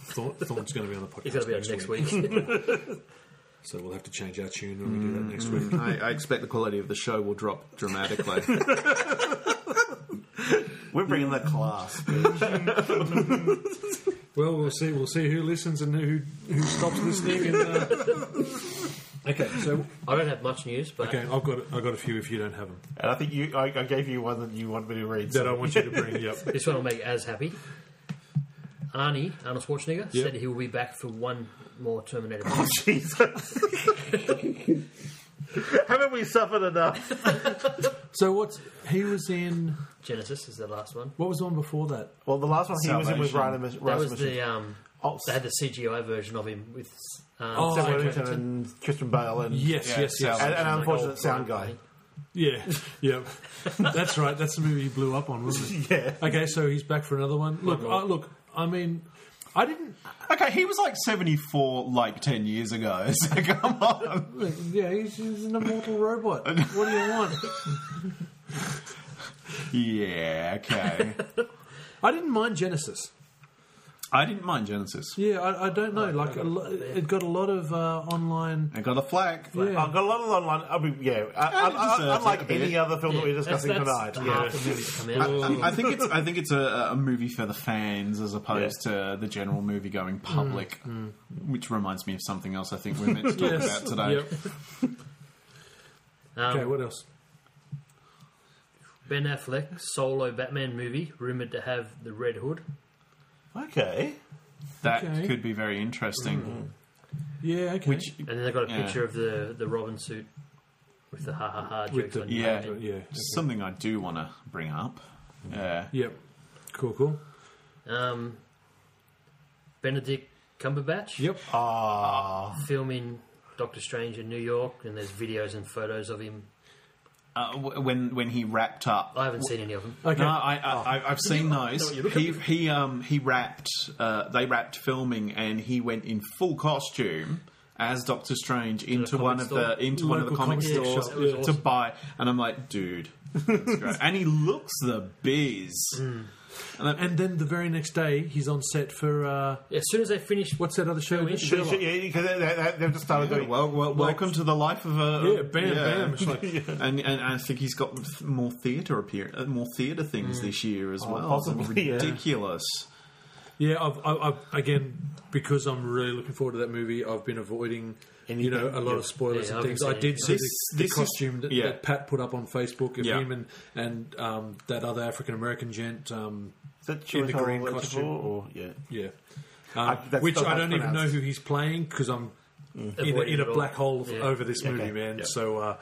Speaker 3: Thorne Thorne's going to be on the podcast.
Speaker 6: He's going to be on next week.
Speaker 3: So we'll have to change our tune when we do that next week.
Speaker 5: I, I expect the quality of the show will drop dramatically.
Speaker 4: We're bringing the class.
Speaker 3: Well, we'll see. We'll see who listens and who who stops listening. And, uh... Okay, so
Speaker 6: I don't have much news, but
Speaker 3: okay, I've got I've got a few. If you don't have them,
Speaker 4: And I think you, I, I gave you one that you wanted me to read.
Speaker 3: that I
Speaker 4: So.
Speaker 3: want you to bring. Yep.
Speaker 6: this one will make Az happy. Arnie, Arnold Schwarzenegger,
Speaker 3: Yep.
Speaker 6: said he will be back for one more Terminator movie.
Speaker 4: Jesus. Haven't we suffered enough?
Speaker 3: So what's he was in?
Speaker 6: Genesis is the last one.
Speaker 3: What was the one before that?
Speaker 4: Well, the last one he was in was Ryan
Speaker 5: Salvation.
Speaker 4: and Ryan
Speaker 6: That was
Speaker 4: Mission.
Speaker 6: the um,
Speaker 4: Oh,
Speaker 6: they had the CGI version of him with um,
Speaker 3: Oh,
Speaker 4: Sam
Speaker 3: okay.
Speaker 4: Worthington and Christian Bale and
Speaker 3: Yes,
Speaker 5: Yeah,
Speaker 3: yes, yes.
Speaker 4: and, and
Speaker 6: Like
Speaker 4: unfortunate
Speaker 6: old
Speaker 4: sound
Speaker 6: Brian
Speaker 4: guy.
Speaker 6: Lee.
Speaker 3: Yeah, yep. That's right. That's the movie you blew up on, wasn't it?
Speaker 4: Yeah.
Speaker 3: Okay, so he's back for another one. Look, uh, look. I mean, I didn't.
Speaker 5: okay, he was like 74 like 10 years ago, so come on.
Speaker 3: Yeah, he's, he's an immortal robot. What do you want?
Speaker 5: Yeah, okay.
Speaker 3: I didn't mind Genesis.
Speaker 5: I didn't mind Genesis.
Speaker 3: Yeah, I, I don't know. Like, a lo- it got a lot of uh, online.
Speaker 5: I got a flag.
Speaker 3: Yeah.
Speaker 4: I've got a lot of online. I mean, yeah, I,
Speaker 5: And it
Speaker 4: I,
Speaker 5: deserves
Speaker 4: I,
Speaker 5: it a
Speaker 4: unlike
Speaker 5: bit.
Speaker 4: any other film that we're
Speaker 6: That's-
Speaker 4: discussing
Speaker 6: that's
Speaker 4: tonight.
Speaker 6: half the movies that come out.
Speaker 5: I, I think it's I think it's a, a movie for the fans as opposed to the general movie going
Speaker 3: Mm.
Speaker 5: public, which reminds me of something else I think we're meant to talk about today.
Speaker 3: Yep.
Speaker 6: Um,
Speaker 3: Okay, what else?
Speaker 6: Ben Affleck solo Batman movie rumored to have the Red Hood.
Speaker 4: Okay.
Speaker 5: That
Speaker 3: Okay. Mm-hmm.
Speaker 5: could be very interesting.
Speaker 3: Yeah, okay.
Speaker 5: Which
Speaker 6: And then they got a
Speaker 5: Yeah.
Speaker 6: picture of the, the Robin suit with the ha ha ha jokes
Speaker 3: the-
Speaker 6: on
Speaker 5: yeah,
Speaker 6: it.
Speaker 3: yeah. Mm.
Speaker 5: something I do want to bring up. Yeah.
Speaker 3: Yep. Cool, cool.
Speaker 6: Um, Benedict Cumberbatch
Speaker 3: Yep.
Speaker 4: Ah,
Speaker 6: filming Doctor Strange in New York, and there's videos and photos of him.
Speaker 5: Uh, w- when when he wrapped up,
Speaker 6: I haven't seen any of them.
Speaker 3: Okay.
Speaker 5: No, I, I, I, I've seen those.
Speaker 6: you look
Speaker 5: He he um he wrapped. Uh, they wrapped filming, and he went in full costume as Doctor Strange into
Speaker 6: comic
Speaker 5: one of
Speaker 6: store.
Speaker 5: the into one of the
Speaker 3: Local
Speaker 5: comic
Speaker 3: comic
Speaker 5: stores
Speaker 3: shop,
Speaker 6: yeah.
Speaker 5: to buy. And I'm like, dude, that's great. and he looks the biz.
Speaker 3: and then the very next day, he's on set for uh,
Speaker 6: As soon as they finished,
Speaker 3: what's that other show?
Speaker 6: Sherlock.
Speaker 4: because they, they, they've just started doing.
Speaker 5: Well, well, welcome to the life of a
Speaker 3: Yeah, bam, bam. It's like,
Speaker 5: and, and I think he's got th- more theatre appear, uh, more theatre things this year as well. It's
Speaker 4: possibly, yeah.
Speaker 5: ridiculous.
Speaker 3: Yeah, I've, I've, I've again because I'm really looking forward to that movie. I've been avoiding you know a
Speaker 4: Anything,
Speaker 3: lot
Speaker 4: yeah.
Speaker 3: of spoilers
Speaker 6: Yeah, I
Speaker 3: and
Speaker 6: haven't
Speaker 3: things. I
Speaker 6: seen
Speaker 3: did
Speaker 6: it.
Speaker 3: see
Speaker 5: This-
Speaker 3: the, the
Speaker 5: this is-
Speaker 3: costume that,
Speaker 5: yeah.
Speaker 3: that Pat put up on Facebook of
Speaker 5: Yeah.
Speaker 3: him and and um, that other African American gent. Um,
Speaker 4: Is that
Speaker 3: In the
Speaker 4: Chiwetel
Speaker 3: green
Speaker 4: Ejiofor
Speaker 3: costume.
Speaker 4: Or, yeah.
Speaker 3: yeah.
Speaker 4: I-
Speaker 3: Um,
Speaker 4: that's
Speaker 3: which
Speaker 4: not
Speaker 3: I
Speaker 4: how
Speaker 3: don't
Speaker 4: it's
Speaker 3: even know
Speaker 4: pronounced.
Speaker 3: who he's playing because I'm in, a,
Speaker 6: Mm. Avoiding
Speaker 3: in a
Speaker 6: it all.
Speaker 3: black hole f-
Speaker 6: Yeah.
Speaker 3: over this movie,
Speaker 4: Okay.
Speaker 3: man.
Speaker 5: Yeah.
Speaker 3: So uh,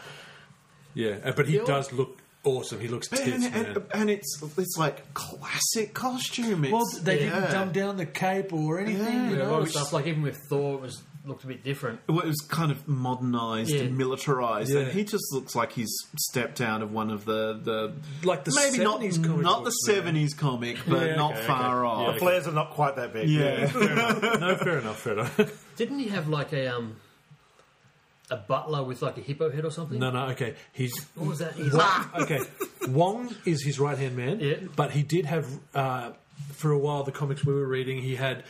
Speaker 3: yeah, Uh, but he
Speaker 5: Yeah.
Speaker 3: does look awesome. He looks tits,
Speaker 5: And, and, uh,
Speaker 3: man.
Speaker 5: and, it's it's like classic costume. It's,
Speaker 3: Well, they didn't
Speaker 5: yeah.
Speaker 3: dumb down the cape or anything.
Speaker 5: Yeah,
Speaker 3: you
Speaker 6: Yeah, a
Speaker 3: know,
Speaker 6: lot of
Speaker 3: it's
Speaker 6: stuff. Like even with Thor, it was looked a bit different.
Speaker 5: Well, it was kind of modernized
Speaker 6: Yeah.
Speaker 5: and militarized,
Speaker 3: Yeah.
Speaker 5: and he just looks like he's stepped out of one of the the
Speaker 3: Like the
Speaker 5: maybe not
Speaker 3: 70s comic
Speaker 5: not the
Speaker 3: books, man.
Speaker 5: seventies comic, but
Speaker 3: Yeah,
Speaker 5: not
Speaker 3: okay,
Speaker 5: far
Speaker 3: okay.
Speaker 5: off.
Speaker 4: Flares are not quite that big.
Speaker 5: Yeah.
Speaker 3: no, fair enough, fair enough.
Speaker 6: Didn't he have like a um a butler with like a hippo head or something?
Speaker 3: no, no, okay. He's
Speaker 6: What was that? He's
Speaker 3: okay. Wong is his right hand man,
Speaker 6: Yeah.
Speaker 3: but he did have uh, for a while the comics we were reading. He had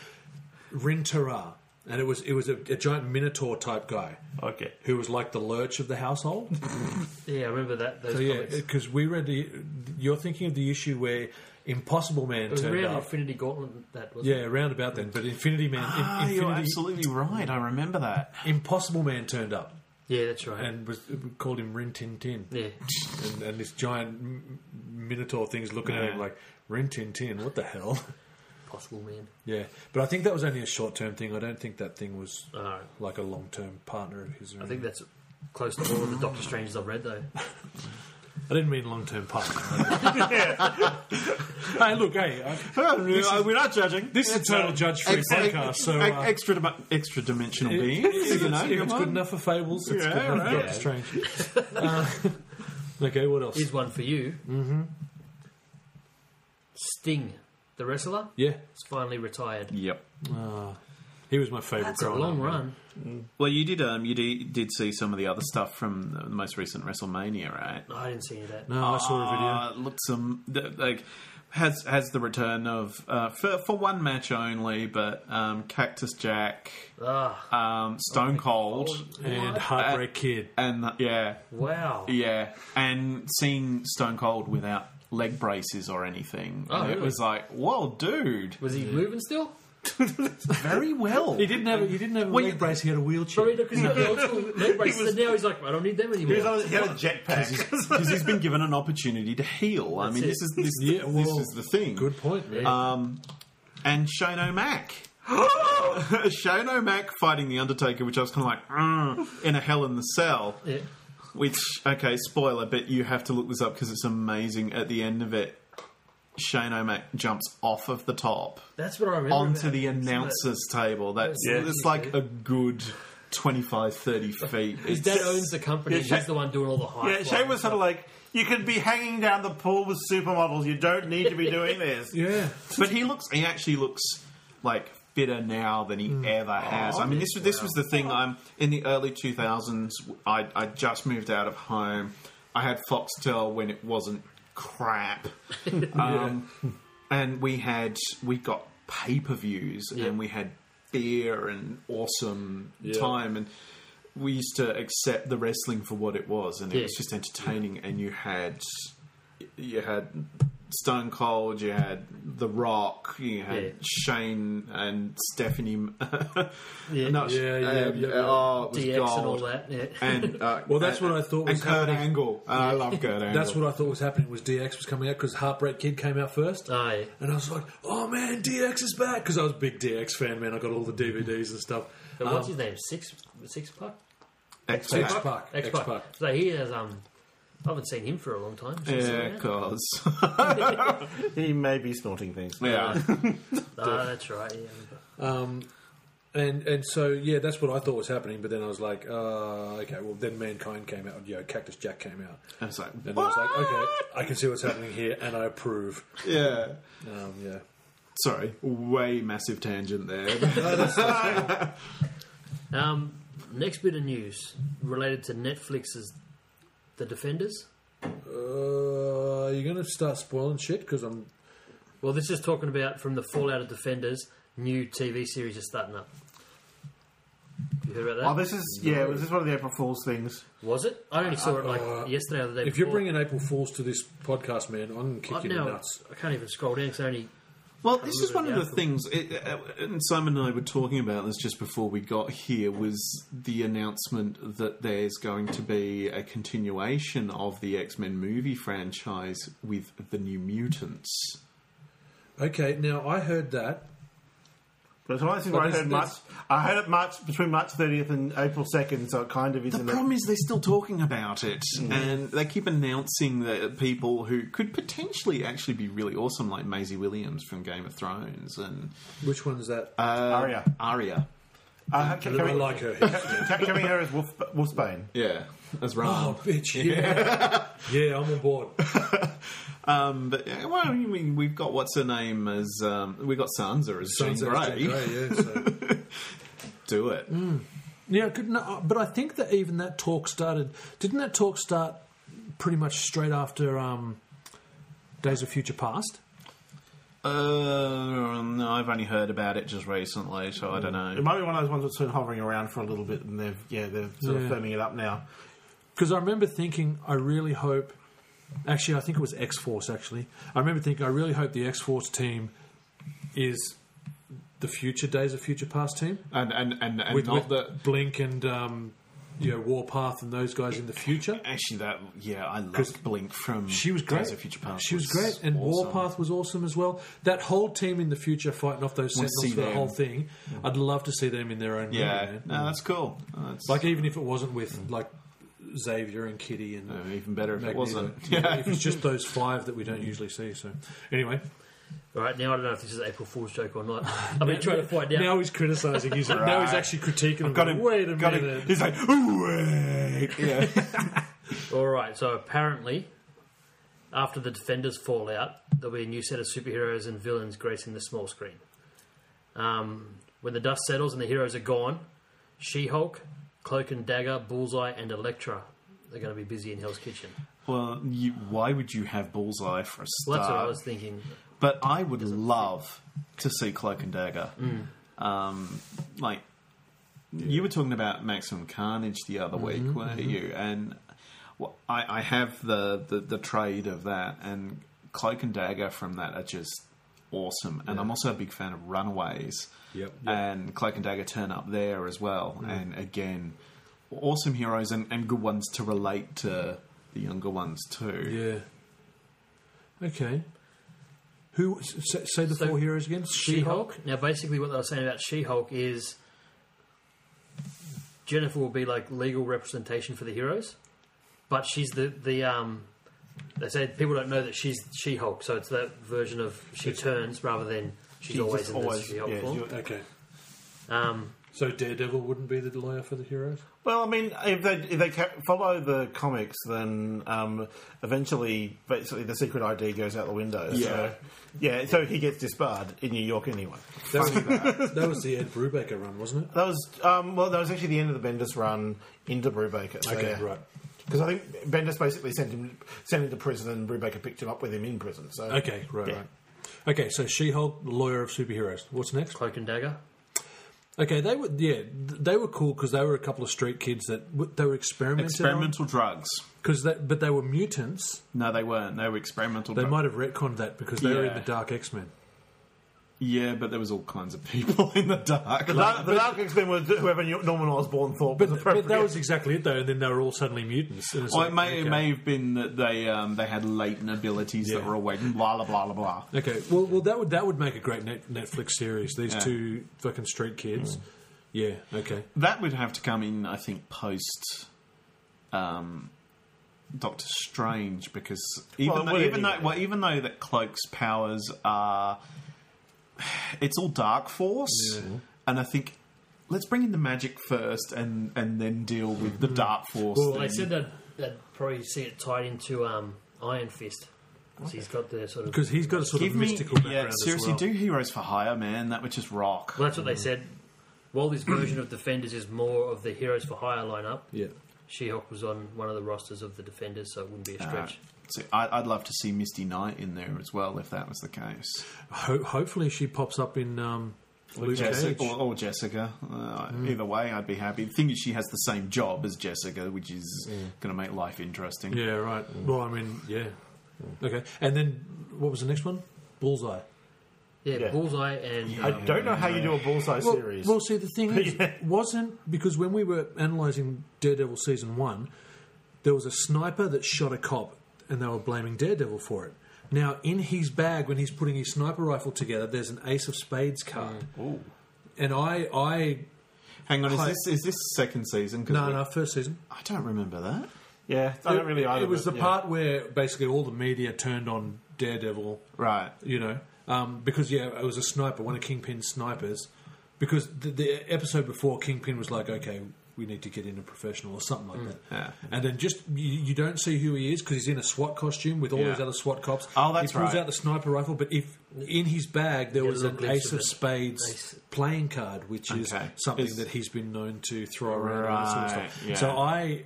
Speaker 3: Rintara, and it was it was a, a giant minotaur type guy
Speaker 4: Okay.
Speaker 3: who was like the lurch of the household.
Speaker 6: yeah, I remember that. Those
Speaker 3: so yeah,
Speaker 6: comics.
Speaker 3: because we read the. You're thinking of the issue where Impossible Man
Speaker 6: It was
Speaker 3: turned
Speaker 6: around
Speaker 3: up.
Speaker 6: Infinity Gauntlet that was.
Speaker 3: Yeah, round about then, but Infinity Man, in-
Speaker 5: Ah, you're
Speaker 3: Infinity,
Speaker 5: absolutely right. I remember that.
Speaker 3: Impossible Man turned up
Speaker 6: yeah, that's right.
Speaker 3: and was called him Rin Tin Tin.
Speaker 6: yeah,
Speaker 3: and, and this giant m- minotaur thing's looking at him like Rin Tin Tin. What the hell?
Speaker 6: possible man.
Speaker 3: yeah, but I think that was only a short term thing. I don't think that thing was
Speaker 6: Alright.
Speaker 3: like a long term partner of his. Or
Speaker 6: I think that's close to all of the Doctor Stranges I've read though.
Speaker 3: I didn't mean long term partner. hey, look, hey, I,
Speaker 5: we're not judging.
Speaker 3: this is a total judge free podcast. So. Uh,
Speaker 5: extra dim- extra dimensional
Speaker 3: if-
Speaker 5: being,
Speaker 3: if
Speaker 5: you
Speaker 3: it's,
Speaker 5: know.
Speaker 3: if it's
Speaker 5: come
Speaker 3: good
Speaker 5: on.
Speaker 3: enough for fables, it's
Speaker 5: Yeah,
Speaker 3: good enough
Speaker 5: right.
Speaker 3: for Doctor Strange. Uh, okay, what else?
Speaker 6: Here's one for you. Mm-hmm. Sting, the wrestler,
Speaker 3: Yeah,
Speaker 6: is finally retired.
Speaker 5: Yep.
Speaker 3: he was my favourite.
Speaker 6: That's a
Speaker 3: growing
Speaker 6: long
Speaker 3: up.
Speaker 6: run.
Speaker 5: Well, you did. Um, you did, did see some of the other stuff from the most recent WrestleMania, right?
Speaker 6: No, I didn't see any of that.
Speaker 3: No, I saw a video.
Speaker 5: Uh, looked some th- like has has the return of uh, for for one match only, but um, Cactus Jack,
Speaker 6: Ah,
Speaker 5: um, Stone
Speaker 3: Oh,
Speaker 5: Cold,
Speaker 3: and Heartbreak Kid.
Speaker 5: and uh, yeah,
Speaker 6: wow.
Speaker 5: yeah, and seeing Stone Cold without leg braces or anything,
Speaker 6: Oh,
Speaker 5: And it
Speaker 6: really?
Speaker 5: was like, whoa, dude,
Speaker 6: Was he moving still?
Speaker 5: very well.
Speaker 3: He didn't have. He didn't have a
Speaker 5: Well,
Speaker 3: leg
Speaker 5: you-
Speaker 3: brace. He had a wheelchair.
Speaker 6: Sorry, because no. leg braces. and now he's like, I don't need them anymore.
Speaker 4: He, was on, he had a jetpack.
Speaker 5: because he's been given an opportunity to heal. I
Speaker 6: That's
Speaker 5: mean,
Speaker 6: it.
Speaker 5: this is this,
Speaker 3: Yeah,
Speaker 5: this
Speaker 3: well,
Speaker 5: is the thing.
Speaker 3: Good point. Man.
Speaker 5: Um, and Shane O'Mac. Shane O'Mac fighting The Undertaker, which I was kind of like, "Mm," in a Hell in the Cell.
Speaker 6: yeah.
Speaker 5: Which, okay, spoiler, but you have to look this up because it's amazing. At the end of it, Shane O'Mac jumps off of the top
Speaker 6: That's what I remember.
Speaker 5: onto
Speaker 6: about
Speaker 5: the
Speaker 6: it. So
Speaker 5: announcer's table. That's
Speaker 6: Yeah.
Speaker 5: it's like a good 25, 30 feet. It's-
Speaker 6: His dad owns the company.
Speaker 4: Yeah,
Speaker 6: and
Speaker 4: Sha-
Speaker 6: he's the one doing all the hype.
Speaker 4: yeah, Shane was sort of like, you could be hanging down the pool with supermodels. You don't need to be doing this.
Speaker 3: yeah.
Speaker 5: But he looks. He actually looks like fitter now than
Speaker 6: Hmm.
Speaker 5: he ever has.
Speaker 6: Oh,
Speaker 5: I mean, this was this was the thing. I'm in the early two thousands. I I just moved out of home. I had Foxtel when it wasn't crap, um, and we had we got pay per views
Speaker 6: Yeah.
Speaker 5: and we had beer and awesome time and. We used to accept the wrestling for what it was, and it
Speaker 6: Yeah.
Speaker 5: was just entertaining. And you had you had Stone Cold, you had The Rock, you had
Speaker 6: Yeah.
Speaker 5: Shane and Stephanie.
Speaker 6: Yeah.
Speaker 5: no,
Speaker 3: Yeah, yeah,
Speaker 5: um,
Speaker 3: yeah, yeah.
Speaker 5: Oh, it was
Speaker 6: DX
Speaker 5: gold.
Speaker 6: and all that. Yeah.
Speaker 5: And, uh,
Speaker 3: Well, that's
Speaker 5: and-
Speaker 3: what I thought was
Speaker 5: And Kurt
Speaker 3: happening.
Speaker 5: Angle, and I love Kurt Angle.
Speaker 3: That's what I thought was happening. Was DX was coming out because Heartbreak Kid came out first.
Speaker 6: Oh, yeah.
Speaker 3: And I was like, oh man, DX is back because I was a big DX fan. Man, I got all the DVDs and stuff.
Speaker 6: But what's
Speaker 3: Um,
Speaker 6: his name? Six Six Pac.
Speaker 5: X
Speaker 3: X
Speaker 5: Pac.
Speaker 3: Pac. X Pac.
Speaker 6: So he has um. I haven't seen him for a long time. Since
Speaker 5: Yeah,
Speaker 6: then.
Speaker 5: cause
Speaker 4: He may be snorting things.
Speaker 5: yeah,
Speaker 6: Ah, that's right. Yeah. I remember.
Speaker 3: And and so yeah, that's what I thought was happening. But then I was like, uh, okay, well then Mankind came out. You know, Cactus Jack came out.
Speaker 5: I was like,
Speaker 3: And I was like, okay, I can see what's happening here, and I approve.
Speaker 5: yeah.
Speaker 3: Um, yeah.
Speaker 5: Sorry, way massive tangent there.
Speaker 6: Um, next bit of news related to Netflix's The Defenders.
Speaker 3: Uh, are you going to start spoiling shit? Because I'm.
Speaker 6: Well, this is talking about from the fallout of Defenders, new TV series is starting up. You heard
Speaker 4: Oh,
Speaker 6: about that?
Speaker 4: this is yeah. This is one of the April Fools things.
Speaker 6: Was it? I only saw it like
Speaker 3: Uh,
Speaker 6: yesterday or the day
Speaker 3: If
Speaker 6: before.
Speaker 3: you're bringing April Fools to this podcast, man, I'm going to kick
Speaker 6: I've
Speaker 3: you in the
Speaker 6: now,
Speaker 3: nuts.
Speaker 6: I can't even scroll down because I only
Speaker 5: Well, this is one of the
Speaker 6: outcome.
Speaker 5: things, it, uh, and Simon and I were talking about this just before we got here, was the announcement that there's going to be a continuation of the X Men movie franchise with the New Mutants.
Speaker 3: Okay, now I heard that.
Speaker 4: But it's one of the things where I
Speaker 6: But
Speaker 4: heard March.
Speaker 6: there's-
Speaker 4: I heard it March between March 30th and April 2nd, so it kind of is.
Speaker 5: The
Speaker 4: in that-
Speaker 5: problem is they're still talking about it, and they keep announcing that people who could potentially actually be really awesome, like Maisie Williams from Game of Thrones and
Speaker 3: Which one's that?
Speaker 5: Uh,
Speaker 4: Aria.
Speaker 5: Arya.
Speaker 4: Uh, can,
Speaker 3: I
Speaker 4: can, we,
Speaker 3: like her.
Speaker 4: can, can we hear as Wolf, Wolfsbane?
Speaker 5: Yeah, that's right.
Speaker 3: oh, bitch. Yeah. yeah, I'm on board.
Speaker 5: Um, but uh, well, I mean, we've got what's her name as um, we got Sansa as Jean Grey.
Speaker 3: yeah, so.
Speaker 5: Do it.
Speaker 3: yeah good, no, uh, but I think that even that talk started. Didn't that talk start pretty much straight after um, Days of Future Past?
Speaker 5: Uh, no, I've only heard about it just recently, so I don't
Speaker 4: It
Speaker 5: know.
Speaker 4: might be one of those ones that's been hovering around for a little bit, and they've yeah they're sort
Speaker 3: Yeah.
Speaker 4: of firming it up now.
Speaker 3: Because I remember thinking, I really hope. Actually, I think it was X Force. Actually, I remember thinking, I really hope the X Force team is the future Days of Future Past team
Speaker 5: And and and, and
Speaker 3: with,
Speaker 5: not
Speaker 3: with
Speaker 5: that.
Speaker 3: Blink and um, you know Warpath and those guys in the future.
Speaker 5: Actually, that yeah, I
Speaker 3: Because
Speaker 5: loved Blink from
Speaker 3: She was great.
Speaker 5: Days of Future Past.
Speaker 3: She was great, and
Speaker 5: awesome.
Speaker 3: Warpath was awesome as well. That whole team in the future fighting off those
Speaker 5: Wanna
Speaker 3: Sentinels
Speaker 5: see
Speaker 3: for the
Speaker 5: them. Mm.
Speaker 3: whole thing. I'd love to see them in their own.
Speaker 5: Yeah,
Speaker 3: movie, man.
Speaker 5: no, that's cool. That's
Speaker 3: like even if it wasn't with like Xavier and Kitty and
Speaker 5: uh, even better if it
Speaker 3: Magneto.
Speaker 5: wasn't. Mm.
Speaker 3: Yeah, if it's just those five that we don't usually see. So anyway,
Speaker 6: All right, now I don't know if this is an April Fool's joke or not. I've been trying to find out.
Speaker 3: Now he's criticising. He's now he's actually critiquing. I've
Speaker 4: Got him.
Speaker 3: Wait a
Speaker 4: got
Speaker 3: minute.
Speaker 4: Him. He's like, ooh, wait. Yeah.
Speaker 6: All right, so apparently, after the Defenders fall out, there'll be a new set of superheroes and villains gracing the small screen. Um, when the dust settles and the heroes are gone, She-Hulk, Cloak and Dagger, Bullseye, and Elektra are going to be busy in Hell's Kitchen.
Speaker 5: Well, you, why would you have Bullseye for a
Speaker 6: Well,
Speaker 5: start?
Speaker 6: that's what I was thinking.
Speaker 5: But I would love to see Cloak and Dagger.
Speaker 3: Mm.
Speaker 5: Um, like you were talking about Maximum Carnage the other
Speaker 3: Mm-hmm,
Speaker 5: week, weren't you? And well, I, I have the, the the trade of that, and Cloak and Dagger from that are just awesome. And I'm also a big fan of Runaways.
Speaker 3: Yep, Mm. yep.
Speaker 5: And Cloak and Dagger turn up there as well, and again, awesome heroes and, and good ones to relate to the younger ones too.
Speaker 3: Yeah. Okay. Who s- say, say the
Speaker 6: So,
Speaker 3: four heroes again?
Speaker 6: She-Hulk. Now, basically, what they were saying about She-Hulk is Jennifer will be like legal representation for the heroes, but she's the the um. They said people don't know that she's She-Hulk, so it's that version of she turns rather than she's,
Speaker 4: She's
Speaker 6: always
Speaker 4: just
Speaker 6: in this
Speaker 4: always-
Speaker 6: She-Hulk
Speaker 4: yeah,
Speaker 6: form.
Speaker 4: you're-
Speaker 3: Okay.
Speaker 6: Um,
Speaker 3: So Daredevil wouldn't be the lawyer for the heroes.
Speaker 4: Well, I mean, if they if they ca- follow the comics, then um, eventually, basically, the secret ID goes out the window.
Speaker 5: Yeah.
Speaker 4: so, yeah. So he gets disbarred in New York anyway.
Speaker 3: That was, that was the Ed Brubaker run, wasn't it?
Speaker 4: That was um, well, that was actually the end of the Bendis run into Brubaker. So,
Speaker 3: Okay,
Speaker 4: yeah.
Speaker 3: right.
Speaker 4: Because I think Bendis basically sent him sent him to prison, and Brubaker picked him up with him in prison. So
Speaker 3: Okay, right,
Speaker 4: Yeah.
Speaker 3: right. Okay, so She-Hulk, lawyer of superheroes. What's next?
Speaker 6: Cloak and Dagger.
Speaker 3: Okay, they were yeah, th- they were cool because they were a couple of street kids that w- they were experimenting
Speaker 5: Experimental drugs.
Speaker 3: because they but they were mutants.
Speaker 5: No, they weren't. They were experimental.
Speaker 3: They
Speaker 5: drugs.
Speaker 3: might have retconned that because they were in the
Speaker 5: Yeah.
Speaker 3: Dark X Men.
Speaker 5: Yeah, but there was all kinds of people in the dark.
Speaker 4: the Dark, the Dark X Men was whoever knew- Norman Osborn thought was
Speaker 3: But,
Speaker 4: appropriate.
Speaker 3: but that was exactly it though, and then they were all suddenly mutants. and it's
Speaker 5: Or
Speaker 3: like,
Speaker 5: it may,
Speaker 3: okay.
Speaker 5: it may have been that they um, they had latent abilities that
Speaker 3: Yeah.
Speaker 5: were awakened. Blah blah blah blah blah.
Speaker 3: Okay, well, well, that would that would make a great net, Netflix series. These
Speaker 5: Yeah. Mm.
Speaker 3: two fucking street kids. Yeah. Okay.
Speaker 5: That would have to come in, I think, post um, Doctor Strange, because even
Speaker 4: Well, it
Speaker 5: though,
Speaker 4: would
Speaker 5: even though
Speaker 4: anyway.
Speaker 5: well, even though that Cloak's powers are, it's all Dark Force, and I think. Let's bring in the magic first, and, and then deal with the
Speaker 3: Mm-hmm.
Speaker 5: dark force.
Speaker 6: Well,
Speaker 4: Mm.
Speaker 5: thing.
Speaker 6: they said that they'd probably see it tied into um, Iron Fist. 'cause he's got the sort of.
Speaker 3: Because he's got a sort
Speaker 5: give
Speaker 3: of
Speaker 5: me
Speaker 3: mystical background.
Speaker 5: yeah. Seriously,
Speaker 3: as well.
Speaker 5: do heroes for hire, man. That would just rock.
Speaker 6: Well, that's what they said. While this version of Defenders is more of the Heroes for Hire lineup,
Speaker 3: Yeah.
Speaker 6: She-Hulk was on one of the rosters of the Defenders, so it wouldn't be a
Speaker 5: Uh,
Speaker 6: stretch.
Speaker 5: so I, I'd love to see Misty Knight in there as well, if that was the case.
Speaker 3: Ho- hopefully, she pops up in um, Luke Cage.
Speaker 5: Jessica, or, or Jessica. Uh,
Speaker 3: Mm.
Speaker 5: Either way, I'd be happy. The thing is, she has the same job as Jessica, which is going to make life interesting.
Speaker 3: Yeah. Right. Well, I mean, yeah. Okay. And then what was the next one? Bullseye.
Speaker 6: Yeah,
Speaker 4: Yeah.
Speaker 6: Bullseye and uh,
Speaker 4: I don't know how you do a bullseye
Speaker 3: Well,
Speaker 4: series.
Speaker 3: well, see, the thing is, wasn't because when we were analysing Daredevil season one, there was a sniper that shot a cop, and they were blaming Daredevil for it. Now, in his bag, when he's putting his sniper rifle together, there's an Ace of Spades card, and I, I
Speaker 5: Hang on, is
Speaker 3: Hi.
Speaker 5: this is this second season? 'Cause
Speaker 3: no,
Speaker 5: we-
Speaker 3: no, first season.
Speaker 5: I don't remember that.
Speaker 4: yeah, I don't really either.
Speaker 3: It was
Speaker 4: but
Speaker 3: the
Speaker 4: yeah.
Speaker 3: part where basically all the media turned on Daredevil.
Speaker 5: Right.
Speaker 3: you know, um, because yeah, it was a sniper, one of Kingpin's snipers. Because the, the episode before, Kingpin was like, "Okay, we need to get in a professional or something like that,"
Speaker 5: Mm, Yeah.
Speaker 3: and then just you, you don't see who he is because he's in a SWAT costume with all
Speaker 5: Yeah.
Speaker 3: those other SWAT cops.
Speaker 5: Oh, that's
Speaker 3: he pulls
Speaker 5: right.
Speaker 3: out the sniper rifle, but if in his bag there
Speaker 6: You get
Speaker 3: was
Speaker 6: a little
Speaker 3: an
Speaker 6: glimpse
Speaker 3: Ace
Speaker 6: of
Speaker 3: of
Speaker 6: it.
Speaker 3: Spades
Speaker 6: Ace.
Speaker 3: playing card, which is
Speaker 5: Okay.
Speaker 3: something
Speaker 5: It's-
Speaker 3: that he's been known to throw around. and all that sort of
Speaker 5: Right,
Speaker 3: stuff.
Speaker 5: yeah.
Speaker 3: So I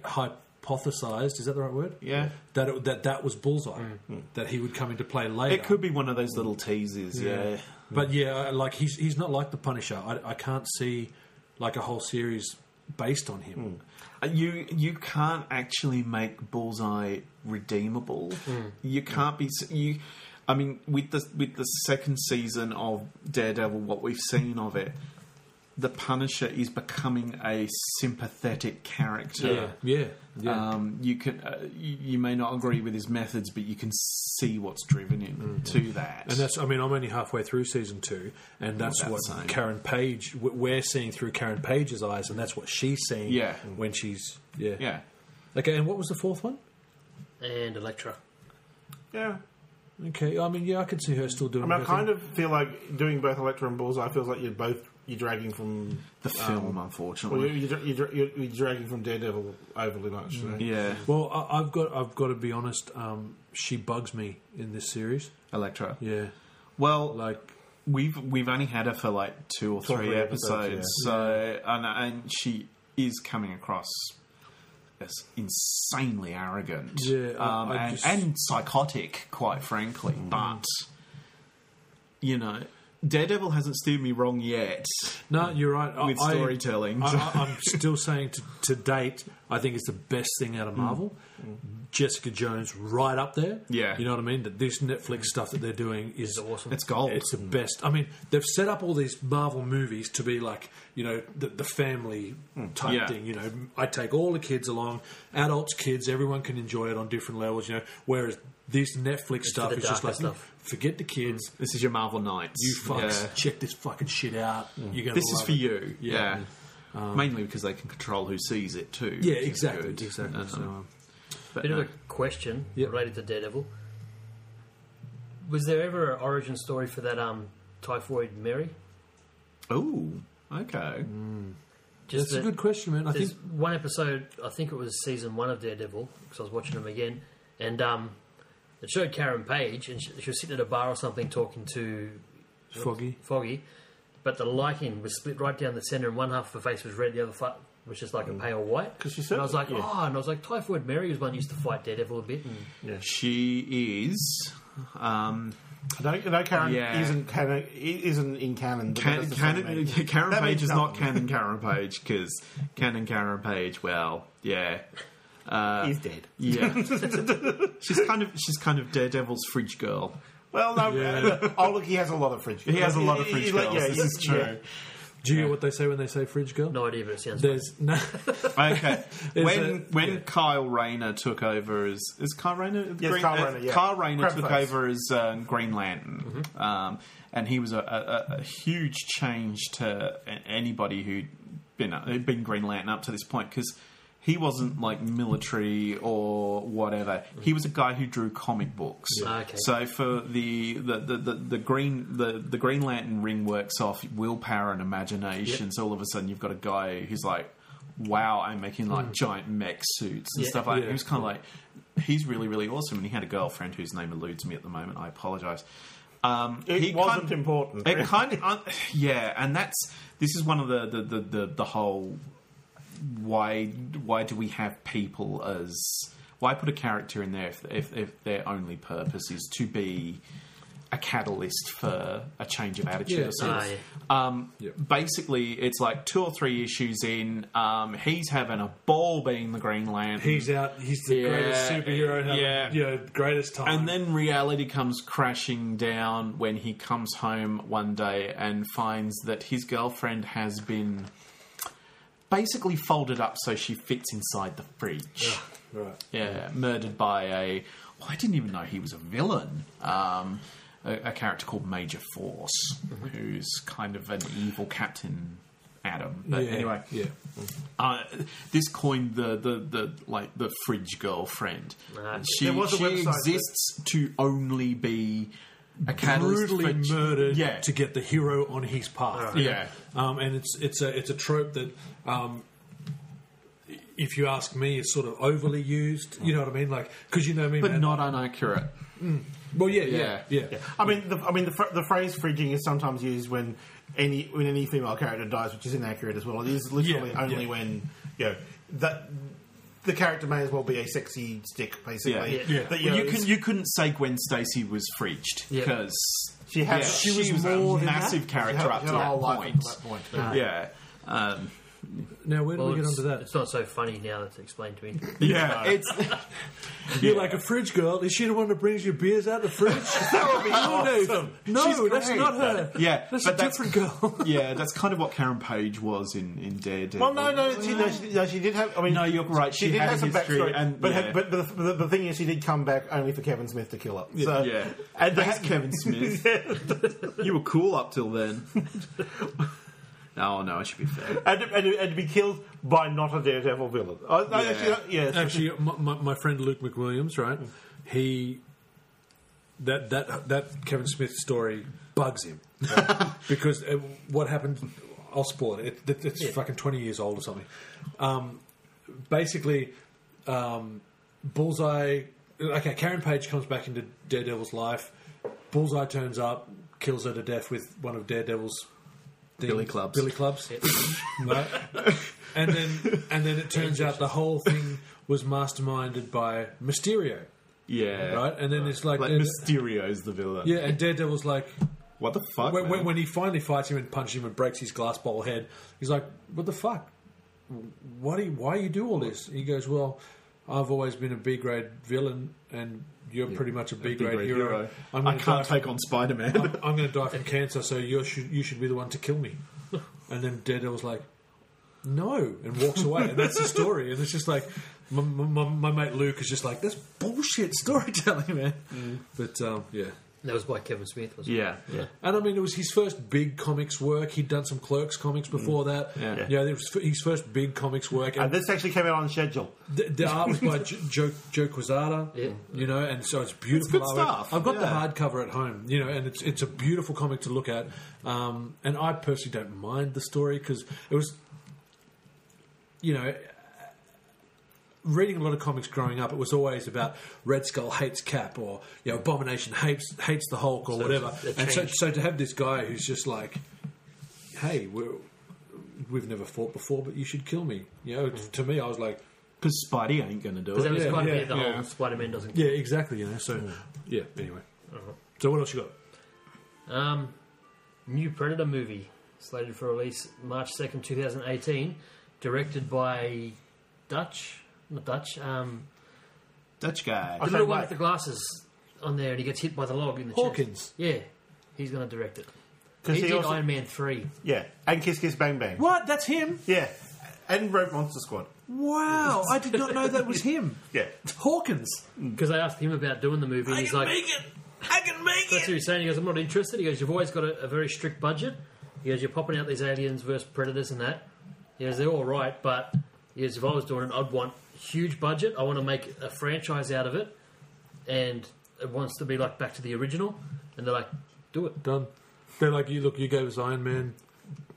Speaker 3: hypothesized, is that the right word?
Speaker 5: Yeah.
Speaker 3: That it, that that was Bullseye,
Speaker 6: Mm.
Speaker 3: that he would come into play later.
Speaker 5: It could be one of those little teases. Yeah.
Speaker 3: But yeah, uh, like he's he's not like the Punisher. I, I can't see like a whole series based on him.
Speaker 5: Uh, You you can't actually make Bullseye redeemable.
Speaker 3: Hmm.
Speaker 5: You can't be s- you. I mean, with the with the second season of Daredevil, what we've seen of it, the Punisher is becoming a sympathetic character.
Speaker 3: Hmm. Uh, yeah, yeah.
Speaker 5: Um, you can uh, you, you may not agree with his methods, but you can see what's driven him to that.
Speaker 3: Hmm. and that's I mean I'm only halfway through season two, and that's
Speaker 5: About
Speaker 3: what
Speaker 5: the same.
Speaker 3: Karen Page w- we're seeing through Karen Page's eyes, and that's what she's seeing.
Speaker 5: Yeah.
Speaker 3: when she's yeah.
Speaker 5: yeah,
Speaker 3: Okay, and what was the fourth one?
Speaker 6: and Electra.
Speaker 4: Yeah.
Speaker 3: Okay, I mean yeah, I could see her still doing.
Speaker 4: I mean, I
Speaker 3: her
Speaker 4: kind
Speaker 3: thing.
Speaker 4: of feel like doing both Electra and Bullseye feels like you're both you're dragging from
Speaker 5: the
Speaker 3: Um,
Speaker 5: film,
Speaker 4: well,
Speaker 5: unfortunately.
Speaker 4: you're, you're, you're, you're, you're dragging from Daredevil overly much. you know?
Speaker 5: yeah,
Speaker 3: Well, I, I've got I've got to be honest. Um, she bugs me in this series.
Speaker 5: Electra.
Speaker 3: Yeah,
Speaker 5: Well,
Speaker 3: like
Speaker 5: we've we've only had her for like two or
Speaker 4: or
Speaker 5: three
Speaker 4: three
Speaker 5: episodes,
Speaker 4: episodes,
Speaker 5: so and and she is coming across as insanely arrogant,
Speaker 3: Yeah, I-
Speaker 5: um,
Speaker 3: I
Speaker 5: and,
Speaker 3: just-
Speaker 5: and psychotic, quite frankly.
Speaker 6: Mm.
Speaker 5: But you know, Daredevil hasn't steered me wrong yet.
Speaker 3: No, you're right. I-
Speaker 5: With
Speaker 3: I-
Speaker 5: storytelling.
Speaker 3: I, I, am still saying to, to date, I think it's the best thing
Speaker 5: Mm.
Speaker 3: out of Marvel. Jessica Jones, right up there.
Speaker 5: Yeah.
Speaker 3: you know what I mean. That this Netflix stuff that they're doing is awesome.
Speaker 5: It's gold.
Speaker 3: It's the best. I mean, they've set up all these Marvel movies to be like you know the, the family type
Speaker 5: Hmm. Yeah.
Speaker 3: thing. You know, I take all the kids along, adults, kids, everyone can enjoy it on different levels. You know, whereas this Netflix stuff
Speaker 6: the
Speaker 3: is just
Speaker 6: darker
Speaker 3: like
Speaker 6: stuff.
Speaker 3: forget the kids.
Speaker 5: This is your Marvel Knights.
Speaker 3: You fucks,
Speaker 5: Yeah. Mm.
Speaker 3: check this fucking shit out. You're gonna
Speaker 5: This is
Speaker 3: love
Speaker 5: for
Speaker 3: it.
Speaker 5: you. Yeah.
Speaker 3: Yeah. Um,
Speaker 5: Mainly because they can control who sees it too.
Speaker 3: Yeah,
Speaker 5: which is
Speaker 3: exactly,
Speaker 5: good.
Speaker 3: exactly.
Speaker 5: Um,
Speaker 3: so, um,
Speaker 5: but
Speaker 6: Bit
Speaker 5: no.
Speaker 6: of a question
Speaker 3: Yep.
Speaker 6: related to Daredevil. Was there ever an origin story for that um, typhoid Mary?
Speaker 5: Ooh, okay.
Speaker 6: Just
Speaker 3: that's a
Speaker 6: that-
Speaker 3: good question, man. I think
Speaker 6: There's one episode, I think it was season one of Daredevil, because I was watching them again, and um, it showed Karen Page, and she, she was sitting at a bar or something talking to
Speaker 3: Foggy.
Speaker 6: Foggy, but the lighting was split right down the centre, and one half of her face was red, the other fa- was just like a pale white.
Speaker 4: 'Cause she
Speaker 6: and
Speaker 4: said-
Speaker 6: I was like,
Speaker 4: yeah.
Speaker 6: oh, and I was like, Typhoid Mary was one who used to fight Daredevil a bit, and
Speaker 5: She is. Um,
Speaker 4: I don't, I know Karen
Speaker 5: Yeah.
Speaker 4: isn't canon, isn't in canon. But
Speaker 5: Can,
Speaker 4: that's the same
Speaker 5: Canon,
Speaker 4: thing.
Speaker 5: Karen
Speaker 4: That
Speaker 5: Page
Speaker 4: means
Speaker 5: is not
Speaker 4: nothing.
Speaker 5: Canon Karen Page because Canon Karen Page, well, yeah, uh,
Speaker 4: He's dead.
Speaker 5: yeah. she's kind of she's kind of Daredevil's fridge girl.
Speaker 4: Well, no.
Speaker 3: Yeah.
Speaker 4: Oh, look, he has a lot of fridge.
Speaker 5: He has a lot of fridge
Speaker 4: like,
Speaker 5: girls.
Speaker 4: yeah,
Speaker 5: this
Speaker 4: yeah,
Speaker 5: is true.
Speaker 4: yeah.
Speaker 3: Do you hear what they say when they say fridge girl?
Speaker 6: no idea, but it sounds
Speaker 3: There's no.
Speaker 5: Okay,
Speaker 3: There's
Speaker 5: when
Speaker 3: a-
Speaker 5: when Kyle Rayner took over as is Kyle Rayner? uh,
Speaker 4: Yes, Kyle Rayner, yeah. Mm-hmm.
Speaker 5: Kyle Rayner took
Speaker 4: Crabface.
Speaker 5: over as uh, Green Lantern, um, and he was a, a, a- a huge change to a- anybody who'd been who'd been Green Lantern up to this point because. He wasn't like military or whatever.
Speaker 4: Mm-hmm.
Speaker 5: He was a guy who drew comic books.
Speaker 6: Ah, okay.
Speaker 5: So for the the, the, the, the green the, the Green Lantern ring works off willpower and imagination. So all of a sudden you've got a guy who's like, "Wow, I'm making
Speaker 4: Hmm.
Speaker 5: like giant mech suits and
Speaker 6: Yeah.
Speaker 5: stuff like." that.
Speaker 3: Yeah.
Speaker 5: He was kind of like, he's really really awesome, and he had a girlfriend whose name eludes me at the moment. I apologize. Um,
Speaker 4: It
Speaker 5: he
Speaker 4: wasn't
Speaker 5: kind-
Speaker 4: important.
Speaker 5: It kind of yeah, and that's this is one of the the the, the, the whole why why do we have people as why put a character in there if if, if their only purpose is to be a catalyst for a change of attitude
Speaker 3: Yeah.
Speaker 5: or something.
Speaker 6: Ah, yeah.
Speaker 5: Um,
Speaker 3: Yep.
Speaker 5: Basically, it's like two or three issues in. Um, he's having a ball being the Green Lantern.
Speaker 3: He's out. He's the
Speaker 5: Yeah,
Speaker 3: greatest superhero. Having,
Speaker 5: yeah.
Speaker 3: You know, greatest time.
Speaker 5: and then reality comes crashing down when he comes home one day and finds that his girlfriend has been basically folded up so she fits inside the fridge.
Speaker 3: right.
Speaker 5: Yeah, murdered by a. Well, I didn't even know he was a villain. Um, a, a character called Major Force, who's kind of an evil Captain Adam. But
Speaker 3: Yeah,
Speaker 5: anyway,
Speaker 3: yeah.
Speaker 5: uh, this coined the, the, the like the fridge girlfriend.
Speaker 6: Right.
Speaker 5: She,
Speaker 4: There was a
Speaker 5: she
Speaker 4: website that-
Speaker 5: exists to only be a catalyst for
Speaker 3: brutally
Speaker 5: ch-
Speaker 3: murdered
Speaker 5: Yeah,
Speaker 3: to get the hero on his path.
Speaker 5: Right. Yeah.
Speaker 3: um, and it's it's a it's a trope that. Um, if you ask me, is sort of overly used. You know what I mean, like because you know me,
Speaker 5: but
Speaker 3: man.
Speaker 5: not inaccurate.
Speaker 3: well, yeah, yeah,
Speaker 5: Yeah.
Speaker 3: yeah.
Speaker 4: I mean, the, I mean, the, fr- the phrase "fridging" is sometimes used when any when any female character dies, which is inaccurate as well. It is literally
Speaker 3: Yeah,
Speaker 4: only
Speaker 3: yeah.
Speaker 4: when you know that the character may as well be a sexy stick, basically.
Speaker 5: Yeah.
Speaker 3: Yeah.
Speaker 4: That,
Speaker 5: Well,
Speaker 4: know,
Speaker 5: you can
Speaker 4: it's-
Speaker 5: you couldn't say Gwen Stacy was fridged
Speaker 6: Yeah.
Speaker 5: because
Speaker 4: She had-
Speaker 5: she,
Speaker 4: she
Speaker 5: was,
Speaker 4: was
Speaker 5: a
Speaker 4: more than
Speaker 5: massive
Speaker 4: that.
Speaker 5: character
Speaker 4: She had-
Speaker 5: up
Speaker 4: she
Speaker 5: to
Speaker 4: had a
Speaker 5: that
Speaker 4: whole life up
Speaker 5: point.
Speaker 4: to that point,
Speaker 5: Yeah. Um,
Speaker 3: Now, where do we get
Speaker 6: it's,
Speaker 3: onto that?
Speaker 6: it's not so funny now that it's explained to me.
Speaker 5: yeah, it's
Speaker 3: You're like a fridge girl. Is she the one that brings your beers out the fridge? that would be
Speaker 5: awesome.
Speaker 3: No,
Speaker 5: She's
Speaker 3: that's
Speaker 5: great.
Speaker 3: not her.
Speaker 5: Yeah,
Speaker 3: that's
Speaker 5: but
Speaker 3: a
Speaker 5: that's-
Speaker 3: different girl.
Speaker 5: yeah, that's kind of what Karen Page was in in Daredevil.
Speaker 4: Well, no, no, she, no, she, no, she did have. I mean,
Speaker 5: No, you're right, she
Speaker 4: did
Speaker 5: had
Speaker 4: have
Speaker 5: a
Speaker 4: some
Speaker 5: history
Speaker 4: backstory,
Speaker 5: and-
Speaker 4: but,
Speaker 5: yeah.
Speaker 4: but the, the, the thing is, she did come back only for Kevin Smith to kill her. So,
Speaker 5: Yeah.
Speaker 4: and
Speaker 5: Thanks,
Speaker 4: that's
Speaker 5: Kevin Smith. you were cool up till then. oh no, I should be fair.
Speaker 4: and, to- and, to- and to be killed by not a Daredevil villain. Oh, no,
Speaker 5: Yeah.
Speaker 4: actually, yeah,
Speaker 3: Actually, my, my, my friend Luke McWilliams, right? He that that that Kevin Smith story bugs him because uh, what happened? I'll spoil it. it, it- it's fucking twenty years old or something. Um, basically, um, Bullseye. Okay, Karen Page comes back into Daredevil's life. Bullseye turns up, kills her to death with one of Daredevil's things-
Speaker 5: Billy clubs.
Speaker 3: Billy clubs. No. and then and then it turns out the whole thing was masterminded by Mysterio,
Speaker 5: Yeah,
Speaker 3: right? And then it's like,
Speaker 5: Like
Speaker 3: and-
Speaker 5: Mysterio's the villain.
Speaker 3: yeah, and Daredevil's like
Speaker 5: What the fuck?
Speaker 3: when, when,
Speaker 5: man?
Speaker 3: when he finally fights him and punches him and breaks his glass bowl head, he's like, "What the fuck? What do you, why you do all this?" He goes, "Well, I've always been a B grade villain, and you're pretty much a B
Speaker 5: Big
Speaker 3: grade
Speaker 5: Red
Speaker 3: hero.
Speaker 5: Hero.
Speaker 3: I'm
Speaker 5: I
Speaker 3: gonna
Speaker 5: can't
Speaker 3: die
Speaker 5: take on Spider Man.
Speaker 3: from- I'm going to die from cancer, so you should you should be the one to kill me." And then Daredevil's like, "No," and walks away, and that's the story. And it's just like. My, my, my mate Luke is just like that's bullshit storytelling, man.
Speaker 5: Mm.
Speaker 3: But um, yeah,
Speaker 6: That was by Kevin Smith, wasn't
Speaker 5: yeah, yeah.
Speaker 3: and I mean, it was his first big comics work. He'd done some Clerks comics before that.
Speaker 5: Yeah. Yeah.
Speaker 3: yeah, it was f- his first big comics work.
Speaker 4: And
Speaker 3: And
Speaker 4: this actually came out on schedule.
Speaker 3: the, the art was by J- Joe, Joe Quesada.
Speaker 6: Yeah.
Speaker 3: You know, and so it's beautiful
Speaker 5: good
Speaker 3: artwork.
Speaker 5: stuff,
Speaker 3: I've got the
Speaker 5: yeah.
Speaker 3: hardcover at home. You know, and it's it's a beautiful comic to look at. Um, and I personally don't mind the story because it was, you know. Reading a lot of comics growing up, it was always about Red Skull hates Cap or you know Abomination hates hates the Hulk or whatever.
Speaker 6: it
Speaker 3: And so,
Speaker 6: changed.
Speaker 3: so to have this guy who's just like, "Hey, we're, we've never fought before, but you should kill me." You know,
Speaker 6: Mm.
Speaker 3: to me, I was like,
Speaker 5: Because Spidey ain't gonna do
Speaker 6: Because
Speaker 5: it.
Speaker 6: that was
Speaker 3: Yeah,
Speaker 6: quite a
Speaker 3: yeah,
Speaker 6: bit of the
Speaker 5: yeah.
Speaker 6: whole Spider Man doesn't
Speaker 3: Yeah, exactly. You know, so yeah. Anyway,
Speaker 5: Uh-huh.
Speaker 3: so what else you got?
Speaker 6: Um, new Predator movie slated for release March second, two thousand eighteen, directed by Dutch, not Dutch. Um,
Speaker 5: Dutch guy.
Speaker 6: the little one
Speaker 4: Mike.
Speaker 6: with the glasses on there, and he gets hit by the log in the chest.
Speaker 3: Hawkins.
Speaker 6: Yeah, he's going to direct it.
Speaker 4: 'Cause
Speaker 6: He,
Speaker 4: he
Speaker 6: did
Speaker 4: also-
Speaker 6: Iron Man three.
Speaker 4: Yeah, and Kiss Kiss Bang Bang.
Speaker 3: What? That's him.
Speaker 4: Yeah, and wrote Monster Squad.
Speaker 3: Wow, I did not know that was him.
Speaker 4: Yeah,
Speaker 3: Hawkins.
Speaker 6: Because I asked him about doing the movie, and he's like,
Speaker 3: it. I can make
Speaker 6: "That's what he was saying." He goes, "I'm not interested." He goes, "You've always got a, a very strict budget." He goes, "You're popping out these aliens versus predators and that." He goes, "They're all right, but he goes, if I was doing it, I'd want huge budget. I want to make a franchise out of it, and it wants to be like back to the original." And they're like, "Do it,"
Speaker 3: Done. They're like, you look. You gave us Iron Man.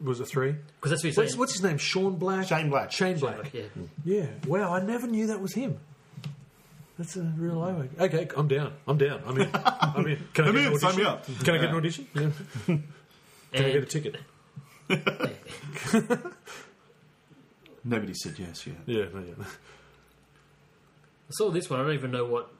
Speaker 3: Was it three?
Speaker 6: because that's what he's saying.
Speaker 3: What's, what's his name? Sean Black.
Speaker 4: Shane Black.
Speaker 3: Shane Black.
Speaker 6: yeah.
Speaker 3: Yeah. Wow, I never knew that was him. That's a real eye. Okay, I'm down. I'm down. I'm in. I'm in. Can I get an
Speaker 5: in,
Speaker 3: audition?
Speaker 5: sign me up.
Speaker 3: Can I get an audition? Yeah. Can I get a
Speaker 6: And
Speaker 3: ticket?
Speaker 5: Nobody said yes yet.
Speaker 3: Yeah. no, yeah.
Speaker 6: I saw this one. I don't even know what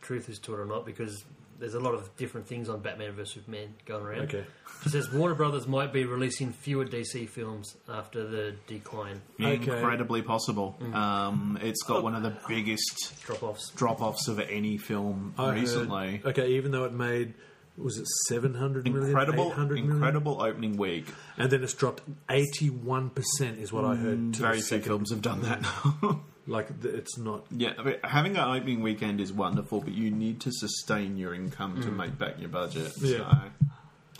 Speaker 6: truth is to it or not because there's a lot of different things on Batman vs Superman going around.
Speaker 3: Okay.
Speaker 6: She says Warner Brothers might be releasing fewer DC films after the decline
Speaker 3: Okay. Mm.
Speaker 5: Incredibly possible. Um, it's got one of the biggest
Speaker 6: drop offs.
Speaker 5: drop offs of any film
Speaker 3: I heard-
Speaker 5: recently.
Speaker 3: Uh, okay, even though it made was it seven hundred million,
Speaker 5: Incredible,
Speaker 3: 800 million?
Speaker 5: incredible opening week.
Speaker 3: and then it's dropped eighty one percent is what I heard. To the
Speaker 5: Very few
Speaker 3: second.
Speaker 5: films have done that now.
Speaker 3: Like th- it's not.
Speaker 5: yeah, I mean, having an opening weekend is wonderful, but you need to sustain your income to make back your budget.
Speaker 3: Mm. Yeah.
Speaker 5: So.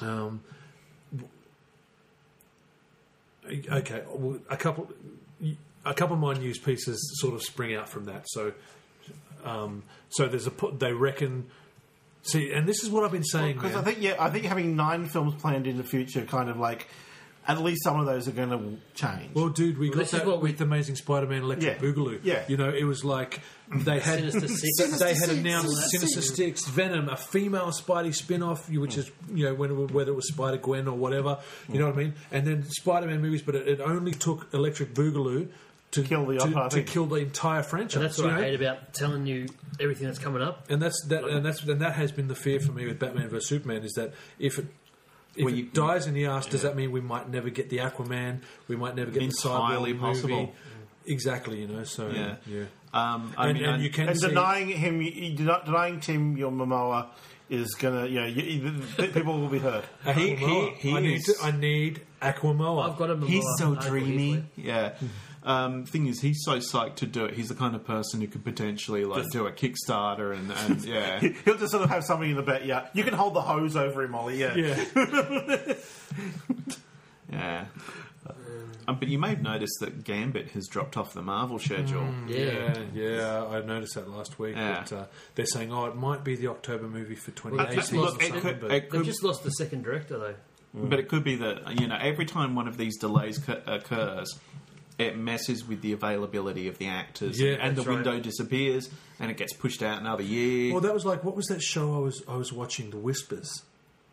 Speaker 3: Um, w- okay, well, a couple, a couple of my news pieces sort of spring out from that. So, um, so there's a put they reckon. See, and this is what I've been saying.
Speaker 4: Because I
Speaker 3: man.
Speaker 4: think yeah, I think having nine films planned in the future, kind of like, at least some of those are going to change.
Speaker 3: Well, dude, we got
Speaker 6: this is
Speaker 3: that
Speaker 6: what we-
Speaker 3: with Amazing Spider-Man Electric
Speaker 4: Yeah.
Speaker 3: Boogaloo.
Speaker 4: Yeah.
Speaker 3: you know, it was like they had
Speaker 6: Sinister Six.
Speaker 3: they- they had announced Sinister Six, Venom, a female Spidey spin-off, you-
Speaker 6: Hmm.
Speaker 3: which is you know when, whether it was Spider Gwen or whatever, you know what I mean. And then Spider-Man movies, but it, it only took Electric Boogaloo to
Speaker 4: Kill the
Speaker 3: to,
Speaker 4: entire
Speaker 3: to
Speaker 4: thing.
Speaker 3: kill the entire franchise.
Speaker 6: And that's what
Speaker 3: you
Speaker 6: I
Speaker 3: know?
Speaker 6: hate about telling you everything that's coming up.
Speaker 3: And that's that, and that's and that has been the fear for me with Batman vs Superman is that if it if
Speaker 5: Well,
Speaker 3: it
Speaker 5: you-
Speaker 3: dies in the ass, does that mean we might never get the Aquaman? We might never get
Speaker 5: Entirely
Speaker 3: the Cyborg Movie?
Speaker 5: possible.
Speaker 3: Exactly, you know. So
Speaker 5: Yeah.
Speaker 3: yeah,
Speaker 5: Um, I
Speaker 3: And,
Speaker 5: mean,
Speaker 3: and
Speaker 5: I-
Speaker 3: you can
Speaker 4: and
Speaker 3: see
Speaker 4: denying him, you- you- deny- denying Tim your Momoa is going to yeah, you, you- the- the people will be hurt.
Speaker 3: Aquamoa.
Speaker 5: he- he
Speaker 3: I need
Speaker 5: is-
Speaker 3: to, I need Aquamoa.
Speaker 6: I've got a
Speaker 5: He's
Speaker 6: Momoa
Speaker 5: so
Speaker 6: article
Speaker 5: dreamy.
Speaker 6: easily.
Speaker 5: Yeah.
Speaker 3: Hmm.
Speaker 5: Um, thing is, he's so psyched to do it. He's the kind of person who could potentially like do a Kickstarter and, and yeah.
Speaker 4: He'll just sort of have something in the back. Yeah, you can hold the hose over him, Ollie. Yeah,
Speaker 3: yeah,
Speaker 5: Yeah. Um, but you may have noticed that Gambit has dropped off the Marvel schedule.
Speaker 6: Yeah.
Speaker 3: yeah, yeah. I noticed that last week.
Speaker 5: Yeah.
Speaker 3: But, uh, they're saying, oh, it might be the October movie for
Speaker 5: But
Speaker 3: 2018.
Speaker 6: just look,
Speaker 3: or
Speaker 5: it
Speaker 3: something,
Speaker 5: could,
Speaker 3: but-
Speaker 5: it
Speaker 6: They've
Speaker 5: could-
Speaker 6: just lost the second director though.
Speaker 5: but it could be that you know every time one of these delays cu- occurs, it messes with the availability of the actors,
Speaker 3: Yeah,
Speaker 5: and the
Speaker 6: that's right.
Speaker 5: window disappears, and it gets pushed out another year.
Speaker 3: Well, that was like what was that show I was I was watching, The Whispers,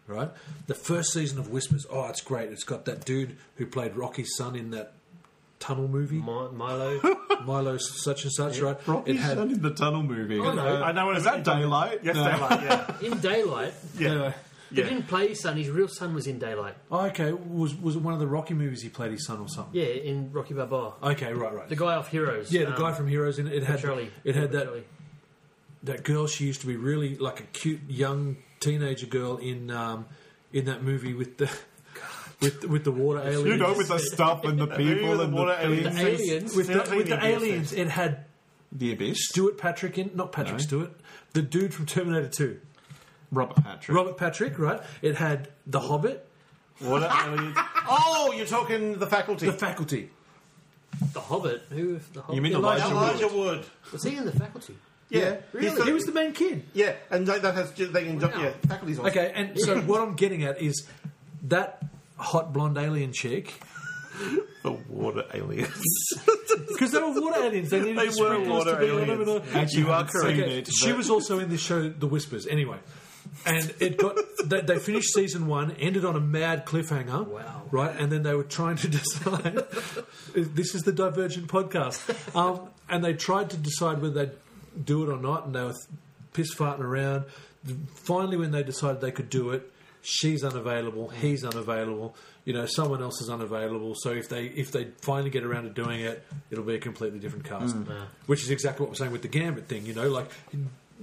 Speaker 3: right? The first season of Whispers. Oh, it's great. It's got that dude who played Rocky's son in that tunnel movie,
Speaker 6: Mi- Milo.
Speaker 3: Milo such and such, right?
Speaker 5: Rocky
Speaker 3: it had
Speaker 5: Sun in the tunnel movie.
Speaker 6: no.
Speaker 4: I know what
Speaker 5: is
Speaker 4: it's-
Speaker 5: that daylight?
Speaker 4: yes,
Speaker 5: No.
Speaker 4: daylight. Yeah,
Speaker 6: in Daylight.
Speaker 4: yeah.
Speaker 6: He didn't play his son, his real son was in Daylight.
Speaker 3: oh, okay. Was was it one of the Rocky movies he played his son or something?
Speaker 6: Yeah, in Rocky Balboa.
Speaker 3: Okay, right, right.
Speaker 6: The guy off Heroes.
Speaker 3: yeah, the
Speaker 6: um,
Speaker 3: guy from Heroes. In it, it had
Speaker 6: Charlie.
Speaker 3: it had that
Speaker 6: Charlie.
Speaker 3: that girl she used to be really like a cute young teenager girl in um, in that movie with the with with the water aliens.
Speaker 5: You know, with the stuff and the people
Speaker 4: the
Speaker 5: and
Speaker 4: water
Speaker 5: the, things.
Speaker 4: aliens.
Speaker 6: The aliens.
Speaker 3: with the,
Speaker 4: Still
Speaker 3: with the
Speaker 4: thinking of
Speaker 3: aliens, it had
Speaker 5: the abyss.
Speaker 3: Stuart Patrick in, not Patrick Stewart, the dude from Terminator 2.
Speaker 5: Robert Patrick.
Speaker 3: Robert Patrick, right? It had The Hobbit,
Speaker 4: Water aliens. Oh, you're talking the faculty.
Speaker 3: The Faculty.
Speaker 6: The Hobbit. Who if the Hobbit?
Speaker 5: you mean
Speaker 4: Elijah,
Speaker 5: Elijah, Wood?
Speaker 4: Wood.
Speaker 6: Was he in the faculty?
Speaker 4: Yeah, He's got-
Speaker 3: He was the main kid.
Speaker 4: yeah, and that, that has they can yeah, faculty's awesome.
Speaker 3: Okay, and so what I'm getting at is that hot blonde alien chick.
Speaker 4: the water aliens.
Speaker 3: Because they were water aliens. They needed
Speaker 4: They
Speaker 3: the
Speaker 4: were
Speaker 3: sprinklers
Speaker 4: water
Speaker 3: to be all
Speaker 4: aliens.
Speaker 3: over the-
Speaker 5: Actually, you are correct.
Speaker 3: Okay, she was also in this show, The Whispers. Anyway, and it got they, they finished season one, ended on a mad cliffhanger.
Speaker 6: Wow.
Speaker 3: Right, and then they were trying to decide. this is the Divergent podcast, um, and they tried to decide whether they'd do it or not, and they were piss farting around. Finally, when they decided they could do it. She's unavailable. He's unavailable. You know, someone else is unavailable. So if they if they finally get around to doing it, it'll be a completely different cast. Which is exactly what we're saying with the Gambit thing. You know, like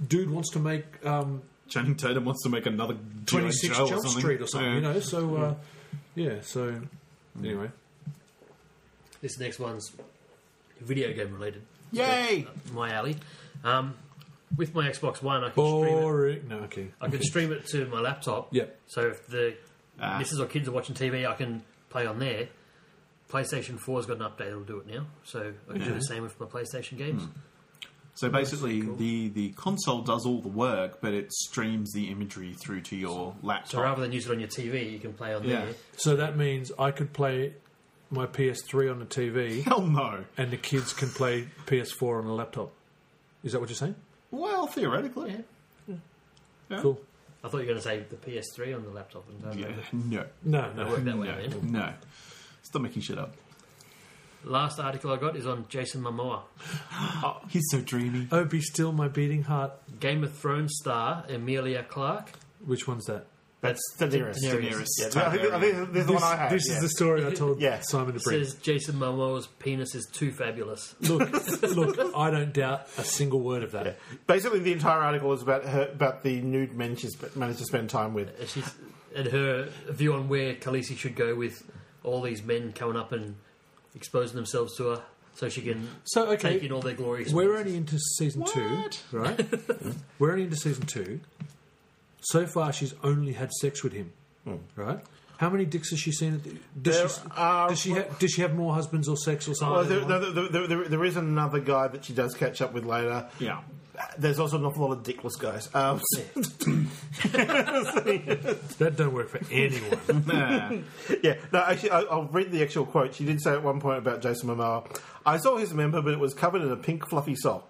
Speaker 3: dude wants to make um,
Speaker 5: Channing Tatum wants to make another G.I.
Speaker 3: 26
Speaker 5: Joe
Speaker 3: Jump Street or something,
Speaker 5: Yeah.
Speaker 3: you know. So, uh, yeah, Hmm. so anyway.
Speaker 6: This next one's video game related.
Speaker 5: Yay!
Speaker 6: My alley. Um, with my Xbox One, I can stream it.
Speaker 3: Boring. No, okay.
Speaker 6: I can stream it to my laptop.
Speaker 3: Yep.
Speaker 6: So if the
Speaker 5: Ah.
Speaker 6: missus or kids are watching TV, I can play on there. PlayStation 4's got an update that'll do it now, so I can do the same with my PlayStation games.
Speaker 5: Hmm. So basically, the, the console does all the work, but it streams the imagery through to your laptop.
Speaker 6: So rather than use it on your TV, you can play on
Speaker 5: Yeah.
Speaker 6: there.
Speaker 3: So that means I could play my PS3 on the TV
Speaker 5: Hell no.
Speaker 3: and the kids can play PS4 on a laptop. Is that what you're saying?
Speaker 5: Well, theoretically. Yeah.
Speaker 3: Cool.
Speaker 6: I thought you were going to say the PS3 on the laptop. And don't
Speaker 5: Yeah.
Speaker 6: know.
Speaker 5: No.
Speaker 3: No,
Speaker 6: It worked
Speaker 3: no.
Speaker 6: that way,
Speaker 5: No.
Speaker 6: man.
Speaker 5: No. Stop making shit up.
Speaker 6: Last article I got is on Jason Momoa.
Speaker 7: He's so dreamy.
Speaker 3: Oh, be still my beating heart.
Speaker 6: Game of Thrones star Emilia Clarke.
Speaker 3: Which one's that?
Speaker 4: That's the nearest.
Speaker 6: Daenerys.
Speaker 4: Yeah, I think, I think this is the one I have.
Speaker 3: this
Speaker 4: yeah.
Speaker 3: is the story I told
Speaker 4: Yeah.
Speaker 3: Simon to bring.
Speaker 6: Says Jason Momoa's penis is too fabulous.
Speaker 3: Look, look, I don't doubt a single word of that.
Speaker 4: Basically, the entire article is about her, about the nude men she sp- managed to spend time with.
Speaker 6: And She's and her view on where Khaleesi should go with all these men coming up and exposing themselves to her, so she can
Speaker 3: So
Speaker 6: take
Speaker 3: okay,
Speaker 6: in all their glory.
Speaker 3: we're only into season two, right? we're only into season two. So far, she's only had sex with him, right? How many dicks has she seen? At the, does,
Speaker 4: There
Speaker 3: she,
Speaker 4: are-
Speaker 3: does she ha- does she have more husbands or sex or something?
Speaker 4: Well, there, no, there, there, there, there is another guy that she does catch up with later.
Speaker 5: Yeah.
Speaker 4: There's also an awful lot of dickless guys. Um, so-
Speaker 3: That don't work for anyone.
Speaker 5: Nah.
Speaker 4: yeah, no, actually, I, I'll read the actual quote. She did say at one point about Jason Momoa, I saw his member, but it was covered in a pink fluffy sock.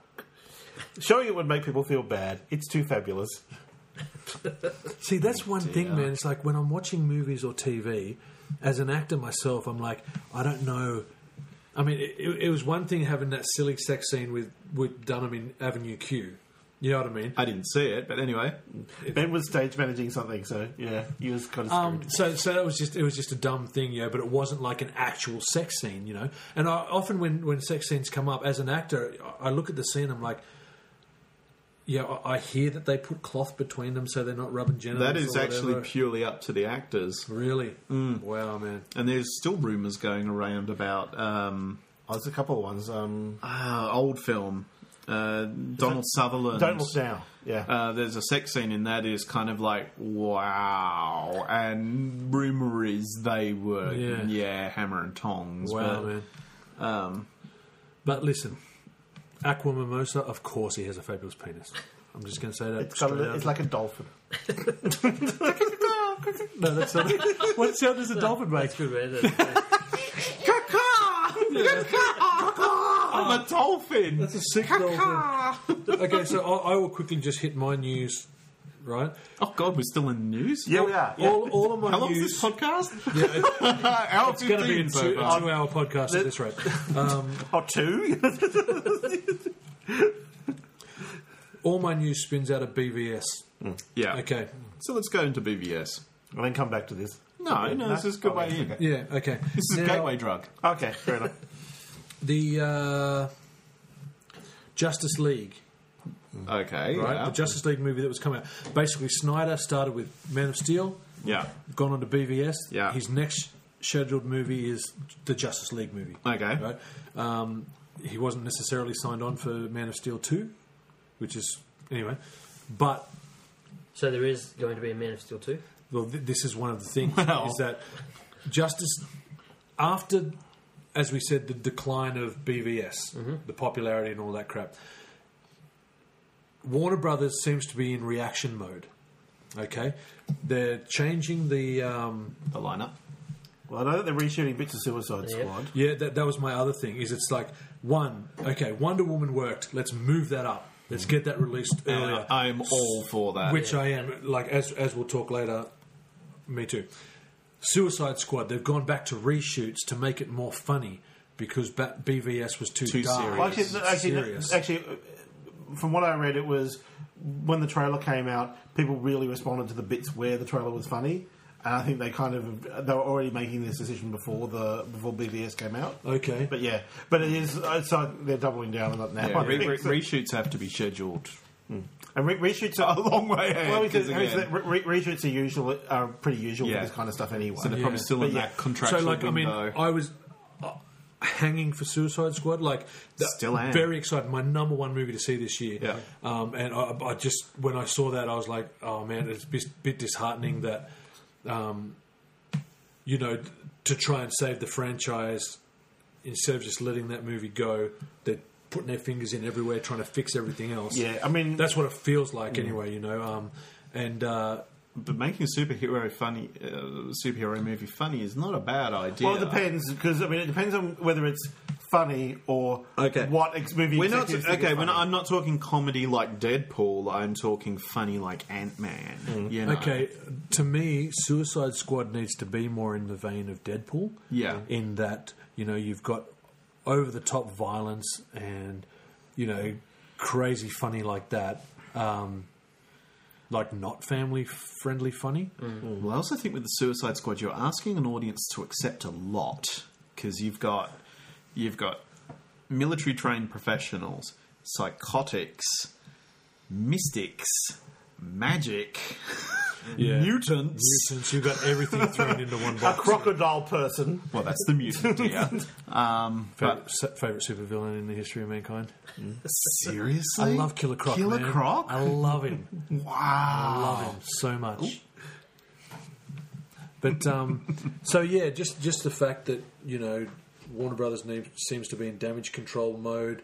Speaker 4: Showing it would make people feel bad. It's too fabulous.
Speaker 3: See, that's one thing, man. It's like when I'm watching movies or TV, as an actor myself, I'm like, I don't know. I mean, it, it, it was one thing having that silly sex scene with, with Dunham in Avenue Q. You know what I mean?
Speaker 5: I didn't see it, but anyway.
Speaker 4: Ben was stage managing something, so yeah, he was kind of
Speaker 3: Um,
Speaker 4: screwed.
Speaker 3: so, so that was just it was just a dumb thing, you know. But it wasn't like an actual sex scene, you know. And I, often when when sex scenes come up as an actor, I- I look at the scene, I'm like, yeah, I, I hear that they put cloth between them so they're not rubbing genitals.
Speaker 5: That is
Speaker 3: or
Speaker 5: actually
Speaker 3: whatever.
Speaker 5: purely up to the actors.
Speaker 3: really wow, man.
Speaker 5: And there's still rumours going around about um,
Speaker 4: oh, there's a couple of ones. Um,
Speaker 5: uh, old film. Uh, Donald Sutherland.
Speaker 4: don't look now. Yeah.
Speaker 5: Uh, there's a sex scene in that is kind of like wow, and rumor is they were
Speaker 3: Yeah.
Speaker 5: yeah, hammer and tongs.
Speaker 3: Wow,
Speaker 5: but,
Speaker 3: man. Um, but listen, Aqua Mimosa, of course, he has a fabulous penis. I'm just going to say that.
Speaker 4: it's, got
Speaker 3: straight
Speaker 4: a,
Speaker 3: out.
Speaker 4: it's like a dolphin.
Speaker 3: no, that's not. what sound does a dolphin make?
Speaker 6: That's good, man. That's-
Speaker 5: I'm a dolphin.
Speaker 3: That's a sick dolphin. okay, so I, I will quickly just hit my news. Right,
Speaker 5: Oh God, we're still in news.
Speaker 4: Oh, Yeah, we are. Yeah.
Speaker 3: all, all of my
Speaker 5: Ah, How long is
Speaker 3: news.
Speaker 5: this podcast?
Speaker 3: yeah, it's
Speaker 5: Hour
Speaker 3: going to be a
Speaker 5: fifteen
Speaker 3: two,
Speaker 5: so
Speaker 3: a
Speaker 5: far.
Speaker 3: two-hour podcast at this rate.
Speaker 4: Or Oh, two.
Speaker 3: All my news spins out of BVS.
Speaker 5: Yeah.
Speaker 3: Okay,
Speaker 5: So let's go into BVS.
Speaker 4: and then come back to this.
Speaker 5: No, no, this is a good
Speaker 4: Oh,
Speaker 5: way
Speaker 4: yeah,
Speaker 5: in.
Speaker 4: okay.
Speaker 3: yeah, okay.
Speaker 5: This is a
Speaker 3: Now,
Speaker 5: gateway drug.
Speaker 4: Okay, fair enough.
Speaker 3: The uh, Justice League
Speaker 5: Okay.
Speaker 3: Mm. right?
Speaker 5: yeah.
Speaker 3: The Justice League movie that was coming out. Basically, Snyder started with Man of Steel,
Speaker 5: yeah.
Speaker 3: gone on to BVS.
Speaker 5: Yeah.
Speaker 3: His next scheduled movie is the Justice League movie.
Speaker 5: Okay.
Speaker 3: Right? Um, he wasn't necessarily signed on for Man of Steel 2, which is, anyway. But,
Speaker 6: so there is going to be a Man of Steel two.
Speaker 3: well, th- this is one of the things
Speaker 5: Wow.
Speaker 3: is that Justice, after, as we said, the decline of BVS,
Speaker 5: Mm-hmm.
Speaker 3: the popularity and all that crap, Warner Brothers seems to be in reaction mode. Okay, they're changing the. Um,
Speaker 5: The lineup.
Speaker 4: Well, I know that they're reshooting bits of Suicide
Speaker 6: Yeah.
Speaker 4: Squad.
Speaker 3: yeah, that, that was my other thing. Is it's like one. Okay, Wonder Woman worked. Let's move that up. Let's get that released earlier.
Speaker 5: I'm all for that.
Speaker 3: which I am. Like as as we'll talk later. Me too. Suicide Squad. They've gone back to reshoots to make it more funny because Bat- BVS was too,
Speaker 5: Too
Speaker 3: dark.
Speaker 5: serious.
Speaker 4: Well, actually, actually,
Speaker 3: serious.
Speaker 4: actually, uh, from what I read, it was when the trailer came out, people really responded to the bits where the trailer was funny. And I think they kind of they were already making this decision before the before BVS came out.
Speaker 3: Okay.
Speaker 4: but yeah, but it is uh, so they're doubling down on that now.
Speaker 5: Yeah,
Speaker 4: I
Speaker 5: re-
Speaker 4: think,
Speaker 5: re-
Speaker 4: so.
Speaker 5: reshoots have to be scheduled
Speaker 4: and re- reshoots are
Speaker 5: a long way ahead.
Speaker 4: well because
Speaker 5: 'cause
Speaker 4: I mean,
Speaker 5: again,
Speaker 4: re- re- reshoots are usually are pretty usual
Speaker 5: Yeah.
Speaker 4: for this kind of stuff anyway.
Speaker 5: so they're probably
Speaker 3: Yeah.
Speaker 5: still in
Speaker 4: But yeah.
Speaker 5: that contractual
Speaker 3: so like
Speaker 5: window.
Speaker 3: I mean, I was uh, hanging for Suicide Squad. Like th-
Speaker 5: Still am.
Speaker 3: very excited. My number one movie to see this year.
Speaker 5: Yeah.
Speaker 3: Um, and I, I just when I saw that, I was like, oh man, it's a bit, bit disheartening that, um, you know, t- to try and save the franchise instead of just letting that movie go, they're putting their fingers in everywhere trying to fix everything else.
Speaker 4: yeah, I mean
Speaker 3: That's what it feels like
Speaker 5: Mm.
Speaker 3: anyway. You know. Um, and uh,
Speaker 5: But making a superhero funny, uh, superhero movie funny is not a bad idea.
Speaker 4: Well, it depends because I mean, it depends on whether it's funny or
Speaker 5: Okay.
Speaker 4: what ex- movie.
Speaker 5: We're not
Speaker 4: executives think
Speaker 5: okay.
Speaker 4: is
Speaker 5: We're not,
Speaker 4: funny.
Speaker 5: I'm not talking comedy like Deadpool. I'm talking funny like Ant Man.
Speaker 4: Mm.
Speaker 5: You know?
Speaker 3: Okay, to me, Suicide Squad needs to be more in the vein of Deadpool.
Speaker 5: Yeah.
Speaker 3: In that, you know, you've got over the top violence and you know crazy funny like that. Um, like not family friendly funny.
Speaker 5: Well, I also think with the Suicide Squad, you're asking an audience to accept a lot because you've got you've got military trained professionals, psychotics, mystics, magic,
Speaker 3: Yeah.
Speaker 5: mutants.
Speaker 3: Since you've got everything thrown into one
Speaker 4: A
Speaker 3: box.
Speaker 4: crocodile person.
Speaker 5: Well, that's the mutant, yeah. Um,
Speaker 3: favorite,
Speaker 5: but
Speaker 3: su- favorite supervillain in the history of mankind.
Speaker 5: seriously,
Speaker 3: I love Killer Croc.
Speaker 5: Killer
Speaker 3: man.
Speaker 5: Croc.
Speaker 3: I love him.
Speaker 5: wow.
Speaker 3: love him Oh, so much. But um, so yeah, just just the fact that you know Warner Brothers name, seems to be in damage control mode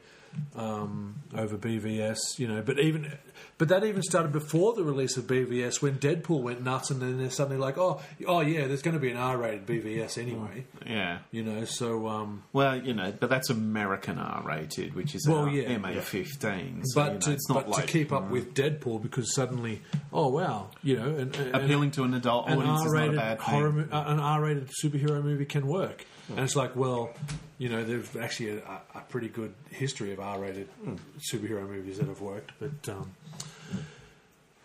Speaker 3: um, over BVS, you know. But even but that even started before the release of BVS when Deadpool went nuts, and then they're suddenly like, oh oh yeah, there's going to be an R-rated BVS anyway,
Speaker 5: Yeah.
Speaker 3: you know. So um,
Speaker 5: Well, you know, but that's American R rated, which is
Speaker 3: Well,
Speaker 5: our
Speaker 3: yeah.
Speaker 5: MA15. So, you know,
Speaker 3: but to,
Speaker 5: it's not
Speaker 3: but
Speaker 5: like
Speaker 3: to keep up with Deadpool because suddenly, oh wow, you know, and, and,
Speaker 5: appealing to an adult
Speaker 3: an
Speaker 5: audience is not a
Speaker 3: R-rated
Speaker 5: bad
Speaker 3: horror,
Speaker 5: thing.
Speaker 3: mo- uh, an R-rated superhero movie can work, and it's like, well, you know, there's actually a, a pretty good history of R-rated superhero movies that have worked, but um,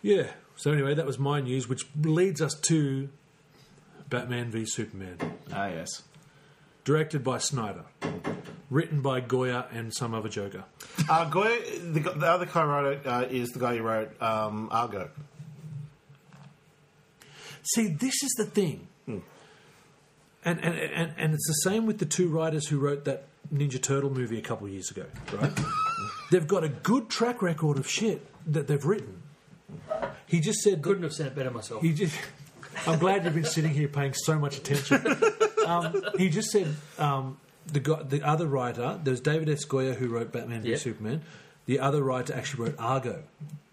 Speaker 3: yeah. So anyway, that was my news, which leads us to Batman v Superman,
Speaker 5: Ah, yes.
Speaker 3: directed by Snyder, written by Goya and some other Joker.
Speaker 4: Uh, Goy, the, the other guy wrote it, uh, is the guy who wrote um, Argo.
Speaker 3: See, this is the thing. And, and, and, and it's the same with the two writers who wrote that Ninja Turtle movie a couple of years ago, right? they've got a good track record of shit that they've written. He just said,
Speaker 6: Couldn't have said it better myself.
Speaker 3: he just. I'm glad you've been sitting here paying so much attention. um, he just said um, the guy, the other writer. There's David S. Goya who wrote Batman v
Speaker 6: Yeah.
Speaker 3: Superman. The other writer actually wrote Argo.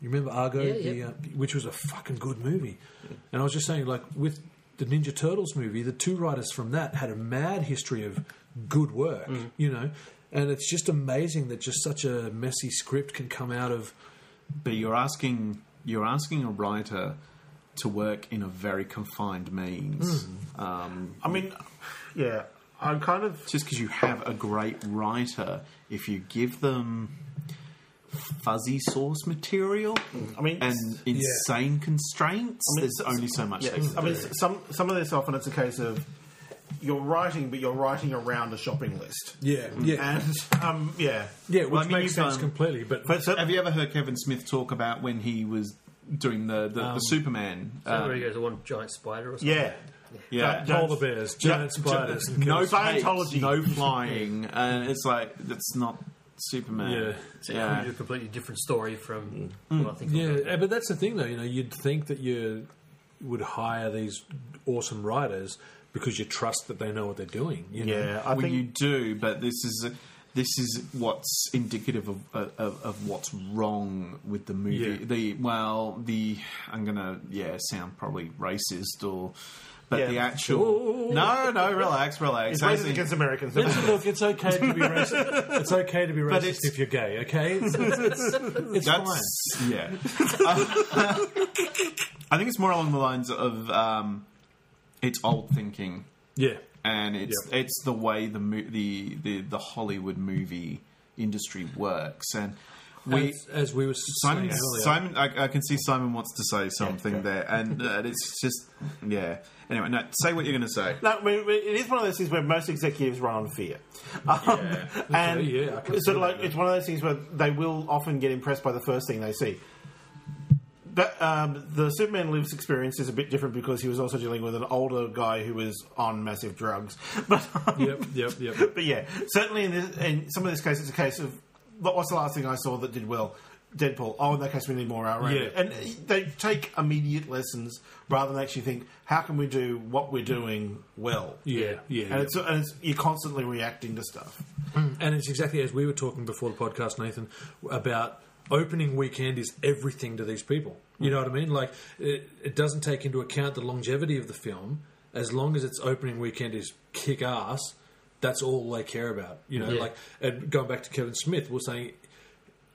Speaker 3: You remember Argo,
Speaker 6: Yeah,
Speaker 3: the,
Speaker 6: yeah.
Speaker 3: Uh, which was a fucking good movie. And I was just saying, like with the Ninja Turtles movie, the two writers from that had a mad history of good work.
Speaker 6: Mm.
Speaker 3: You know. And it's just amazing that just such a messy script can come out of
Speaker 5: But you're asking you're asking a writer to work in a very confined means. Um,
Speaker 4: Hmm. I mean, yeah, I'm kind of
Speaker 5: just because you have a great writer, if you give them fuzzy source material
Speaker 4: I mean,
Speaker 5: and insane constraints,
Speaker 4: I mean,
Speaker 5: there's only so much.
Speaker 4: Yeah,
Speaker 5: they can
Speaker 4: I mean,
Speaker 5: do.
Speaker 4: some some of this often it's a case of you're writing, but you're writing around a shopping list.
Speaker 3: yeah, yeah,
Speaker 4: And um, yeah,
Speaker 3: yeah, which
Speaker 5: Well, I mean, um,
Speaker 3: makes
Speaker 5: you've
Speaker 3: sense
Speaker 5: done-
Speaker 3: completely. But
Speaker 4: but so,
Speaker 5: Have you ever heard Kevin Smith talk about when he was doing the the,
Speaker 4: Um,
Speaker 5: the Superman?
Speaker 6: Is that
Speaker 5: um,
Speaker 6: where he goes, a one giant spider or something.
Speaker 4: yeah,
Speaker 5: yeah.
Speaker 4: that-
Speaker 3: polar bears, giant spiders, and
Speaker 5: no
Speaker 3: kills.
Speaker 5: Scientology,
Speaker 4: Scientology.
Speaker 5: no flying, and it's like that's not Superman.
Speaker 3: Yeah.
Speaker 6: It's a completely different story from what I think.
Speaker 3: Yeah,
Speaker 6: of.
Speaker 3: eh, but that's the thing, though. You know, you'd think that you would hire these awesome writers because you trust that they know what they're doing. You know?
Speaker 4: yeah. I
Speaker 5: well,
Speaker 4: think
Speaker 5: you do, but this is this is what's indicative of of, of what's wrong with the movie.
Speaker 3: Yeah.
Speaker 5: The well, the I'm gonna yeah sound probably racist or. But
Speaker 4: Yeah.
Speaker 5: the actual no, no, relax, relax.
Speaker 4: it's
Speaker 5: I
Speaker 4: racist
Speaker 5: think-
Speaker 4: against Americans.
Speaker 3: It's- Look, it's okay to be racist. It's okay to be racist
Speaker 5: it's-
Speaker 3: if you're gay. Okay, it's, it's, it's fine.
Speaker 5: That's yeah. Uh, I think it's more along the lines of um, it's old thinking,
Speaker 3: Yeah,
Speaker 5: and it's
Speaker 3: Yep.
Speaker 5: it's the way the, mo- the the the Hollywood movie industry works, and we.
Speaker 3: as, as we were
Speaker 5: Simon,
Speaker 3: saying earlier.
Speaker 5: Simon, I, I can see Simon wants to say something there, and uh, it's just, yeah. Anyway, no, say what you're going to say.
Speaker 4: No, I mean, it is one of those things where most executives run on fear. Um, And
Speaker 3: Okay, yeah, I can
Speaker 4: it's
Speaker 3: see
Speaker 4: sort of like
Speaker 3: that.
Speaker 4: it's one of those things where they will often get impressed by the first thing they see. But um, the Superman Lives experience is a bit different because he was also dealing with an older guy who was on massive drugs. But um,
Speaker 3: Yep, yep, yep.
Speaker 4: but yeah, certainly in, this, in some of these cases, it's a case of what what's the last thing I saw that did well? Deadpool. Oh, in that case, we need more R rated.
Speaker 3: Yeah.
Speaker 4: And they take immediate lessons rather than actually think, how can we do what we're doing well?
Speaker 3: Yeah, yeah.
Speaker 4: And, It's, and it's you're constantly reacting to stuff.
Speaker 3: And it's exactly as we were talking before the podcast, Nathan, about opening weekend is everything to these people. You know what I mean? Like, it, it doesn't take into account the longevity of the film. As long as its opening weekend is kick ass, that's all they care about. You know,
Speaker 6: Yeah.
Speaker 3: like, and going back to Kevin Smith, was saying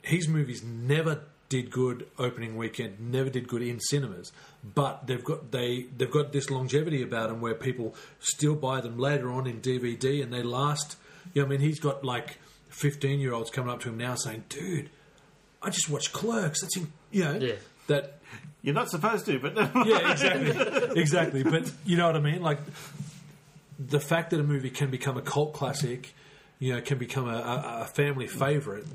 Speaker 3: his movies never did good opening weekend, never did good in cinemas, but they've got they they've got this longevity about them where people still buy them later on in DVD and they last You know, I mean, he's got like 15 year olds coming up to him now saying, dude, I just watched Clerks. That's, in, you know,
Speaker 6: Yeah.
Speaker 3: that
Speaker 4: You're not supposed to, but
Speaker 3: yeah, exactly, exactly. But you know what I mean? Like the fact that a movie can become a cult classic, you know, can become a, a, a family favorite,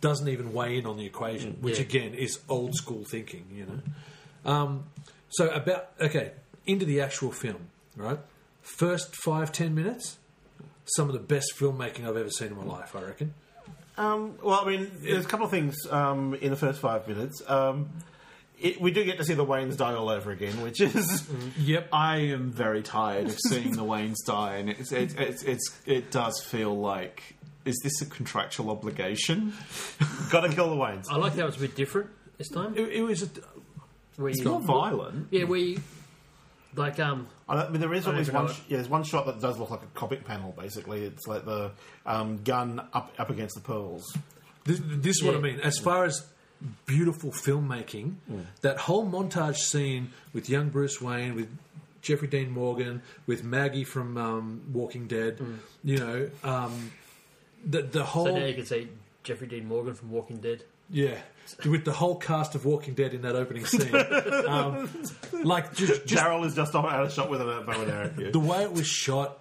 Speaker 3: doesn't even weigh in on the equation, which
Speaker 6: Yeah.
Speaker 3: again is old school thinking. You know, um, so about okay into the actual film, right? First five ten minutes, some of the best filmmaking I've ever seen in my life. I reckon.
Speaker 4: Um, well, I mean, there's a couple of things um, in the first five minutes. Um, it, we do get to see the Waynes die all over again, which is
Speaker 3: Mm. Yep.
Speaker 5: I am very tired of seeing the Waynes die, and it's, it's, it's, it's, it does feel like is this a contractual obligation?
Speaker 4: got to kill the Waynes.
Speaker 6: I like that it was a bit different this time.
Speaker 3: It, it was a,
Speaker 6: Where
Speaker 5: It's
Speaker 6: you-
Speaker 5: not violent.
Speaker 6: Yeah, we like um
Speaker 4: I mean, there is
Speaker 6: I
Speaker 4: always
Speaker 6: don't know.
Speaker 4: one. Sh- yeah, there's one shot that does look like a comic panel. Basically, it's like the um, gun up up against the pearls.
Speaker 3: This, this is what I
Speaker 6: Yeah.
Speaker 3: mean. As far as beautiful filmmaking, that whole montage scene with young Bruce Wayne, with Jeffrey Dean Morgan, with Maggie from um, Walking Dead, you know, um, the the whole
Speaker 6: Mm. so now you can see Jeffrey Dean Morgan from Walking Dead.
Speaker 3: yeah, with the whole cast of Walking Dead in that opening scene, um, like just just
Speaker 4: Daryl is just out of shot with a bow and arrow.
Speaker 3: the way it was shot.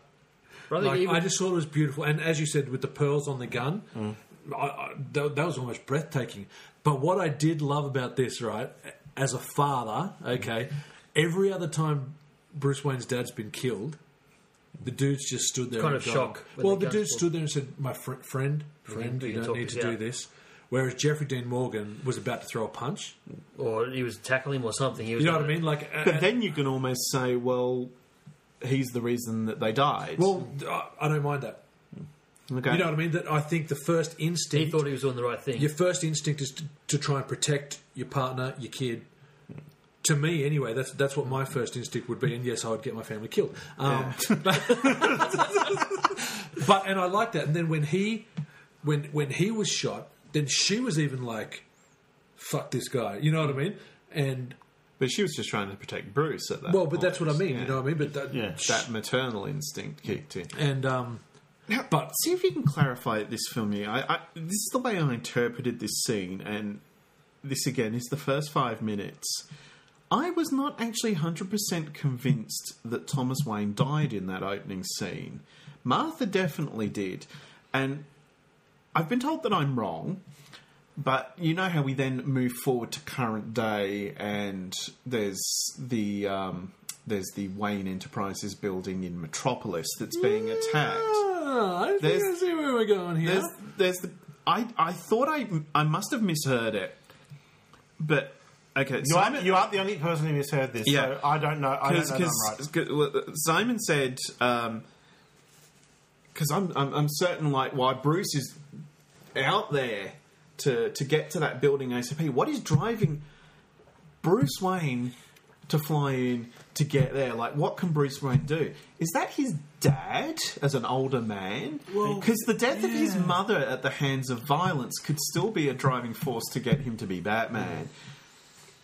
Speaker 6: But I think
Speaker 3: Like,
Speaker 6: even
Speaker 3: I just thought it was beautiful, and as you said, with the pearls on the gun, I, I, that, that was almost breathtaking. But what I did love about this, right, as a father, okay, every other time Bruce Wayne's dad's been killed, the dude's just stood there,
Speaker 6: Kind
Speaker 3: and
Speaker 6: of
Speaker 3: gone.
Speaker 6: shock when
Speaker 3: Well,
Speaker 6: the
Speaker 3: the
Speaker 6: gun's
Speaker 3: dude
Speaker 6: pulled. Mm-hmm.
Speaker 3: stood there and said, "My fr- friend, friend,
Speaker 6: we
Speaker 3: you
Speaker 6: can
Speaker 3: don't
Speaker 6: talk
Speaker 3: need to
Speaker 6: this
Speaker 3: do
Speaker 6: out."
Speaker 3: this." Whereas Jeffrey Dean Morgan was about to throw a punch.
Speaker 6: or he was tackling him or something. He was
Speaker 3: You know
Speaker 6: gonna-
Speaker 3: what I mean? Like, uh,
Speaker 5: But then you can almost say, well, he's the reason that they died.
Speaker 3: well, I, I don't mind that.
Speaker 5: okay.
Speaker 3: You know what I mean? That I think the first instinct
Speaker 6: He thought he was doing the right thing.
Speaker 3: your first instinct is to, to try and protect your partner, your kid. To me, anyway, that's that's what my first instinct would be, and yes, I would get my family killed. Um, but and I like that. And then when he, when when he was shot, then she was even like, "Fuck this guy," you know what I mean? And
Speaker 5: but she was just trying to protect Bruce at that
Speaker 3: well, but that's what I
Speaker 5: point.
Speaker 3: mean,
Speaker 5: Yeah.
Speaker 3: you know what I mean? But that,
Speaker 4: Yeah.
Speaker 5: That maternal instinct kicked in.
Speaker 3: and um,
Speaker 5: Now,
Speaker 3: But-
Speaker 5: see if you can clarify this for me. I, I, this is the way I interpreted this scene, and this again is the first five minutes. I was not actually 100% convinced that Thomas Wayne died in that opening scene. Martha definitely did. And I've been told that I'm wrong, but you know how we then move forward to current day, and there's the um, there's the Wayne Enterprises building in Metropolis that's being attacked.
Speaker 3: ah, I think I
Speaker 5: There's-
Speaker 3: see where we're going here.
Speaker 5: There's there's the I I thought I I must have misheard it, but okay.
Speaker 4: You aren't, you aren't the only person who misheard this.
Speaker 5: Yeah.
Speaker 4: so I don't know. I don't know. That I'm right.
Speaker 5: because uh, Simon said because I'm, I'm I'm certain like why Bruce is out there to to get to that building ASAP. What is driving Bruce Wayne to fly in to get there? Like, what can Bruce Wayne do? Is that his dad as an older man? Because the death of his mother at the hands of violence could still be a driving force to get him to be Batman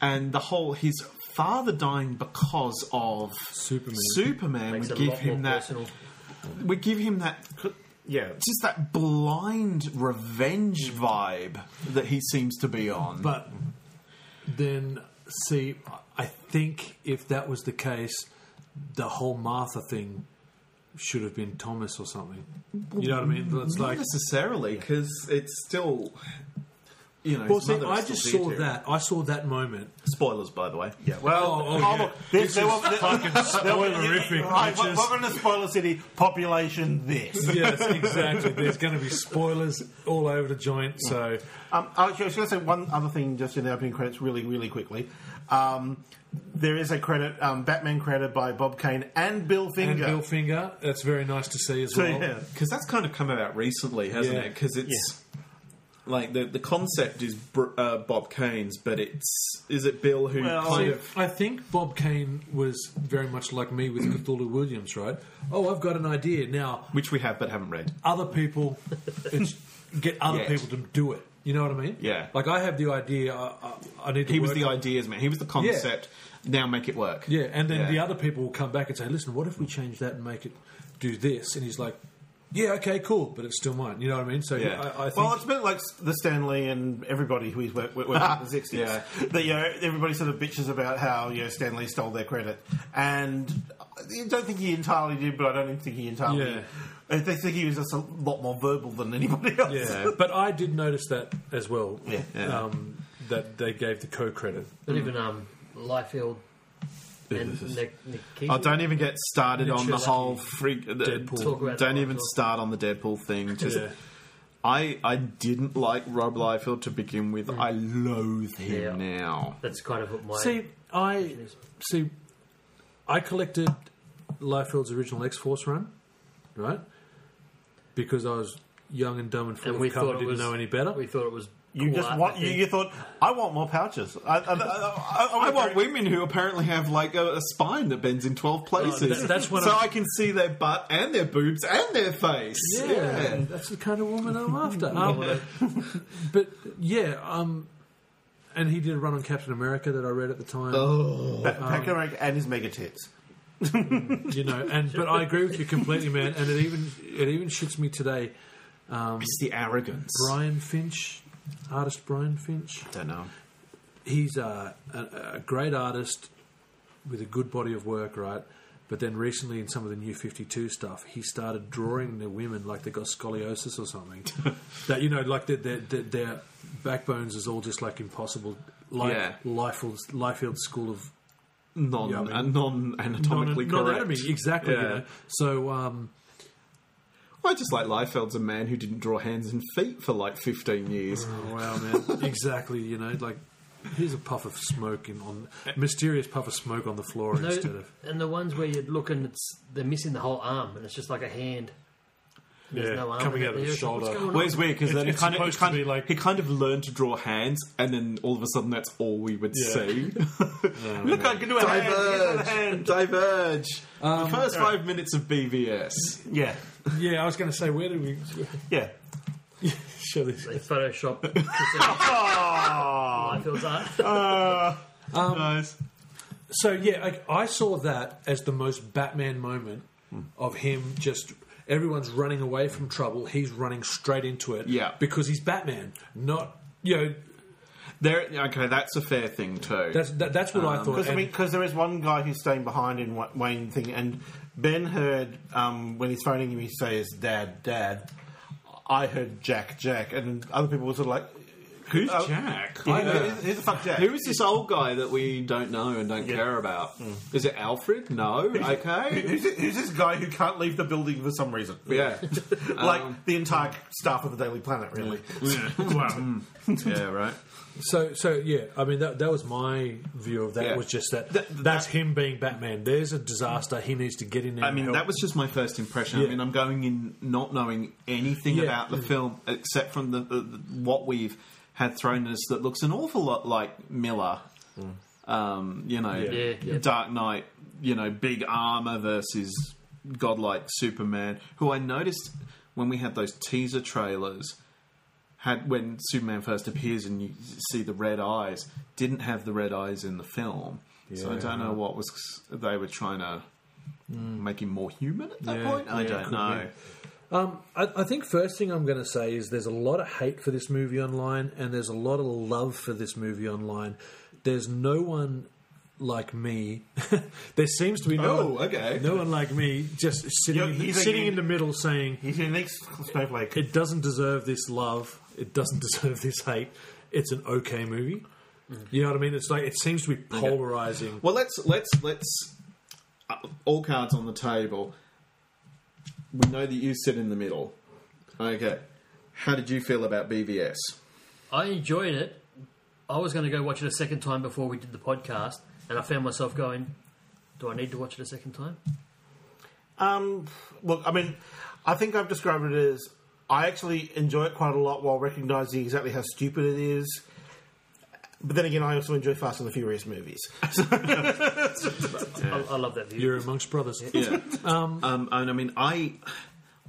Speaker 5: and the whole his father dying because of
Speaker 3: Superman.
Speaker 5: Superman
Speaker 6: Makes
Speaker 5: would
Speaker 6: it a
Speaker 5: give
Speaker 6: lot more
Speaker 5: him that.
Speaker 6: personal.
Speaker 5: Would give him that.
Speaker 4: Yeah.
Speaker 5: Just that blind revenge vibe that he seems to be on.
Speaker 3: But then, see, I think if that was the case, the whole Martha thing should have been Thomas or something. You know what I mean? It's
Speaker 5: not
Speaker 3: like.
Speaker 5: necessarily because it's still. You know,
Speaker 3: Well,
Speaker 5: his
Speaker 3: see,
Speaker 5: mother is
Speaker 3: I
Speaker 5: still
Speaker 3: just
Speaker 5: dear
Speaker 3: saw
Speaker 5: to him.
Speaker 3: that. I saw that moment.
Speaker 5: Spoilers, by the way. Yeah.
Speaker 4: Well,
Speaker 3: Oh, oh, yeah.
Speaker 4: look, there, there were, there, fucking
Speaker 3: spoilerific,
Speaker 4: Right,
Speaker 3: bitches.
Speaker 4: welcome to Spoiler City. Population this.
Speaker 3: yes, exactly. There's going to be spoilers all over the joint. So,
Speaker 4: Um, I was, going to say one other thing just in the opening credits, really, really quickly. Um, there is a credit, um, Batman credit by Bob Kane and Bill
Speaker 3: and
Speaker 4: Finger.
Speaker 3: Bill Finger, that's very nice to see as
Speaker 4: So,
Speaker 3: well.
Speaker 4: yeah.
Speaker 5: Because that's kind of come about recently, hasn't
Speaker 3: Yeah.
Speaker 5: it? Because it's like the the concept is Br- uh, Bob Kane's, but it's is it Bill who
Speaker 4: Well,
Speaker 5: kind
Speaker 3: See,
Speaker 5: of
Speaker 3: I think Bob Kane was very much like me with Cthulhu Williams, right? Oh, I've got an idea. Now,
Speaker 5: which we have but haven't read.
Speaker 3: other people it's, get other
Speaker 5: Yes.
Speaker 3: people to do it. You know what I mean?
Speaker 5: Yeah.
Speaker 3: Like I have the idea. I, I, I need. To
Speaker 5: He was
Speaker 3: work
Speaker 5: the
Speaker 3: on-
Speaker 5: ideas man. He was the concept. Now make it work.
Speaker 3: Yeah, and then
Speaker 5: Yeah.
Speaker 3: the other people will come back and say, "Listen, what if we change that and make it do this?" And he's like, yeah, okay, cool, but it's still mine. You know what I mean? So
Speaker 5: Yeah.
Speaker 3: I, I think
Speaker 4: Well, it's a bit like the Stanley and everybody who he's worked with in the sixties.
Speaker 5: Yeah.
Speaker 4: That you know, everybody sort of bitches about how you know Stanley stole their credit, and I don't think he entirely did, but I don't think he entirely.
Speaker 3: Yeah.
Speaker 4: I think he was just a lot more verbal than anybody else.
Speaker 3: yeah. but I did notice that as well.
Speaker 4: Yeah.
Speaker 5: Yeah.
Speaker 3: Um, that they gave the co credit.
Speaker 6: But even um, Liefeld and
Speaker 5: this is-
Speaker 6: Nick, Nick
Speaker 5: Oh, don't even get started on the
Speaker 3: Literally.
Speaker 5: whole freak.
Speaker 3: Deadpool.
Speaker 6: Talk about
Speaker 5: Don't
Speaker 6: it.
Speaker 5: even start on the Deadpool thing. Just
Speaker 3: Yeah.
Speaker 5: I I didn't like Rob Liefeld to begin with.
Speaker 3: Hmm.
Speaker 5: I loathe him
Speaker 6: Yeah.
Speaker 5: now.
Speaker 6: That's kind of what my.
Speaker 3: See, I see. I collected Liefeld's original X Force run, right? Because I was young and dumb and full
Speaker 6: and
Speaker 3: of
Speaker 6: we
Speaker 3: cum and
Speaker 6: thought it
Speaker 3: didn't
Speaker 6: was
Speaker 3: know any better.
Speaker 6: We thought it was.
Speaker 4: You
Speaker 6: cool
Speaker 4: just
Speaker 6: art,
Speaker 4: want
Speaker 6: I
Speaker 4: you,
Speaker 6: think.
Speaker 4: you thought I want more pouches. I, I, I, I,
Speaker 5: I
Speaker 4: want
Speaker 5: want women who apparently have like a, a spine that bends in twelve
Speaker 4: Oh,
Speaker 5: places.
Speaker 3: Oh, that- that's when
Speaker 5: so
Speaker 3: I-
Speaker 5: I can see their butt and their boobs and their face.
Speaker 3: yeah, that's the kind of woman I'm after. Um, but yeah, um, and he did a run on Captain America that I read at the time.
Speaker 4: Pat- Pat Conrad and his mega tits.
Speaker 3: You know, and but I agree with you completely, man. And it even it even shits me today.
Speaker 5: It's the arrogance.
Speaker 3: Brian Finch, artist Brian Finch.
Speaker 5: don't know.
Speaker 3: he's a, a, a great artist with a good body of work, right? But then recently, in some of the new Fifty Two stuff, he started drawing the women like they got scoliosis or something. that you know, like their their, their, their backbones is all just like impossible. Like
Speaker 5: Yeah.
Speaker 3: Liefeld's, Liefeld school of
Speaker 5: Non
Speaker 3: Yeah, I mean-
Speaker 5: uh, non anatomically
Speaker 3: non-
Speaker 5: correct.
Speaker 3: non-anatomy, exactly. You
Speaker 5: Yeah.
Speaker 3: know? So um,
Speaker 5: I just like Liefeld's a man who didn't draw hands and feet for like fifteen years.
Speaker 3: oh, wow, man, exactly. You know, like here's a puff of smoke in, on mysterious puff of smoke on the floor
Speaker 6: No,
Speaker 3: instead of
Speaker 6: and the ones where you look and it's they're missing the whole arm, and it's just like a hand. There's no arm
Speaker 3: coming
Speaker 6: in it.
Speaker 3: out of the
Speaker 6: You're like,
Speaker 3: shoulder.
Speaker 6: What's going on?
Speaker 5: Well, it's weird because then
Speaker 3: It's-
Speaker 5: he kind of
Speaker 3: it's
Speaker 5: he
Speaker 3: supposed
Speaker 5: kind
Speaker 3: to
Speaker 5: of,
Speaker 3: be like-
Speaker 5: he kind of learned to draw hands, and then all of a sudden that's all we would
Speaker 3: Yeah.
Speaker 5: see.
Speaker 4: Look, I can do a hand. Here's another
Speaker 5: Diverge,
Speaker 4: hand.
Speaker 5: diverge. the first five minutes of BVS.
Speaker 4: Yeah,
Speaker 3: yeah, I was going to say, where did we
Speaker 4: yeah.
Speaker 3: show this?
Speaker 6: They Photoshop. Liefeld's
Speaker 4: Oh.
Speaker 6: art.
Speaker 5: nice.
Speaker 3: So yeah, like, I saw that as the most Batman moment of him just everyone's running away from trouble. He's running straight into it.
Speaker 5: Yeah.
Speaker 3: because he's Batman. Not you know
Speaker 5: There. Okay, that's a fair thing too.
Speaker 3: that's that, that's what
Speaker 5: Um,
Speaker 3: I thought.
Speaker 4: Because I
Speaker 3: And-
Speaker 4: mean, 'cause there is one guy who's staying behind in Wa- Wayne thing, and Ben heard um, when he's phoning him, he says, "Dad, Dad." I heard Jack, Jack, and other people were sort of like,
Speaker 5: Who's
Speaker 4: Oh.
Speaker 5: Jack?
Speaker 4: "Who- who- "Who the fuck, Jack?"
Speaker 5: Who is this old guy that we don't know and don't care about? Is it Alfred? No. Okay.
Speaker 4: Who's, thi- who's this guy who can't leave the building for some reason?
Speaker 5: yeah. Um,
Speaker 4: like the entire staff of the Daily Planet, really.
Speaker 5: wow. Yeah. Right.
Speaker 3: so so yeah, I mean that that was my view of that.
Speaker 5: Yeah.
Speaker 3: Was just that,
Speaker 5: That-
Speaker 3: that's him being Batman. There's a disaster. He needs to get in there.
Speaker 5: I
Speaker 3: and
Speaker 5: mean,
Speaker 3: help.
Speaker 5: that was just my first impression. I
Speaker 3: Yeah.
Speaker 5: mean, I'm going in not knowing anything
Speaker 3: Yeah.
Speaker 5: about the film except from the, the, the what we've had thrown at us that looks an awful lot like Miller.
Speaker 3: Mm.
Speaker 5: Um, you know,
Speaker 6: Yeah, yeah.
Speaker 5: Dark Knight. You know, big armor versus godlike Superman. Who I noticed when we had those teaser trailers. Had when Superman first appears and you see the red eyes, didn't have the red eyes in the film. So I don't know what was they were trying to make him more human at that
Speaker 3: Yeah,
Speaker 5: point? I
Speaker 3: yeah,
Speaker 5: don't
Speaker 3: could
Speaker 5: know.
Speaker 3: Um, I, I think first thing I'm going to say is there's a lot of hate for this movie online, and there's a lot of love for this movie online. There's no one like me. there seems to be no
Speaker 5: Oh,
Speaker 3: one-
Speaker 5: okay.
Speaker 3: no one like me just sitting
Speaker 4: You're-
Speaker 3: in the,
Speaker 4: he's a-
Speaker 3: sitting in the middle saying
Speaker 4: He's an ex snowflake.
Speaker 3: it doesn't deserve this love, it doesn't deserve this hate. It's an okay movie. You know what I mean? It's like it seems to be polarizing.
Speaker 5: Well, let's let's let's uh, all cards on the table. We know that you sit in the middle. Okay, how did you feel about BVS?
Speaker 6: I enjoyed it. I was going to go watch it a second time before we did the podcast, and I found myself going, "Do I need to watch it a second time?"
Speaker 4: Um, look, I mean, I think I've described it as I actually enjoy it quite a lot while recognizing exactly how stupid it is. But then again, I also enjoy Fast and the Furious movies.
Speaker 6: I, I love that view.
Speaker 3: You're amongst brothers.
Speaker 5: Yeah. um, and I mean, I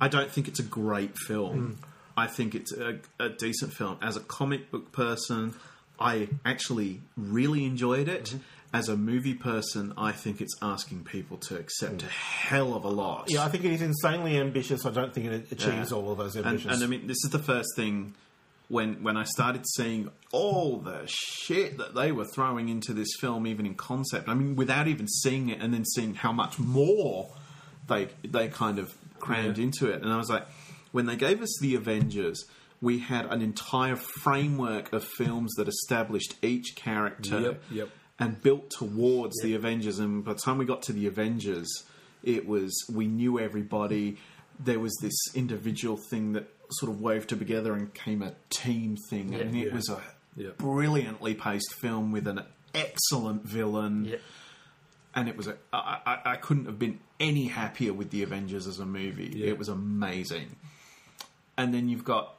Speaker 5: I don't think it's a great film. I think it's a, a decent film. As a comic book person, I actually really enjoyed it. as a movie person, I think it's asking people to accept a hell of a lot.
Speaker 4: Yeah, I think it is insanely ambitious. I don't think it achieves
Speaker 5: Yeah.
Speaker 4: all of those
Speaker 5: and,
Speaker 4: ambitions.
Speaker 5: and I mean, this is the first thing when when I started seeing all the shit that they were throwing into this film, even in concept. I mean, without even seeing it, and then seeing how much more they they kind of crammed into it, and I was like, when they gave us the Avengers. We had an entire framework of films that established each character
Speaker 8: Yep, yep.
Speaker 5: and built towards the Avengers. And by the time we got to the Avengers, it was we knew everybody. There was this individual thing that sort of wove together and came a team thing, and it was a
Speaker 8: Yeah.
Speaker 5: brilliantly paced film with an excellent villain.
Speaker 6: Yeah.
Speaker 5: And it was a, I, I, I couldn't have been any happier with the Avengers as a movie. It was amazing. And then you've got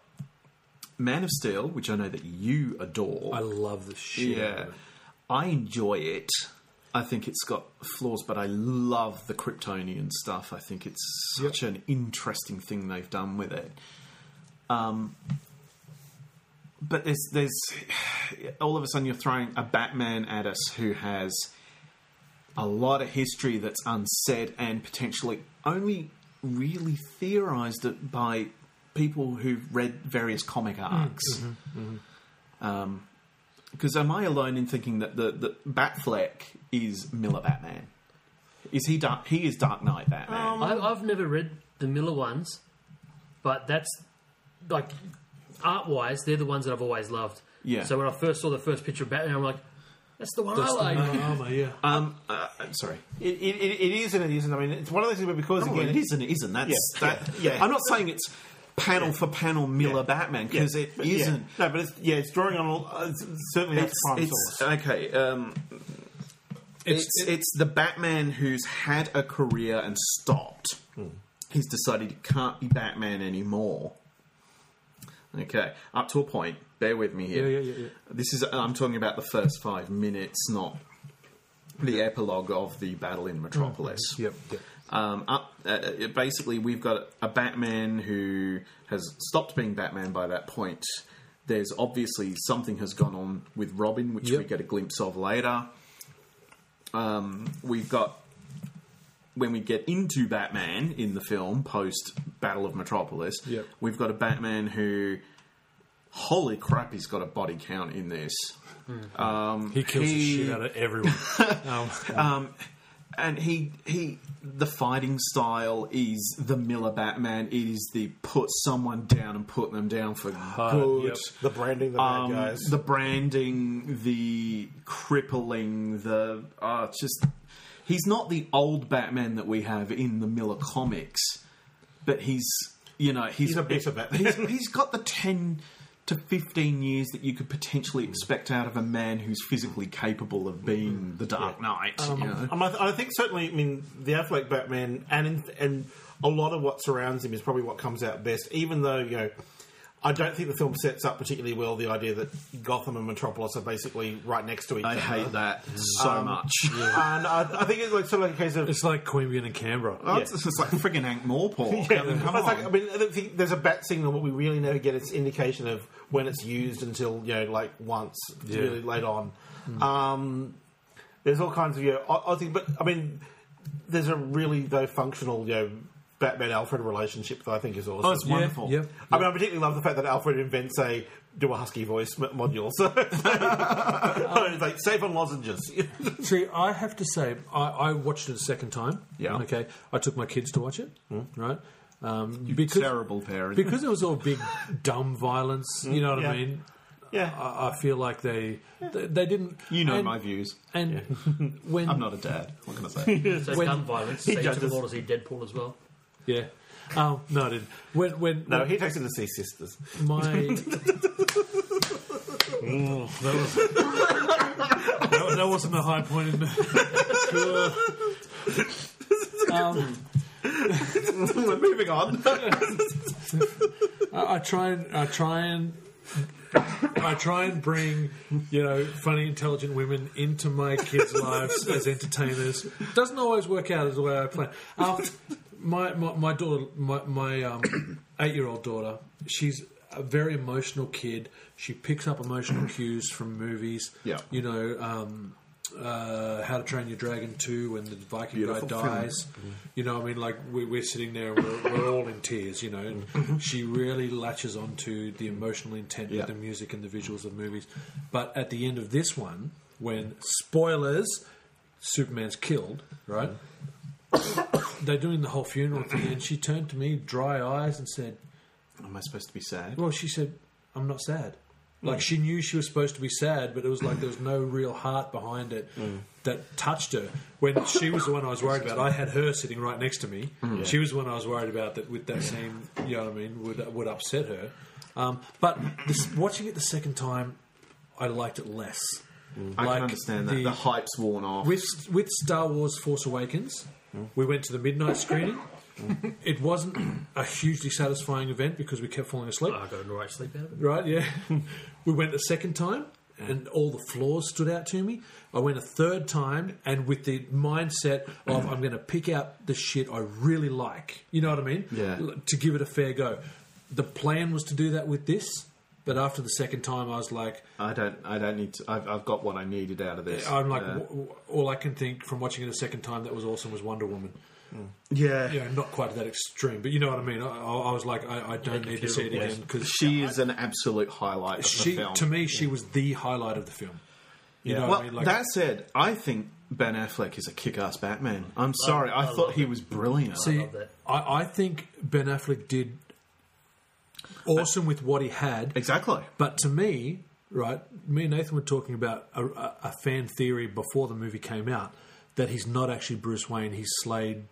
Speaker 5: Man of Steel, which I know that you adore.
Speaker 8: I love the shit. out
Speaker 5: Yeah.
Speaker 8: of it.
Speaker 5: I enjoy it. I think it's got flaws, but I love the Kryptonian stuff. I think it's such an interesting thing they've done with it. Um, but there's there's all of a sudden you're throwing a Batman at us who has a lot of history that's unsaid and potentially only really theorized it by people who've read various comic arcs. Because am I alone in thinking that the, the Batfleck is Miller Batman? Is he dark? He is Dark Knight
Speaker 4: Oh
Speaker 5: Batman.
Speaker 6: I, I've never read the Miller ones, but that's like art wise, they're the ones that I've always loved.
Speaker 5: Yeah.
Speaker 6: So when I first saw the first picture of Batman, I'm like, that's the one I like.
Speaker 3: armor, yeah.
Speaker 5: Um, uh, I'm sorry.
Speaker 4: it, it, it it is and it isn't. I mean, it's one of those things where because
Speaker 5: No,
Speaker 4: again,
Speaker 5: it isn't. It isn't. That's
Speaker 4: Yeah,
Speaker 5: that.
Speaker 4: yeah, yeah.
Speaker 5: I'm not saying it's panel for panel Miller Batman because it
Speaker 4: but yeah.
Speaker 5: isn't.
Speaker 4: No, but it's, yeah, it's drawing on all. Uh, it's- certainly, that's
Speaker 5: It's,
Speaker 4: prime
Speaker 5: it's
Speaker 4: source.
Speaker 5: okay. Um, it's, it's, the Batman who's had a career and stopped. He's decided he can't be Batman anymore. Okay, up to a point. Bear with me here.
Speaker 3: Yeah, yeah, yeah, yeah.
Speaker 5: This is I'm talking about the first five minutes, not the epilogue of the battle in Metropolis.
Speaker 8: Yep, yep.
Speaker 5: Um, up, uh, uh, basically, we've got a Batman who has stopped being Batman by that point. There's obviously something has gone on with Robin, which
Speaker 8: Yep.
Speaker 5: we get a glimpse of later. Um, we've got when we get into Batman in the film post Battle of Metropolis.
Speaker 8: Yep.
Speaker 5: We've got a Batman who, holy crap, he's got a body count in this.
Speaker 3: he kills
Speaker 5: he-
Speaker 3: the shit out of everyone. um,
Speaker 5: and he he the fighting style is the Miller Batman. It is the put someone down and put them down for good.
Speaker 3: yep.
Speaker 4: the branding, the bad
Speaker 5: Um,
Speaker 4: guys.
Speaker 5: the branding, the crippling, the uh, just he's not the old Batman that we have in the Miller comics, but he's you know he's,
Speaker 4: He's a better Batman.
Speaker 5: he's- he's got the ten to fifteen years that you could potentially expect out of a man who's physically capable of being the Dark Knight. you know?
Speaker 4: Um, I, th- I think certainly, I mean, the Affleck Batman and in- and a lot of what surrounds him is probably what comes out best. Even though you know, I don't think the film sets up particularly well the idea that Gotham and Metropolis are basically right next to each
Speaker 5: I
Speaker 4: other.
Speaker 5: hate that so
Speaker 4: Um,
Speaker 5: much.
Speaker 4: And I, I think it's like sort of like a case of
Speaker 3: it's like Queanbeyan and Canberra.
Speaker 5: Oh, it's, it's like friggin' Hank Morpal.
Speaker 4: Yeah,
Speaker 5: I mean, come
Speaker 4: But it's
Speaker 5: on.
Speaker 4: like, I mean, I don't think there's a bat signal, but we really never get its indication of when it's used until you know, like once, really late on.
Speaker 5: Hmm.
Speaker 4: Um, there's all kinds of you know, I, I think, but I mean, there's a really though functional you know Batman Alfred relationship that I think is awesome.
Speaker 5: Oh, it's wonderful.
Speaker 3: Yep.
Speaker 4: I mean, I particularly love the fact that Alfred invents a do a husky voice m- module. So it's like safe on lozenges.
Speaker 3: See, I have to say, I, I watched it a second time.
Speaker 5: Yeah.
Speaker 3: Okay. I took my kids to watch it. Right. Um,
Speaker 5: Terrible parent.
Speaker 3: because it was all big, dumb violence. You know what
Speaker 4: yeah.
Speaker 3: I mean?
Speaker 4: yeah.
Speaker 3: I, I feel like they, they they didn't.
Speaker 5: you know
Speaker 3: and,
Speaker 5: my views.
Speaker 3: And when
Speaker 5: I'm not a dad. What can I say?
Speaker 6: So
Speaker 3: When-
Speaker 6: gun violence. So you took
Speaker 4: judges-
Speaker 6: them all to see Deadpool as well.
Speaker 3: yeah. Oh no, I didn't. When when
Speaker 4: No, he takes it to see sisters.
Speaker 3: my Oh, that, was, that, that wasn't a high point in um,
Speaker 5: We're moving on.
Speaker 3: I, I try and I try and I try and bring you know funny, intelligent women into my kids' lives as entertainers. Doesn't always work out as the way I plan. Um, my, my my daughter, my, my um, eight-year-old daughter, she's a very emotional kid. She picks up emotional cues from movies.
Speaker 5: Yeah.
Speaker 3: you know. Um, uh, How to Train Your Dragon 2 when the Viking
Speaker 8: Beautiful
Speaker 3: guy
Speaker 8: film.
Speaker 3: dies. You know, I mean, like, we, we're sitting there and we're, we're all in tears, you know. And she really latches onto the emotional intent
Speaker 8: Yeah.
Speaker 3: with the music and the visuals of movies. But at the end of this one, when spoilers, Superman's killed, right? They're doing the whole funeral thing, and she turned to me, dry eyes, and said,
Speaker 5: Am I supposed to be sad?
Speaker 3: well, she said, I'm not sad. Like, she knew she was supposed to be sad, but it was like there was no real heart behind it that touched her. When she was the one I was worried about, I had her sitting right next to me. She was the one I was worried about that with that scene, you know what I mean, would, would upset her. Um, but this, watching it the second time, I liked it less.
Speaker 5: I
Speaker 3: Like
Speaker 5: can understand that. The, hype's worn off.
Speaker 3: with with Star Wars Force Awakens, we went to the midnight screening. It wasn't a hugely satisfying event because we kept falling asleep.
Speaker 6: I got a right sleep out of it.
Speaker 3: Right, yeah. we went a second time and all the flaws stood out to me. I went a third time and with the mindset of I'm going to pick out the shit I really like. You know what I mean?
Speaker 5: Yeah.
Speaker 3: L- To give it a fair go. The plan was to do that with this, but after the second time I was like
Speaker 5: I don't. I don't need to. I've, I've got what I needed out of this.
Speaker 3: I'm like
Speaker 5: Uh,
Speaker 3: w- w- all I can think from watching it a second time that was awesome was Wonder Woman.
Speaker 5: yeah.
Speaker 3: You know, not quite to that extreme, but you know what I mean. I, I I was like I, I don't need to see it again because
Speaker 5: She is an absolute highlight. Of
Speaker 3: she
Speaker 5: the film.
Speaker 3: to me she was the highlight of the film. You know
Speaker 5: well,
Speaker 3: what I mean? Like
Speaker 5: that said, I think Ben Affleck is a kick-ass Batman. I'm sorry. I,
Speaker 6: I
Speaker 5: thought
Speaker 6: love
Speaker 5: he was brilliant.
Speaker 3: See,
Speaker 6: love that.
Speaker 3: I, I think Ben Affleck did awesome with what he had,
Speaker 5: exactly.
Speaker 3: but to me, right, me and Nathan were talking about a, a, a fan theory before the movie came out that he's not actually Bruce Wayne, he's Slade.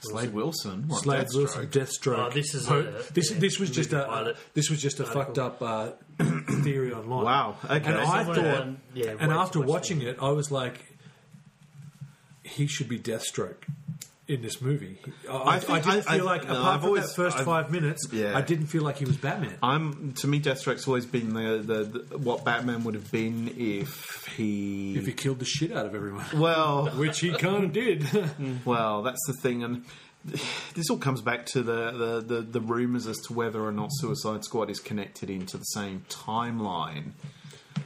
Speaker 5: Slade Wilson. what,
Speaker 3: Slade
Speaker 5: Deathstroke?
Speaker 3: Wilson, Deathstroke.
Speaker 6: Oh, this is
Speaker 3: Ho-
Speaker 6: a-
Speaker 3: this,
Speaker 6: yeah,
Speaker 3: this was just a
Speaker 6: pilot.
Speaker 3: this was just a fucked up uh, theory online.
Speaker 5: Wow, okay.
Speaker 3: And I
Speaker 6: Someone,
Speaker 3: thought,
Speaker 6: um, yeah,
Speaker 3: and
Speaker 6: way
Speaker 3: after
Speaker 6: too much
Speaker 3: watching it, I was like, he should be Deathstroke in this movie. I, I,
Speaker 5: I think-
Speaker 3: didn't
Speaker 5: I-
Speaker 3: feel
Speaker 5: I-
Speaker 3: like
Speaker 5: no,
Speaker 3: apart
Speaker 5: I've
Speaker 3: from
Speaker 5: always-
Speaker 3: that first
Speaker 5: I've-
Speaker 3: five minutes,
Speaker 5: Yeah.
Speaker 3: I didn't feel like he was Batman.
Speaker 5: I'm to me, Deathstroke's always been the, the, the what Batman would have been if he.
Speaker 3: if he killed the shit out of everyone,
Speaker 5: well,
Speaker 3: which he kind of did.
Speaker 5: Well, that's the thing, and this all comes back to the, the, the, the rumours as to whether or not Suicide Squad is connected into the same timeline.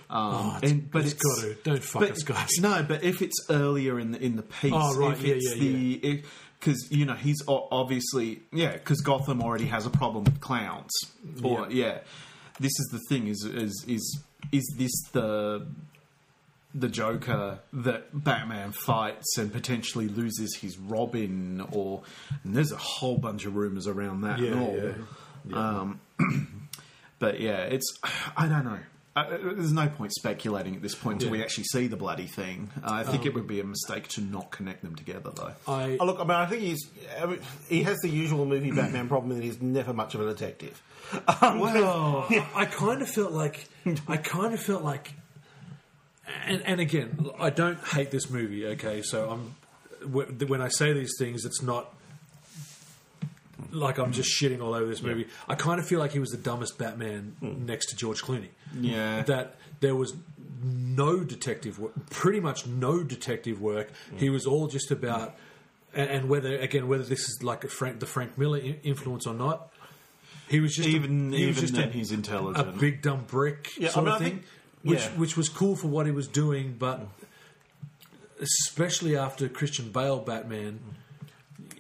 Speaker 5: Um,
Speaker 3: Oh, it's-
Speaker 5: and- but
Speaker 3: it's got to. Don't fuck
Speaker 5: but-
Speaker 3: us, guys.
Speaker 5: No, but if it's earlier in the, in the piece,
Speaker 3: Oh, right,
Speaker 5: if
Speaker 3: yeah,
Speaker 5: it's
Speaker 3: yeah, yeah.
Speaker 5: the because you know he's o- obviously yeah because Gotham already has a problem with clowns or yeah. This is the thing is is is is this the the Joker that Batman fights and potentially loses his Robin, or and there's a whole bunch of rumors around that. and
Speaker 3: Yeah,
Speaker 5: all.
Speaker 3: yeah.
Speaker 5: Um, but yeah, it's I don't know. I, there's no point speculating at this point until we actually see the bloody thing. Uh, I think
Speaker 3: Oh.
Speaker 5: it would be a mistake to not connect them together, though.
Speaker 3: I,
Speaker 4: Oh, look, I mean, I think he's I mean, he has the usual movie Batman problem that he's never much of a detective. Um,
Speaker 3: Well, I kind of felt like I kind of felt like, and, and again, I don't hate this movie. Okay, so I'm wh- when I say these things, it's not like I'm just shitting all over this movie. I kind of feel like he was the dumbest Batman next to George Clooney.
Speaker 5: Yeah.
Speaker 3: that there was no detective work, pretty much no detective work. He was all just about. And and whether again, whether this is like a Frank, the Frank Miller in- influence or not, he was just a-
Speaker 5: even
Speaker 3: he was
Speaker 5: even
Speaker 3: just
Speaker 5: then,
Speaker 3: a-
Speaker 5: he's
Speaker 3: a
Speaker 5: intelligent.
Speaker 3: big dumb brick
Speaker 4: Yeah, I
Speaker 3: sort
Speaker 4: mean, I
Speaker 3: of thing,
Speaker 4: think-
Speaker 3: which
Speaker 4: yeah.
Speaker 3: which was cool for what he was doing, but especially after Christian Bale Batman,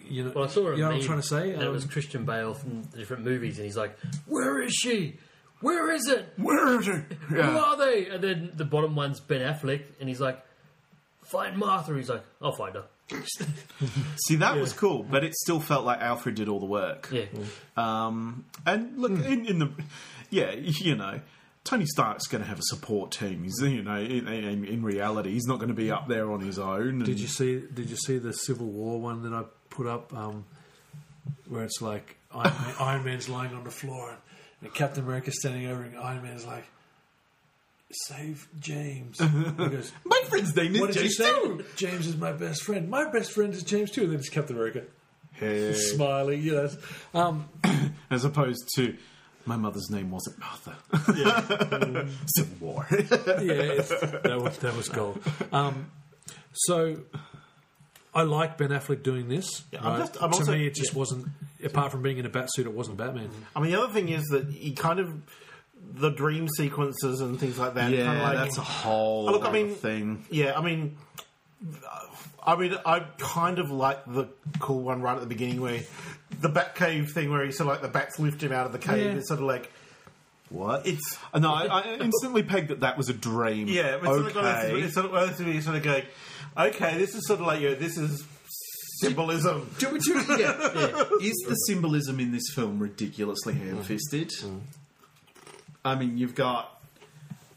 Speaker 3: you know,
Speaker 6: Well, I saw a
Speaker 3: you know what I'm
Speaker 6: meme
Speaker 3: trying to say.
Speaker 6: That
Speaker 3: Um,
Speaker 6: was Christian Bale from the different movies, and he's like, "Where is she? Where is it?
Speaker 5: Where is it?
Speaker 6: Who are they?" And then the bottom one's Ben Affleck, and he's like, "Find Martha." He's like, "I'll find her."
Speaker 5: See, that was cool, but it still felt like Alfred did all the work.
Speaker 6: Yeah,
Speaker 5: Um, and look
Speaker 3: Hmm.
Speaker 5: in, in the yeah, you know, Tony Stark's going to have a support team. He's you know, in, in, in reality, he's not going to be up there on his own. and-
Speaker 3: did you see? Did you see the Civil War one that I put up, um, where it's like Iron, Man, Iron Man's lying on the floor and Captain America's standing over, and Iron Man's like, "Save James." He goes,
Speaker 5: My friend's name
Speaker 3: What
Speaker 5: is
Speaker 3: did you
Speaker 5: Jason.
Speaker 3: say? James is my best friend. My best friend is James too. And then it's Captain America
Speaker 5: Hey.
Speaker 3: smiling. You know, it's- um,
Speaker 5: As opposed to my mother's name wasn't Martha. Civil War.
Speaker 3: yeah, it's- that was that was gold. Um, so I like Ben Affleck doing this.
Speaker 4: I'm
Speaker 3: right?
Speaker 4: just- I'm
Speaker 3: to
Speaker 4: also-
Speaker 3: me, it just wasn't. Apart from being in a bat suit, it wasn't Batman.
Speaker 4: I mean, the other thing is that he kind of the dream sequences and things like that.
Speaker 5: yeah,
Speaker 4: Kinda like-
Speaker 5: that's a whole
Speaker 4: Oh, look, I
Speaker 5: other
Speaker 4: mean-
Speaker 5: thing.
Speaker 4: yeah, I mean, I mean, I kind of like the cool one right at the beginning where the bat cave thing where he sort of like the bats lift him out of the cave.
Speaker 5: Yeah.
Speaker 4: It's sort of like
Speaker 5: What? It's no, I, I instantly pegged that that was a dream.
Speaker 4: yeah, it's sort of like
Speaker 5: okay.
Speaker 4: it's sort of, it's sort of, sort of going, okay, this is sort of like your this is symbolism.
Speaker 5: Do we, do we- yeah, yeah. Is the symbolism in this film ridiculously ham fisted? I mean, you've got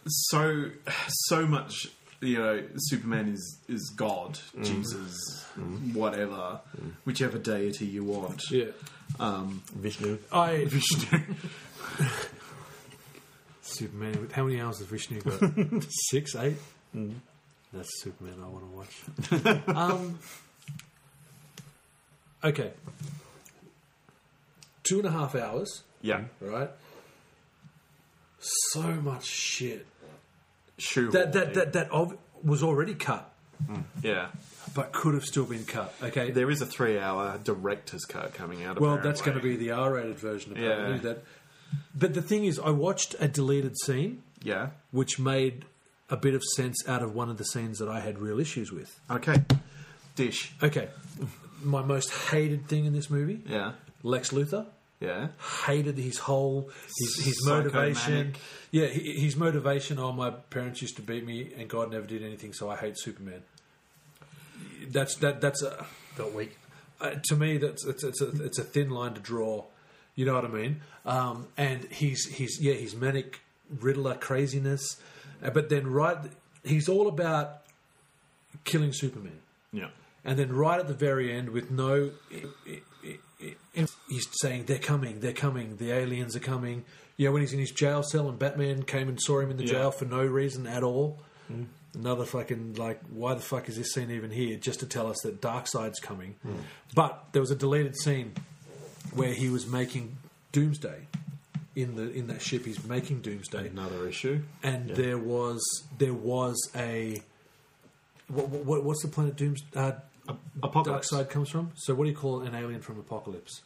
Speaker 5: so so much. You know, Superman is is God, Jesus, whatever, whichever deity you want. Um,
Speaker 3: Yeah.
Speaker 8: Vishnu.
Speaker 3: I Superman. with- How many hours has Vishnu got? Six, eight. Mm-hmm. That's Superman I want to watch. um, okay, two and a half hours.
Speaker 5: Yeah,
Speaker 3: Right. So much shit
Speaker 5: sure.
Speaker 3: that that that that ob- was already cut,
Speaker 5: yeah.
Speaker 3: but could have still been cut. Okay.
Speaker 5: There is a three-hour director's cut coming out.
Speaker 3: well, that's going to
Speaker 5: apparently.
Speaker 3: be the R-rated version. Apparently.
Speaker 5: Yeah.
Speaker 3: That. But the thing is, I watched a deleted scene.
Speaker 5: yeah.
Speaker 3: which made a bit of sense out of one of the scenes that I had real issues with.
Speaker 5: Okay, dish.
Speaker 3: Okay, my most hated thing in this movie,
Speaker 5: Yeah,
Speaker 3: Lex Luthor,
Speaker 5: yeah.
Speaker 3: hated his whole his, his motivation.
Speaker 5: Psychomanic.
Speaker 3: Yeah, hi- his motivation. Oh, my parents used to beat me, and God never did anything, so I hate Superman. That's that. That's a
Speaker 6: Felt weak.
Speaker 3: uh, to me, that's it's, it's, a, it's a thin line to draw. You know what I mean? Um, and he's he's yeah, he's manic Riddler craziness, uh, but then right, he's all about killing Superman,
Speaker 5: Yeah.
Speaker 3: and then right at the very end, with no, i- i- i- i- he's saying they're coming, they're coming, the aliens are coming. You know, when he's in his jail cell and Batman came and saw him in the
Speaker 5: Yeah.
Speaker 3: jail for no reason at all. Another fucking like, why the fuck is this scene even here? Just to tell us that Darkseid's coming. But there was a deleted scene where he was making Doomsday in the in that ship. He's making Doomsday,
Speaker 5: Another issue.
Speaker 3: and there was there was a what, what, what's the planet Dooms uh, Dark
Speaker 5: Apocalypse.
Speaker 3: Side comes from? So what do you call an alien from Apocalypse?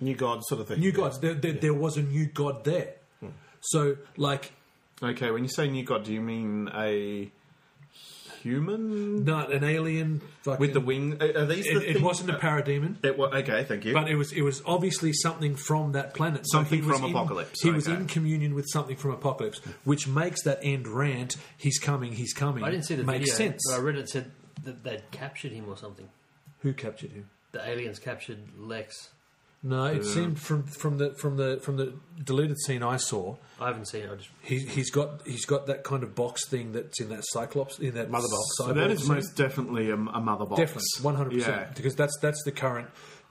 Speaker 4: New God sort of thing.
Speaker 3: New gods. There, there, there was a new god there.
Speaker 5: Hmm.
Speaker 3: So like
Speaker 5: Okay, when you say new god, do you mean a human
Speaker 3: not an alien fucking,
Speaker 5: with the wing? Are, are these? the
Speaker 3: It, it
Speaker 5: things
Speaker 3: wasn't a
Speaker 5: that-
Speaker 3: parademon.
Speaker 5: It wa- okay, thank you.
Speaker 3: But it was it was obviously something from that planet. So
Speaker 5: Something
Speaker 3: he was
Speaker 5: from
Speaker 3: in-
Speaker 5: Apocalypse,
Speaker 3: He was
Speaker 5: okay.
Speaker 3: in communion with something from Apocalypse, which makes that end rant. He's coming. He's coming.
Speaker 6: I didn't see the
Speaker 3: makes
Speaker 6: video,
Speaker 3: sense.
Speaker 6: but I read it said that they'd captured him or something.
Speaker 3: Who captured him?
Speaker 6: The aliens captured Lex.
Speaker 3: No,
Speaker 5: Uh.
Speaker 3: it seemed from from the from the from the deleted scene I saw,
Speaker 6: I haven't seen it. I just
Speaker 3: he, he's got he's got that kind of box thing that's in that Cyclops in that mother box.
Speaker 5: so that is most definitely a, a mother box.
Speaker 3: definitely one hundred
Speaker 5: Yeah.
Speaker 3: percent because that's that's the current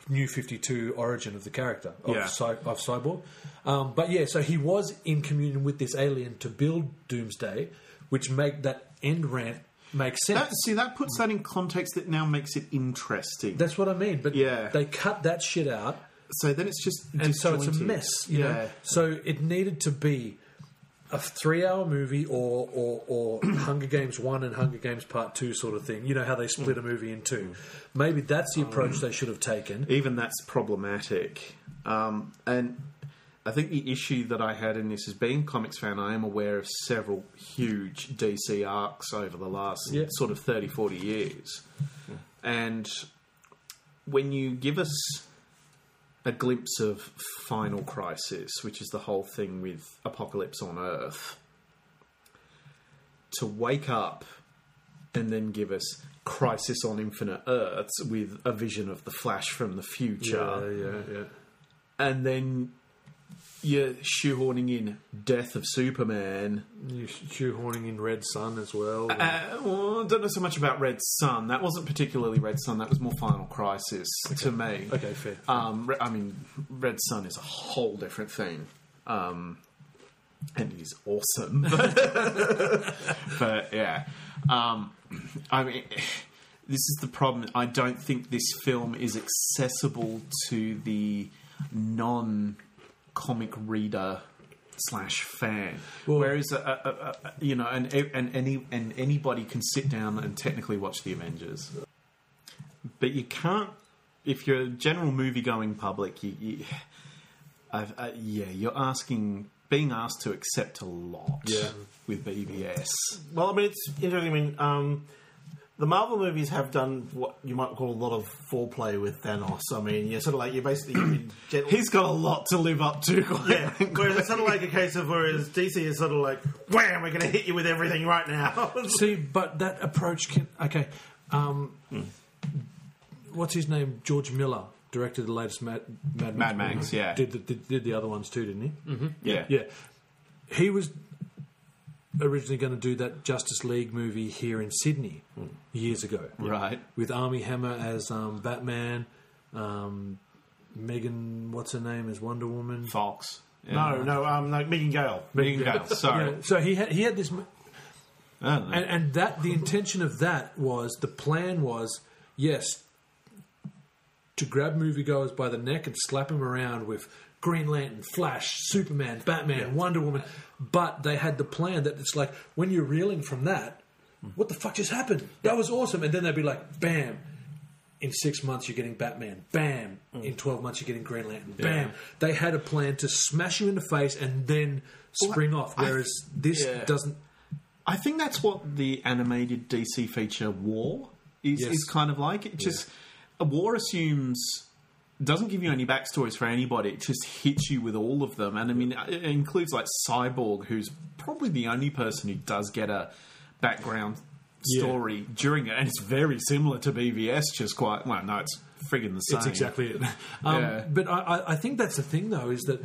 Speaker 3: New Fifty Two origin of the character of,
Speaker 5: Yeah.
Speaker 3: Cy- of Cyborg. Um, but yeah, so he was in communion with this alien to build Doomsday, which make that end rant make sense.
Speaker 5: That, see, that puts that in context that now makes it interesting.
Speaker 3: that's what I mean. But
Speaker 5: Yeah.
Speaker 3: they cut that shit out
Speaker 5: so then it's just
Speaker 3: and so it's a
Speaker 5: disjointed.
Speaker 3: mess. You
Speaker 5: yeah,
Speaker 3: Know? So it needed to be a three-hour movie or or, or Hunger Games One and Hunger Games Part Two sort of thing. You know how they split a movie in two. Maybe that's
Speaker 5: Mm.
Speaker 3: the approach they should have taken.
Speaker 5: even that's problematic. Um, and I think the issue that I had in this is being a comics fan, I am aware of several huge DC arcs over the last
Speaker 3: Yeah.
Speaker 5: sort of 30, 40 years. And when you give us a glimpse of Final Crisis, which is the whole thing with Apocalypse on Earth, to wake up and then give us Crisis on Infinite Earths with a vision of the Flash from the future
Speaker 3: uh, yeah, yeah.
Speaker 5: and then you're shoehorning in Death of Superman.
Speaker 3: You shoehorning in Red Sun as well.
Speaker 5: Uh, well, I don't know so much about Red Sun. That wasn't particularly Red Sun. That was more Final Crisis to me.
Speaker 3: Okay, fair.
Speaker 5: Um, re- I mean, Red Sun is a whole different thing. Um, and he's awesome. but yeah, um, I mean, this is the problem. I don't think this film is accessible to the non comic reader slash fan. Whereas, uh, a, a, a, a- you know, and, and, any, and anybody can sit down and technically watch The Avengers. But you can't, if you're a general movie going public, you. you I've, uh, yeah, you're asking, being asked to accept a lot
Speaker 3: Yeah.
Speaker 5: with BBS.
Speaker 4: Well, I mean, it's interesting. I mean, um, the Marvel movies have done what you might call a lot of foreplay with Thanos. I mean, you're sort of like you're basically you've been gently.
Speaker 5: He's got a lot to live up to. Quite
Speaker 4: yeah, whereas it's sort of like a case of whereas DC is sort of like, wham, we're going to hit you with everything right now.
Speaker 3: See, but that approach can. Okay. Um,
Speaker 5: Hmm.
Speaker 3: What's his name? George Miller directed the latest Mad, Mad,
Speaker 5: Mad
Speaker 3: movie.
Speaker 5: Max, yeah.
Speaker 3: Did the, did, did the other ones too, didn't he?
Speaker 5: yeah.
Speaker 3: Yeah. He was originally going to do that Justice League movie here in Sydney years ago.
Speaker 5: Hmm. Right.
Speaker 3: With Army Hammer as um, Batman, um, Megan, what's her name, as Wonder Woman.
Speaker 5: Fox. Yeah.
Speaker 4: no, no, um, no, Megan Gale.
Speaker 5: Megan Gale, sorry.
Speaker 3: Yeah, so he had, he had this. mo-
Speaker 5: I don't know.
Speaker 3: And, and that the intention of that was the plan was yes to grab moviegoers by the neck and slap them around with Green Lantern, Flash, Superman, Batman, Wonder Woman, but they had the plan that it's like when you're reeling from that, what the fuck just happened? That was awesome, and then they'd be like, bam. In six months, you're getting Batman. Bam. In 12 months, you're getting Green Lantern. Bam. They had a plan to smash you in the face and then spring off, whereas this
Speaker 5: yeah.
Speaker 3: doesn't.
Speaker 5: I think that's what the animated DC feature War is,
Speaker 3: Yes.
Speaker 5: is kind of like. It just a War assumes doesn't give you any backstories for anybody. It just hits you with all of them, and I mean, it includes like Cyborg, who's probably the only person who does get a background story during it, and it's very similar to BVS. Just quite well, no, it's friggin' the same.
Speaker 3: That's exactly it. Um,
Speaker 5: Yeah.
Speaker 3: But I, I, I think that's the thing, though, is that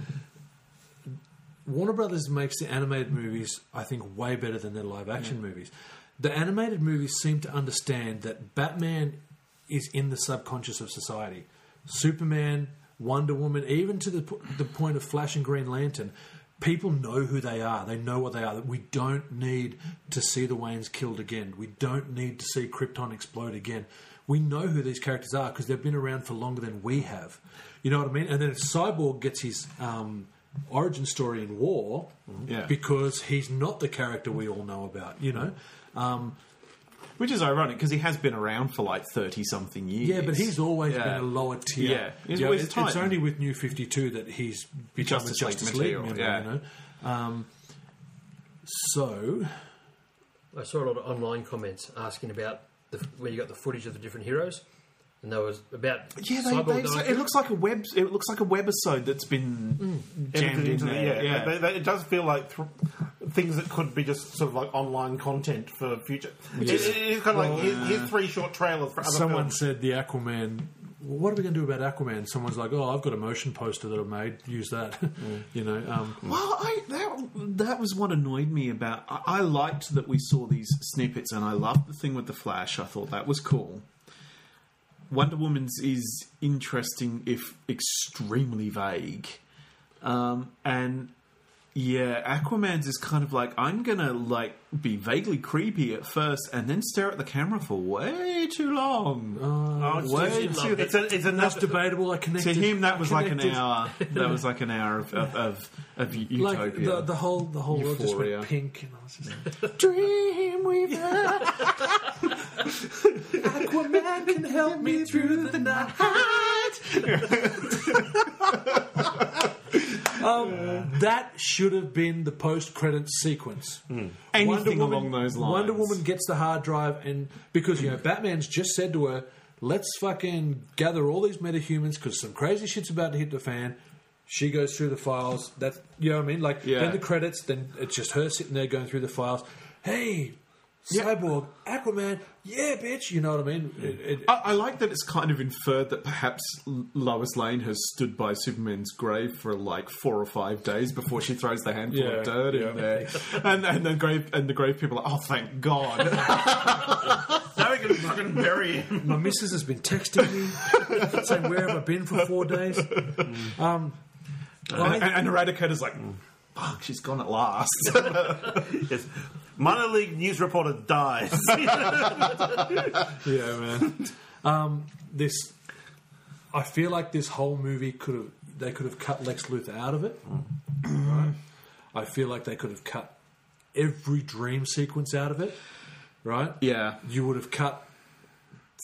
Speaker 3: Warner Brothers makes the animated movies, I think, way better than their live action movies. The animated movies seem to understand that Batman is in the subconscious of society. Superman, Wonder Woman, even to the, p- the point of Flash and Green Lantern, people know who they are. They know what they are. We don't need to see the Waynes killed again. We don't need to see Krypton explode again. We know who these characters are because they've been around for longer than we have. You know what I mean? And then if Cyborg gets his um, origin story in War
Speaker 5: Mm-hmm. Yeah. Mm-hmm.
Speaker 3: because he's not the character we all know about, you know?
Speaker 5: Which is ironic because he has been around for like thirty something years.
Speaker 3: Yeah, but he's always
Speaker 5: Yeah.
Speaker 3: been a lower tier.
Speaker 5: Yeah. He's
Speaker 3: You know,
Speaker 5: always
Speaker 3: it's,
Speaker 5: Titan.
Speaker 3: it's only with New Fifty Two that he's become
Speaker 5: Justice
Speaker 3: a
Speaker 5: League
Speaker 3: Justice League,
Speaker 5: material,
Speaker 3: member.
Speaker 5: yeah.
Speaker 3: You know, um, so
Speaker 6: I saw a lot of online comments asking about the, where you got the footage of the different heroes, and there was about
Speaker 5: Yeah, they, they,
Speaker 6: Cyborg dying.
Speaker 5: it looks like a web. It looks like a webisode that's been jammed
Speaker 4: Edited
Speaker 5: into
Speaker 4: into the-
Speaker 5: there.
Speaker 4: yeah, They, they, it does feel like th- things that could be just sort of like online content for future. It's, it's kind of like here's, here's three short trailers for other
Speaker 3: someone
Speaker 4: films.
Speaker 3: said the Aquaman. "Well, What are we going to do about Aquaman? Someone's like, "Oh, I've got a motion poster that I made. Use that."
Speaker 5: Mm.
Speaker 3: you know, um,
Speaker 5: Well, I, that that was what annoyed me about. I, I liked that we saw these snippets, and I loved the thing with the Flash. I thought that was cool. Wonder Woman's is interesting, if extremely vague, um, and yeah, Aquaman's is kind of like I'm gonna like be vaguely creepy at first, and then stare at the camera for way too long.
Speaker 4: Oh, it's,
Speaker 5: Way
Speaker 4: it's,
Speaker 5: too-
Speaker 4: it's, a, it's
Speaker 3: that's
Speaker 4: enough.
Speaker 3: debatable. I
Speaker 5: to
Speaker 3: connected
Speaker 5: him that was like an
Speaker 3: connected.
Speaker 5: hour that was like an hour of of, of, of u- utopia
Speaker 3: Like the, the whole the whole world just
Speaker 5: Euphoria.
Speaker 3: went pink, and I was just
Speaker 5: dreamweaver
Speaker 3: Aquaman can help me through the night. um, that should have been the post-credits sequence.
Speaker 5: Hmm. anything along those lines
Speaker 3: Wonder Woman gets the hard drive, and because you know Batman's just said to her, "Let's fucking gather all these metahumans because some crazy shit's about to hit the fan." She goes through the files. That you know what I mean? Like
Speaker 5: Yeah.
Speaker 3: then the credits, then it's just her sitting there going through the files. Hey, Cyborg, Aquaman, yeah, bitch. You know what I mean? It- it-
Speaker 5: I, I like that it's kind of inferred that perhaps L- Lois Lane has stood by Superman's grave for like four or five days before she throws the handful
Speaker 3: Yeah,
Speaker 5: of dirt
Speaker 3: yeah.
Speaker 5: in there, and and the grave and the grave people are oh thank God
Speaker 4: Now we can fucking bury him.
Speaker 3: My missus has been texting me saying, Where have I been for four days? Um,
Speaker 5: and,
Speaker 3: I,
Speaker 5: and Eradicator's like "Mm, fuck she's gone at last
Speaker 4: Yes. Minor league news reporter dies.
Speaker 3: yeah, man. Um, this, I feel like this whole movie could have, they could have cut Lex Luthor out of it. Right? I feel like they could have cut every dream sequence out of it, right?
Speaker 5: yeah
Speaker 3: you would have cut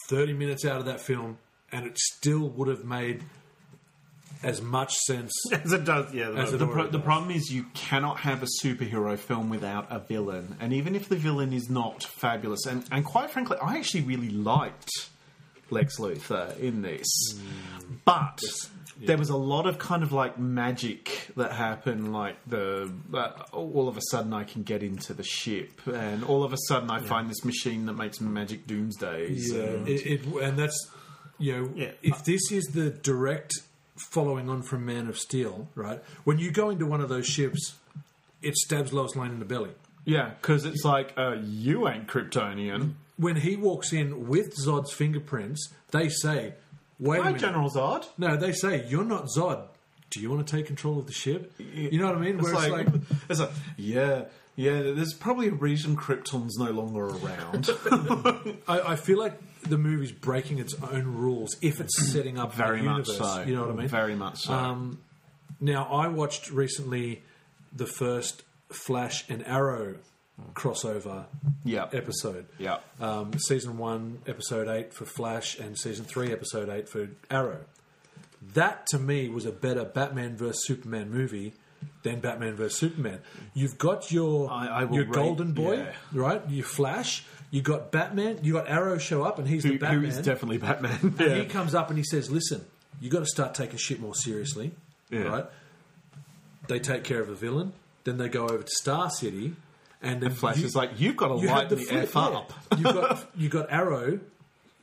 Speaker 3: 30 minutes out of that film and it still would have made as much sense.
Speaker 4: As it does, yeah.
Speaker 3: As it
Speaker 5: The,
Speaker 4: the-
Speaker 5: pro- the problem is you cannot have a superhero film without a villain, and even if the villain is not fabulous, and, and quite frankly, I actually really liked Lex Luthor in this,
Speaker 4: Mm.
Speaker 5: but there was a lot of kind of like magic that happened, like the uh, all of a sudden I can get into the ship, and all of a sudden I find this machine that makes magic doomsdays.
Speaker 3: Yeah,
Speaker 5: and-
Speaker 3: it, it, and that's you know,
Speaker 4: Yeah.
Speaker 3: if this is the direct following on from Man of Steel, right? When you go into one of those ships, it stabs Lois Lane in the belly.
Speaker 5: yeah, because it's like uh, you ain't Kryptonian.
Speaker 3: When he walks in with Zod's fingerprints, they say, "Wait a
Speaker 5: Hi,
Speaker 3: minute."
Speaker 5: General Zod.
Speaker 3: No, they say, "You're not Zod. Do you want to take control of the ship?" You know what I mean?
Speaker 5: It's
Speaker 3: Where it's
Speaker 5: like, it's like, yeah, yeah. There's probably a reason Krypton's no longer around.
Speaker 3: I, I feel like the movie's breaking its own rules if it's setting up
Speaker 5: Very
Speaker 3: a
Speaker 5: much
Speaker 3: universe.
Speaker 5: so.
Speaker 3: You know what I mean?
Speaker 5: Very much so.
Speaker 3: Um, now, I watched recently the first Flash and Arrow crossover
Speaker 5: yeah,
Speaker 3: episode.
Speaker 5: yeah.
Speaker 3: Um, season one, episode eight for Flash, and season three, episode eight for Arrow. That to me was a better Batman vs Superman movie than Batman vs Superman. You've got your
Speaker 5: I- I will
Speaker 3: your
Speaker 5: rate-
Speaker 3: Golden Boy,
Speaker 5: yeah.
Speaker 3: right? You Flash. You got Batman. You got Arrow show up, and he's
Speaker 5: Who,
Speaker 3: the Batman.
Speaker 5: who is definitely Batman?
Speaker 3: And he comes up and he says, "Listen, you got to start taking shit more seriously,
Speaker 5: Yeah.
Speaker 3: right?" They take care of the villain, then they go over to Star City, and then
Speaker 5: Flash
Speaker 3: you-
Speaker 5: is like, you've got to
Speaker 3: you had
Speaker 5: lighten the,
Speaker 3: flip,
Speaker 5: f
Speaker 3: yeah.
Speaker 5: up.
Speaker 3: You've got you got Arrow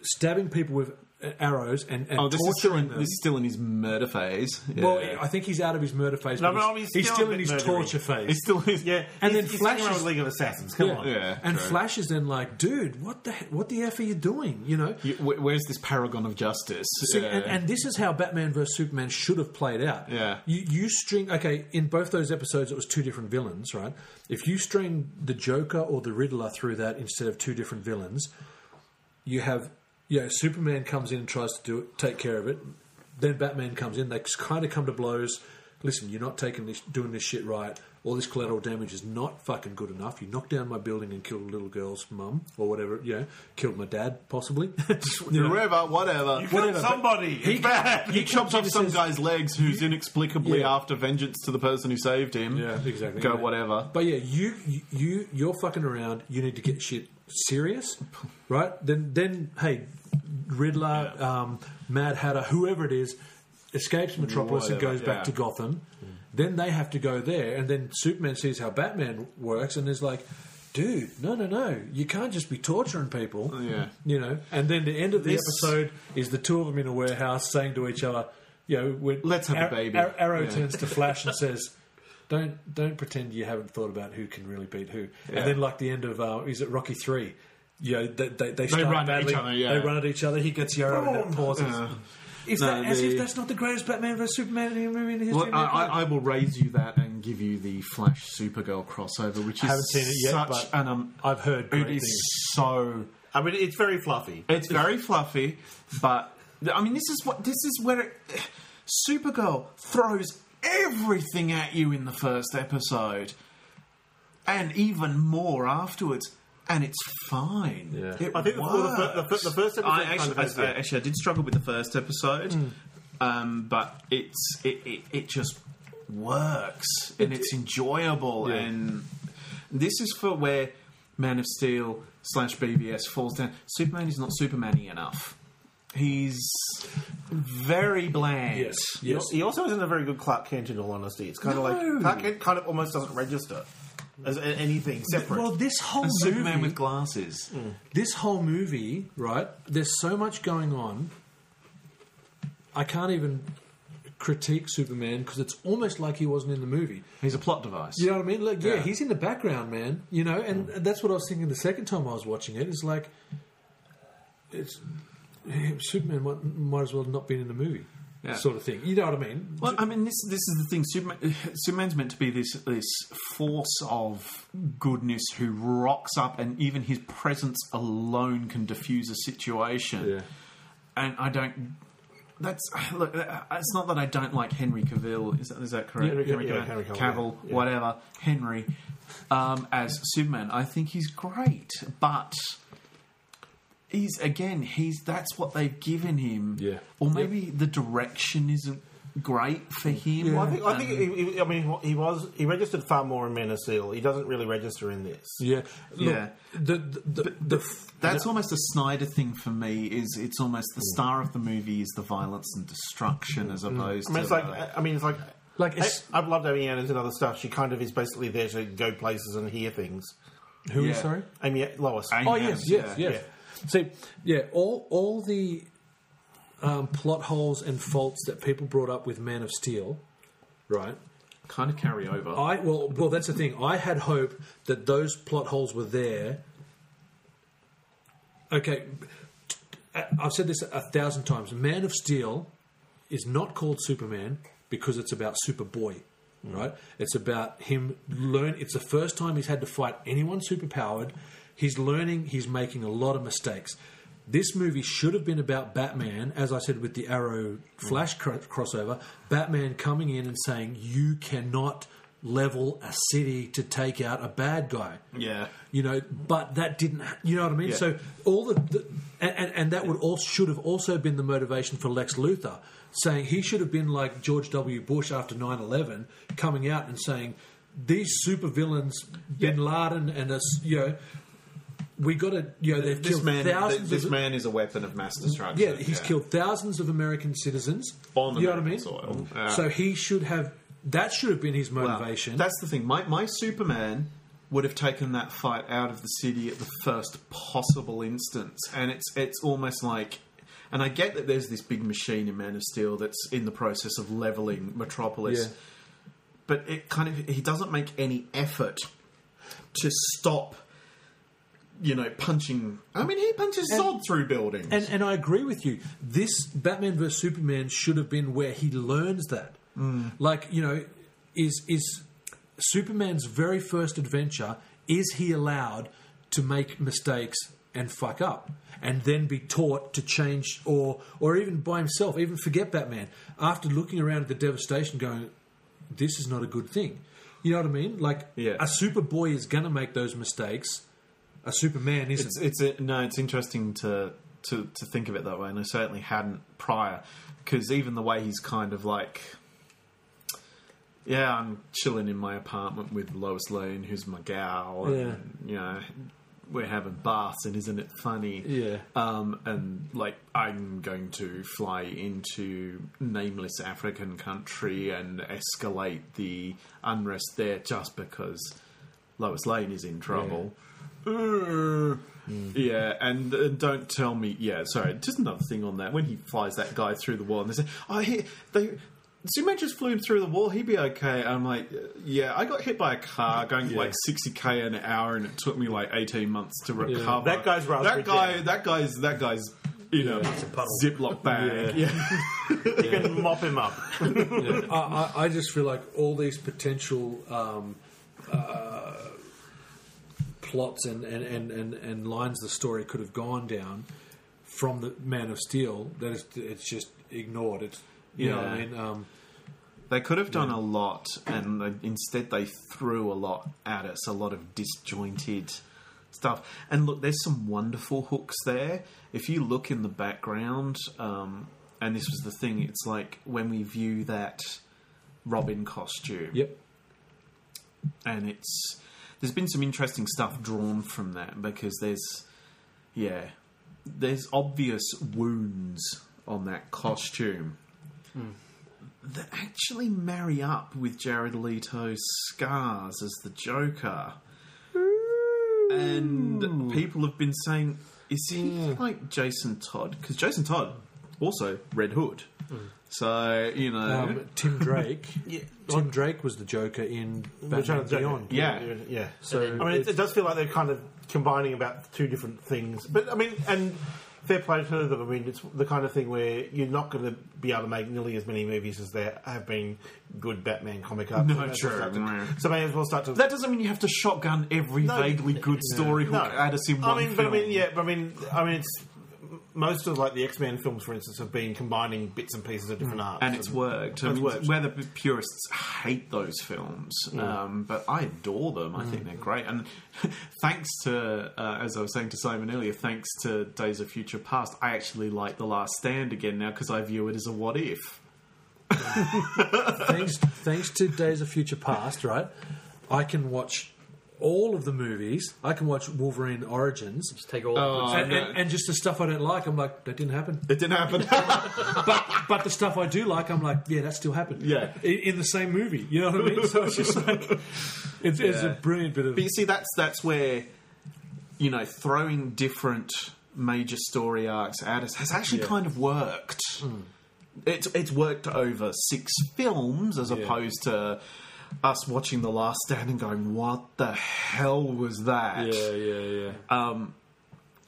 Speaker 3: stabbing people with uh, arrows and, and
Speaker 5: Oh, this is still
Speaker 3: torturing
Speaker 5: in
Speaker 3: them.
Speaker 5: this is still in his murder phase. Yeah.
Speaker 3: well, I think he's out of his murder phase.
Speaker 4: No,
Speaker 3: but
Speaker 4: no,
Speaker 3: he's,
Speaker 4: he's still a
Speaker 3: in his
Speaker 4: bit murdery.
Speaker 3: torture phase.
Speaker 5: He's still his,
Speaker 4: yeah,
Speaker 3: And
Speaker 4: and
Speaker 3: then
Speaker 4: then he's hanging
Speaker 3: Flash
Speaker 4: around
Speaker 3: is-
Speaker 4: with League of Assassins. Come on,
Speaker 5: Yeah,
Speaker 3: and
Speaker 5: true.
Speaker 3: Flash is then like, dude, what the he- what the f are you doing? You know,
Speaker 5: You- wh- Where's this paragon of justice?
Speaker 3: See,
Speaker 5: Yeah.
Speaker 3: and, and this is how Batman vs Superman should have played out.
Speaker 5: Yeah.
Speaker 3: you, you string okay in both those episodes. It was two different villains, right? If you string the Joker or the Riddler through that instead of two different villains, you have you know, Superman comes in and tries to do it, take care of it. Then Batman comes in. They kind of come to blows. Listen, you're not taking this, doing this shit right. All this collateral damage is not fucking good enough. You knocked down my building and killed a little girl's mum or whatever. You know, killed my dad possibly. You know?
Speaker 5: Whoever, whatever.
Speaker 4: You killed
Speaker 3: but
Speaker 4: somebody.
Speaker 3: he-
Speaker 4: It's bad.
Speaker 5: he chopped off some guy's legs who's inexplicably
Speaker 3: Yeah.
Speaker 5: after vengeance to the person who saved him.
Speaker 3: Yeah, exactly.
Speaker 5: Go
Speaker 3: Yeah.
Speaker 5: whatever.
Speaker 3: But yeah, you you you're fucking around. You need to get shit serious, right? Then then hey, Riddler, um, Mad Hatter, whoever it is, escapes Metropolis and
Speaker 5: Whatever,
Speaker 3: goes back
Speaker 5: yeah.
Speaker 3: to Gotham. Then they have to go there, and then Superman sees how Batman works, and is like. Dude, no, no, no! You can't just be torturing people.
Speaker 5: Yeah.
Speaker 3: you know. And then the end of the
Speaker 5: This-
Speaker 3: episode is the two of them in a warehouse saying to each other, "You know, we're,
Speaker 5: Let's have a baby.
Speaker 3: Ar- Arrow
Speaker 5: Yeah.
Speaker 3: turns to Flash and says, "Don't don't pretend you haven't thought about who can really beat who."
Speaker 5: Yeah.
Speaker 3: And then, like the end of uh, is it Rocky Three? Yeah, they they, they, start
Speaker 5: run at
Speaker 3: battling.
Speaker 5: each other, yeah.
Speaker 3: They run at each other. He gets the arrow and it pauses. Is
Speaker 5: No,
Speaker 3: that as
Speaker 5: the-
Speaker 3: if that's not the greatest Batman vs Superman in movie in history?
Speaker 5: Well, I, I, I will raise you that and give you the Flash Supergirl crossover, which is
Speaker 3: haven't seen it yet,
Speaker 5: such
Speaker 3: but
Speaker 5: an um,
Speaker 3: I've heard
Speaker 5: it
Speaker 3: great
Speaker 5: is
Speaker 3: things.
Speaker 5: so
Speaker 4: I mean, it's very fluffy.
Speaker 5: it's very fluffy, but I mean this is what this is where it, Supergirl throws everything at you in the first episode, and even more afterwards, and it's fine. It
Speaker 4: I think the, well, the, fir- the, fir- the first episode
Speaker 5: I
Speaker 4: kind
Speaker 5: actually,
Speaker 4: of has Mm.
Speaker 5: I, I
Speaker 4: that.
Speaker 5: actually, I did struggle with the first episode, um, but it's it, it, it just works and it's enjoyable. And this is for where Man of Steel slash BVS falls down. Superman is not Superman-y enough. He's very bland.
Speaker 3: yes,
Speaker 4: He
Speaker 3: yes.
Speaker 4: al- He also isn't a very good Clark Kent, in all honesty. It's kind of
Speaker 5: No.
Speaker 4: like Clark Kent kind of almost doesn't register as a- anything separate.
Speaker 3: Well, this whole
Speaker 5: And Superman
Speaker 3: movie, Mm.
Speaker 5: with glasses.
Speaker 3: this whole movie, right? There's so much going on. I can't even critique Superman because it's almost like he wasn't in the movie.
Speaker 5: He's a plot device.
Speaker 3: You know what I mean? Like, yeah, Mm.
Speaker 5: Yeah.
Speaker 3: he's in the background, man. You know, and that's what I was thinking the second time I was watching it. It's like, it's Superman might, might as well not been in the movie,
Speaker 5: Yeah.
Speaker 3: sort of thing. You know what I mean?
Speaker 5: Well, I mean, this this is the thing. Superman, Superman's meant to be this this force of goodness who rocks up, and even his presence alone can diffuse a situation. And I don't. That's look. uh, It's not that I don't like Henry Cavill. Is that is that correct?
Speaker 3: Yeah, yeah,
Speaker 5: Henry,
Speaker 4: yeah,
Speaker 5: Cavill,
Speaker 4: Henry Cavill,
Speaker 5: Cavill,
Speaker 4: yeah, yeah.
Speaker 5: whatever. Henry um, as Superman. I think he's great, but. He's again. He's that's what they've given him.
Speaker 3: Yeah.
Speaker 5: Or maybe the direction isn't great for him. Um,
Speaker 4: Well, I think, I, think he, he- I mean, he was he registered far more in Man of Steel. He doesn't really register in this.
Speaker 3: Yeah, Look,
Speaker 5: Yeah.
Speaker 3: The the, the, the f-
Speaker 5: That's almost a Snyder thing for me. Is it's almost the
Speaker 4: Mm.
Speaker 5: star of the movie is the violence and destruction as opposed
Speaker 4: I mean,
Speaker 5: to
Speaker 4: it's like uh,
Speaker 5: the-
Speaker 4: I mean, it's like
Speaker 3: Like, it's-
Speaker 4: I, I've loved Amy Adams and other stuff. She kind of is basically there to go places and hear things.
Speaker 3: who
Speaker 5: Yeah.
Speaker 3: sorry?
Speaker 4: Amy Lois.
Speaker 5: Amy
Speaker 3: Oh
Speaker 5: Yeah,
Speaker 3: yes, yes,
Speaker 5: yeah.
Speaker 3: yes. See, yeah, all all the um, plot holes and faults that people brought up with Man of Steel, right?
Speaker 5: kind of carry over.
Speaker 3: I well, well, that's the thing. I had hope that those plot holes were there. Okay, I- I've said this a thousand times. Man of Steel is not called Superman because it's about Superboy, right? It's about him learn. It's the first time he's had to fight anyone superpowered. He's learning. He's making a lot of mistakes. This movie should have been about Batman, as I said with the Arrow Flash cro- crossover. Batman coming in and saying, "You cannot level a city to take out a bad guy."
Speaker 5: Yeah.
Speaker 3: you know, but that didn't. You know what I mean?
Speaker 5: Yeah.
Speaker 3: So all the, the and, and and that would also should have also been the motivation for Lex Luthor saying he should have been like George W. Bush after 9-11, coming out and saying these supervillains, Bin Laden and us, you know, we got to you know they've
Speaker 5: this
Speaker 3: killed
Speaker 5: man,
Speaker 3: thousands
Speaker 5: this
Speaker 3: of
Speaker 5: man is a weapon of mass destruction.
Speaker 3: yeah, he's killed thousands of American citizens
Speaker 5: On
Speaker 3: you know what I
Speaker 5: American
Speaker 3: mean?
Speaker 5: soil. Yeah.
Speaker 3: So he should have that should have been his
Speaker 5: Well,
Speaker 3: motivation.
Speaker 5: that's the thing. My, my Superman would have taken that fight out of the city at the first possible instance, and it's it's almost like. And I get that there's this big machine in Man of Steel that's in the process of leveling Metropolis,
Speaker 3: Yeah.
Speaker 5: but it kind of he doesn't make any effort to stop. You know, punching. I mean, he punches Zod through buildings.
Speaker 3: And and I agree with you. This Batman vs Superman should have been where he learns that.
Speaker 5: Mm.
Speaker 3: Like you know, is is Superman's very first adventure? Is he allowed to make mistakes and fuck up, and then be taught to change, or or even by himself, even forget Batman after looking around at the devastation, going, "This is not a good thing." You know what I mean? Like
Speaker 5: Yeah.
Speaker 3: a Superboy is gonna make those mistakes. A Superman isn't.
Speaker 5: It's it's a, no, it's interesting to, to to think of it that way, and I certainly hadn't prior because even the way he's kind of like, yeah, I'm chilling in my apartment with Lois Lane, who's my gal, and you know. We're having baths, and isn't it funny?
Speaker 3: Yeah.
Speaker 5: Um, and like, I'm going to fly into nameless African country and escalate the unrest there just because Lois Lane is in trouble. Uh, Yeah, and, and don't tell me. Yeah, sorry. Just another thing on that. When he flies that guy through the wall, and they say, "Oh, he, they." Superman just flew him through the wall. He'd be okay. I'm like, uh, yeah, I got hit by a car going like 60k an hour, and it took me like 18 months to recover.
Speaker 4: That guy's raspberry
Speaker 5: That guy.
Speaker 4: jam.
Speaker 5: That guy's. That guy's. You know, Ziploc bag. yeah.
Speaker 4: You can mop him up.
Speaker 3: I, I I just feel like all these potential um, uh, plots and, and, and, and, and lines the story could have gone down from the Man of Steel that it's, it's just ignored. It's you know what I
Speaker 5: Yeah.
Speaker 3: mean. Um,
Speaker 5: They could have done a lot, and they, instead they threw a lot at us, a lot of disjointed stuff. And look, there's some wonderful hooks there. If you look in the background, um, and this was the thing, it's like when we view that Robin costume,
Speaker 3: yep.
Speaker 5: and it's there's been some interesting stuff drawn from that because there's yeah there's obvious wounds on that costume that actually marry up with Jared Leto's scars as the Joker. And people have been saying, is he like Jason Todd? Because Jason Todd also Red Hood. So, you know.
Speaker 3: Um, Tim Drake. Tim Drake was the Joker in Batman
Speaker 4: Return of
Speaker 3: Beyond.
Speaker 4: the
Speaker 5: Yeah.
Speaker 4: Joker. yeah.
Speaker 3: So
Speaker 4: I mean, it, it does feel like they're kind of combining about two different things. But I mean, and fair play to them. I mean, it's the kind of thing where you're not going to be able to make nearly as many movies as there have been good Batman comic art.
Speaker 5: No,
Speaker 4: So may as well
Speaker 5: true.
Speaker 4: start to- So may as well start to.
Speaker 5: That doesn't mean you have to shotgun every
Speaker 4: No,
Speaker 5: vaguely good story
Speaker 4: no.
Speaker 5: hook at us in one
Speaker 4: I
Speaker 5: film.
Speaker 4: mean, but I mean, yeah, but I mean, I mean, it's most of like the X Men films, for instance, have been combining bits and pieces of different arts,
Speaker 5: Mm. and it's worked. I
Speaker 4: It's
Speaker 5: mean,
Speaker 4: worked.
Speaker 5: Where the purists hate those films, um, but I adore them. I
Speaker 4: Mm.
Speaker 5: think they're great. And thanks to, uh, as I was saying to Simon earlier, thanks to Days of Future Past, I actually like The Last Stand again now because I view it as a what if.
Speaker 3: thanks, thanks to Days of Future Past, right? I can watch all of the movies. I can watch Wolverine Origins.
Speaker 6: Just take all
Speaker 5: Oh,
Speaker 6: the
Speaker 3: and, and, and just the stuff I don't like, I'm like, that didn't happen.
Speaker 5: It didn't happen.
Speaker 3: But but the stuff I do like, I'm like, yeah, that still happened.
Speaker 5: Yeah.
Speaker 3: in, in the same movie. You know what I mean? So it's just like, it's, it's a
Speaker 5: Yeah.
Speaker 3: brilliant bit of.
Speaker 5: But you see, that's that's where you know throwing different major story arcs at us has actually kind of worked. It's it's worked over six films as opposed to us watching The Last Stand and going, "What the hell was that?"
Speaker 3: yeah,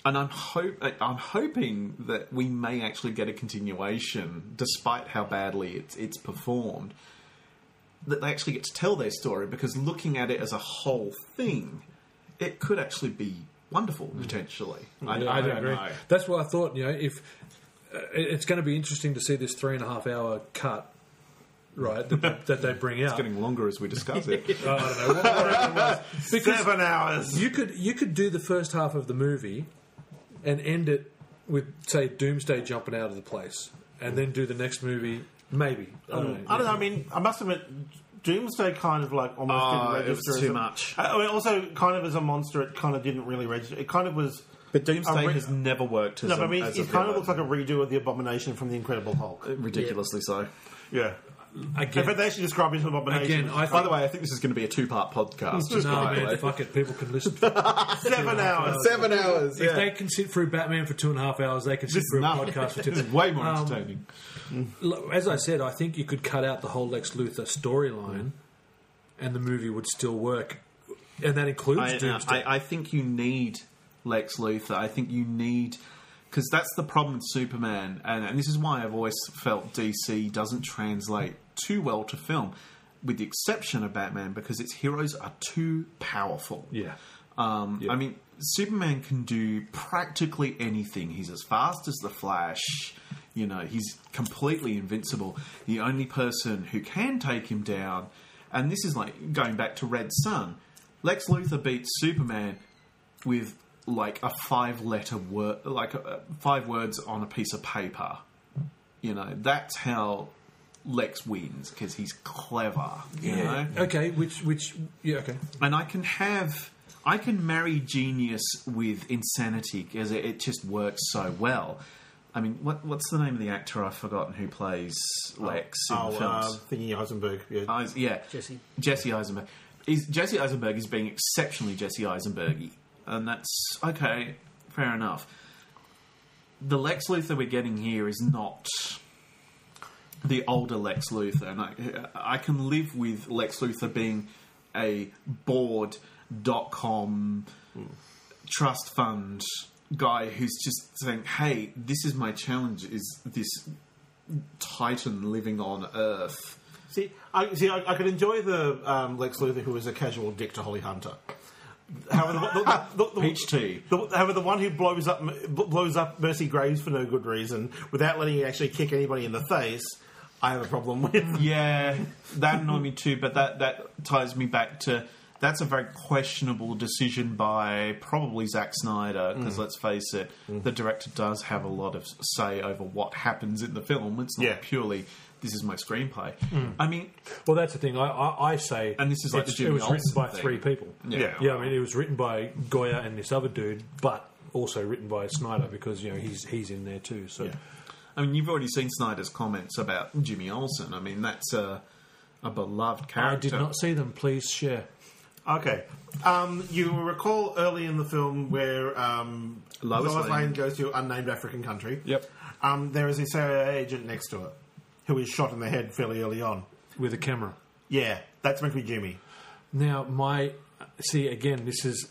Speaker 5: And I'm hope uh, I'm hoping that we may actually get a continuation, despite how badly it's it's performed. That they actually get to tell their story because looking at it as a whole thing, it could actually be wonderful
Speaker 4: Mm.
Speaker 5: potentially. I,
Speaker 3: yeah.
Speaker 5: I don't know.
Speaker 3: That's what I thought. You know, if uh, it- it's going to be interesting to see this three and a half hour cut, right? That, that they bring out.
Speaker 5: It's getting longer as we discuss it.
Speaker 3: I don't know what, whatever it was. because
Speaker 4: Seven hours.
Speaker 3: You could you could do the first half of the movie and end it with say Doomsday jumping out of the place, and then do the next movie maybe. I don't know.
Speaker 4: Mm. I don't know. I mean, I must admit, Doomsday kind of like almost
Speaker 5: Oh,
Speaker 4: didn't
Speaker 5: it was
Speaker 4: register.
Speaker 5: too
Speaker 4: as a-
Speaker 5: much.
Speaker 4: I I mean, also kind of as a monster, it kind of didn't really register. It kind of was.
Speaker 5: But Doomsday
Speaker 4: A re-
Speaker 5: has never worked as
Speaker 4: No,
Speaker 5: a,
Speaker 4: but I mean,
Speaker 5: as a
Speaker 4: it kind of
Speaker 5: villain. Uh,
Speaker 4: looks like a redo of the Abomination from the Incredible Hulk.
Speaker 5: ridiculously so.
Speaker 4: Yeah. In fact,
Speaker 3: Again,
Speaker 4: they actually describe it as an abomination.
Speaker 3: again, I
Speaker 5: By the
Speaker 3: think
Speaker 5: way, I think this is going to be a two part podcast. just
Speaker 3: no,
Speaker 5: by the
Speaker 3: man,
Speaker 5: way.
Speaker 3: fuck it, people can listen. To
Speaker 4: seven hours.
Speaker 5: Seven hours.
Speaker 3: If
Speaker 5: Yeah.
Speaker 3: they can sit through Batman for two and a half hours, they can sit
Speaker 5: This is
Speaker 3: through a
Speaker 5: nothing.
Speaker 3: podcast for two.
Speaker 5: It's way more
Speaker 3: Um,
Speaker 5: entertaining.
Speaker 3: Look, As I said, I think you could cut out the whole Lex Luthor storyline, and the movie would still work, and that includes
Speaker 5: I, uh,
Speaker 3: Doomsday.
Speaker 5: I, I think you need Lex Luthor. I think you need because that's the problem with Superman, and, and this is why I've always felt DC doesn't translate too well to film, with the exception of Batman, because its heroes are too powerful.
Speaker 3: Yeah.
Speaker 5: Um, I mean, Superman can do practically anything. He's as fast as the Flash. You know, he's completely invincible. The only person who can take him down, and this is like going back to Red Sun. Lex Luthor beats Superman with like a five-letter word, like uh, five words on a piece of paper. You know, that's how Lex wins because he's clever. You know,
Speaker 3: okay, which which yeah, okay.
Speaker 5: and I can have I can marry genius with insanity because it, it just works so well. I mean, what, what's the name of the actor I've forgotten who plays Lex in
Speaker 4: Oh,
Speaker 5: the
Speaker 4: uh,
Speaker 5: films?
Speaker 4: thingy Heisenberg. Yeah.
Speaker 5: Eis- yeah,
Speaker 6: Jesse.
Speaker 5: Jesse Eisenberg. Is Jesse Eisenberg is being exceptionally Jesse Eisenbergy, and that's okay, fair enough. The Lex Luthor we're getting here is not the older Lex Luthor, and I, I can live with Lex Luthor being a bored dot com trust fund guy who's just saying, "Hey, this is my challenge. Is this Titan living on Earth?"
Speaker 4: See, I see. I, I could enjoy the um, Lex Luthor who was a casual dick to Holly Hunter. However, the, the, the, the,
Speaker 5: Peach tea.
Speaker 4: The, however, the one who blows up blows up Mercy Graves for no good reason without letting you actually kick anybody in the face, I have a problem with.
Speaker 5: Yeah, that annoyed me too. But that that ties me back to that's a very questionable decision by probably Zack Snyder
Speaker 4: Mm.
Speaker 5: because let's face it, the director does have a lot of say over what happens in the film. It's not
Speaker 4: Yeah. Mm.
Speaker 5: purely this is my screenplay. I mean,
Speaker 3: Well, that's the thing. I, I, I say,
Speaker 5: And this is like
Speaker 3: it's-
Speaker 5: the
Speaker 3: it
Speaker 5: Jimmy
Speaker 3: was written
Speaker 5: Olsen
Speaker 3: by
Speaker 5: thing.
Speaker 3: three people.
Speaker 4: Yeah.
Speaker 3: yeah. I mean, it was written by Goya and this other dude, but also written by Snyder because you know he's he's in there too. So
Speaker 5: I mean, you've already seen Snyder's comments about Jimmy Olsen. I mean, that's a a beloved
Speaker 3: I
Speaker 5: character.
Speaker 3: did not see them. Please share.
Speaker 4: Okay, um, you will recall early in the film where um,
Speaker 5: Lois
Speaker 4: Lois,
Speaker 5: Lane.
Speaker 4: Lane. goes to unnamed African country.
Speaker 5: Yep.
Speaker 4: Um, there is a CIA agent next to her who is shot in the head fairly early on.
Speaker 3: with a camera.
Speaker 4: Yeah, that's meant to be Jimmy.
Speaker 3: Now, my see again, this is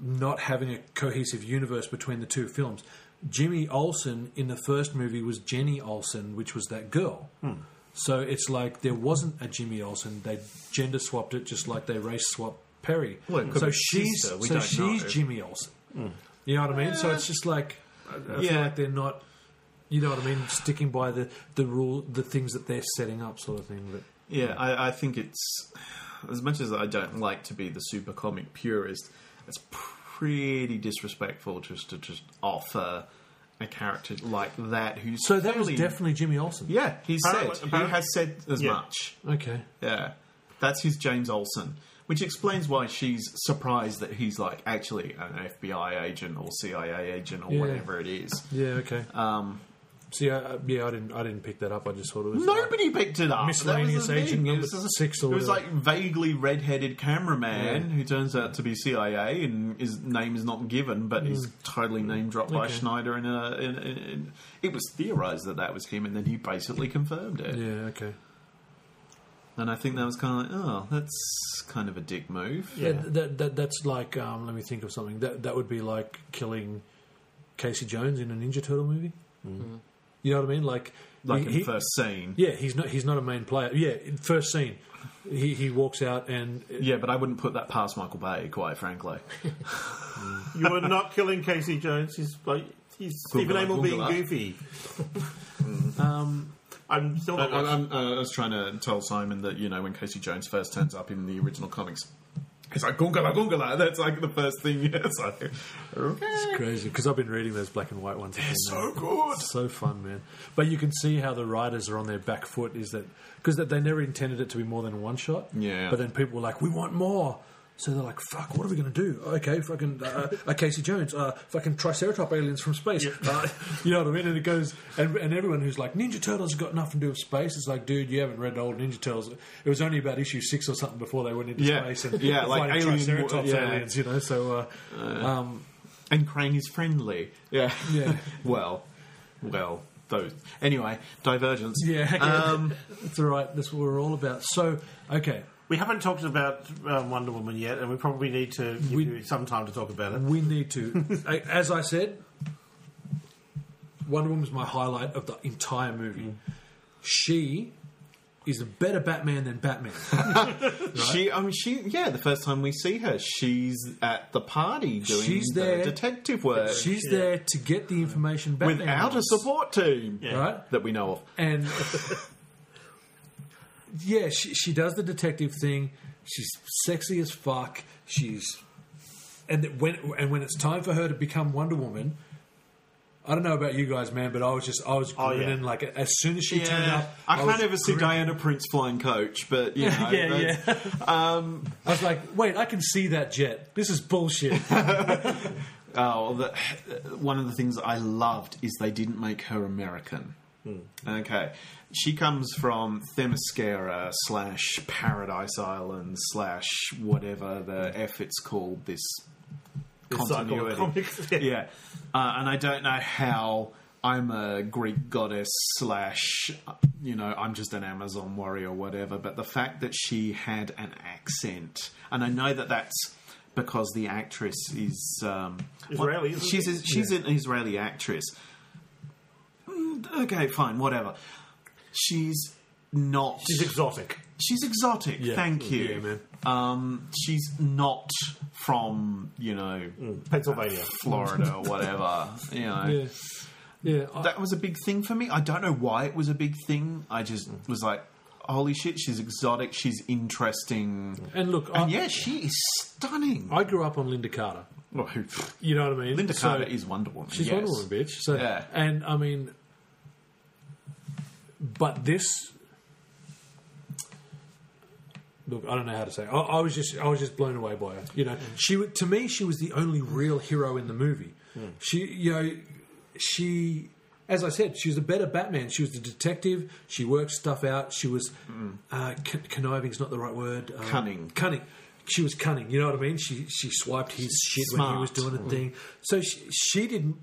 Speaker 3: not having a cohesive universe between the two films. Jimmy Olsen in the first movie was Jenny Olsen, which was that girl.
Speaker 5: Hmm.
Speaker 3: So it's like there wasn't a Jimmy Olsen. They gender swapped it, just like they race swapped Perry.
Speaker 5: Well, it could
Speaker 3: so
Speaker 5: be
Speaker 3: she's
Speaker 5: sister, we
Speaker 3: so
Speaker 5: don't
Speaker 3: she's
Speaker 5: know. Hmm.
Speaker 3: Jimmy Olsen. You know what I mean? So it's just like I feel
Speaker 5: Yeah.
Speaker 3: like they're not. You know what I mean? Sticking by the the rule, the things that they're setting up, sort of thing. But
Speaker 5: Yeah, I, I think it's as much as I don't like to be the super comic purist. It's pretty disrespectful just to just offer a character like that who's
Speaker 3: So that was
Speaker 5: clearly-
Speaker 3: definitely Jimmy Olsen.
Speaker 5: yeah. He said
Speaker 4: Apparently-
Speaker 5: he
Speaker 4: apparently-
Speaker 5: has said as
Speaker 4: Yeah.
Speaker 5: much.
Speaker 3: Okay.
Speaker 5: Yeah, that's his James Olsen, which explains why she's surprised that he's like actually an FBI agent or CIA agent or
Speaker 3: Yeah.
Speaker 5: whatever it is.
Speaker 3: Yeah. Okay.
Speaker 5: Um,
Speaker 3: See, I, I- yeah, I didn't, I didn't pick that up. I just thought it was
Speaker 5: Nobody picked it up.
Speaker 3: Miscellaneous
Speaker 5: That was the
Speaker 3: agent
Speaker 5: thing.
Speaker 3: number
Speaker 5: It was-
Speaker 3: six or
Speaker 5: It was
Speaker 3: whatever.
Speaker 5: like vaguely red-headed cameraman who turns out to be CIA, and his name is not given, but he's totally name dropped by
Speaker 3: Hmm. Okay.
Speaker 5: Schneider. In a, in, in, in- it was theorized that that was him, and then he basically confirmed it.
Speaker 3: Yeah. Okay.
Speaker 5: And I think that was kind of like, oh, that's kind of a dick move.
Speaker 3: Yeah. That, that that's like. Um, let me think of something. That that would be like killing Casey Jones in a Ninja Turtle movie. You know what I mean? Mm. Like,
Speaker 5: Like
Speaker 3: he-
Speaker 5: in
Speaker 3: he-
Speaker 5: first scene.
Speaker 3: Yeah, he's not. He's not a main player. Yeah, in first scene, he he walks out and
Speaker 5: Yeah, but I wouldn't put that past Michael Bay, quite frankly.
Speaker 4: You were not killing Casey Jones. He's like he's Stephen
Speaker 5: Google that,
Speaker 4: Amell being
Speaker 5: Google that.
Speaker 4: goofy. I'm still
Speaker 5: But
Speaker 4: not.
Speaker 5: I, I'm, uh, I was trying to tell Simon that you know when Casey Jones first turns up in the original comics, he's like Gungala Gungala. That's like the first thing. Yes, I think. Okay.
Speaker 3: it's crazy because I've been reading those black and white ones. They're
Speaker 5: So good.
Speaker 3: so fun, man. But you can see how the writers are on their back foot. Is that because that they never intended it to be more than one shot?
Speaker 5: Yeah.
Speaker 3: But then people were like, "We want more." So they're like, "Fuck! What are we going to do? Okay, fucking uh, uh, Casey Jones, uh, fucking Triceratop aliens from space. Uh, you know what I mean?" And it goes, and, and everyone who's like, "Ninja Turtles has got nothing to do with space." It's like, dude, you haven't read old Ninja Turtles. It was only about issue six or something before they went into
Speaker 5: Yeah.
Speaker 3: space and
Speaker 5: Yeah, like
Speaker 3: fighting
Speaker 5: alien-
Speaker 3: Triceratops
Speaker 5: yeah.
Speaker 3: aliens. You know, so uh, um,
Speaker 5: And Krang is friendly. Yeah.
Speaker 3: Yeah.
Speaker 5: well, well, those. Anyway, Divergence.
Speaker 3: yeah, okay.
Speaker 5: Um,
Speaker 3: it's all right. That's what we're all about. So, okay.
Speaker 4: we haven't talked about um, Wonder Woman yet, and we probably need to give
Speaker 3: We-
Speaker 4: you some time to talk about it.
Speaker 3: We need to, I- as I said, Wonder Woman's my highlight of the entire movie.
Speaker 5: Mm.
Speaker 3: She is a better Batman than Batman.
Speaker 5: She. I mean, she. Yeah. The first time we see her, she's at the party doing
Speaker 3: She's
Speaker 5: the
Speaker 3: there.
Speaker 5: detective work
Speaker 3: She's there to get the information Batman
Speaker 5: without a
Speaker 3: wants,
Speaker 5: support team
Speaker 3: right?
Speaker 5: that we know of.
Speaker 3: And yeah, she she does the detective thing. She's sexy as fuck. She's and th- when and when it's time for her to become Wonder Woman, I don't know about you guys, man, but I was just I was
Speaker 4: Oh, yeah.
Speaker 3: grinning like as soon as she turned
Speaker 5: Yeah,
Speaker 3: up.
Speaker 5: I
Speaker 3: was
Speaker 5: can't ever see
Speaker 3: grinning.
Speaker 5: Diana Prince flying coach, but you know,
Speaker 3: yeah,
Speaker 5: that's-
Speaker 3: yeah.
Speaker 5: Um,
Speaker 3: I was like, wait, I can see that jet. This is bullshit.
Speaker 5: Oh, the, one of the things I loved is they didn't make her American. Okay, she comes from Themyscira slash Paradise Island slash whatever the f it's called. This continuity,
Speaker 4: comics, yeah.
Speaker 5: yeah. Uh, and I don't know how I'm a Greek goddess slash, you know, I'm just an Amazon warrior or whatever. But the fact that she had an accent, and I know that that's because the actress is um,
Speaker 4: Israeli,
Speaker 5: what-
Speaker 4: isn't
Speaker 5: she's
Speaker 4: she?
Speaker 5: she's an Israeli actress. Mm, Okay, fine, whatever. She's not.
Speaker 4: She's exotic.
Speaker 5: She's exotic. Thank you.
Speaker 3: Yeah, man.
Speaker 5: Um, she's not from you know
Speaker 4: Mm. Pennsylvania.
Speaker 5: Florida or whatever. You know,
Speaker 3: yeah, yeah. I-
Speaker 5: that was a big thing for me. I don't know why it was a big thing. I just was like, holy shit, she's exotic, she's interesting,
Speaker 3: and look, I,
Speaker 5: and yeah, she is stunning.
Speaker 3: I grew up on Linda Carter.
Speaker 5: Well, who-
Speaker 3: You know what I mean?
Speaker 5: Linda
Speaker 3: So-
Speaker 5: Carter is Wonder Woman.
Speaker 3: She's
Speaker 5: yes.
Speaker 3: Wonder Woman, bitch. So,
Speaker 5: Yeah.
Speaker 3: and I mean, but this. Look, I don't know how to say. It. I, I was just, I was just blown away by her. You
Speaker 5: Mm.
Speaker 3: know, she wa- to me, she was the only real hero in the movie.
Speaker 5: Mm.
Speaker 3: She, you know, she, as I said, she was a better Batman. She was the detective. She worked stuff out. She was uh, con- conniving's not the right word. Um,
Speaker 5: Mm. Cunning.
Speaker 3: cunning. She was cunning. You know what I mean? She she swiped his shit when he was
Speaker 5: Smart. Mm.
Speaker 3: doing a thing. So she, she didn't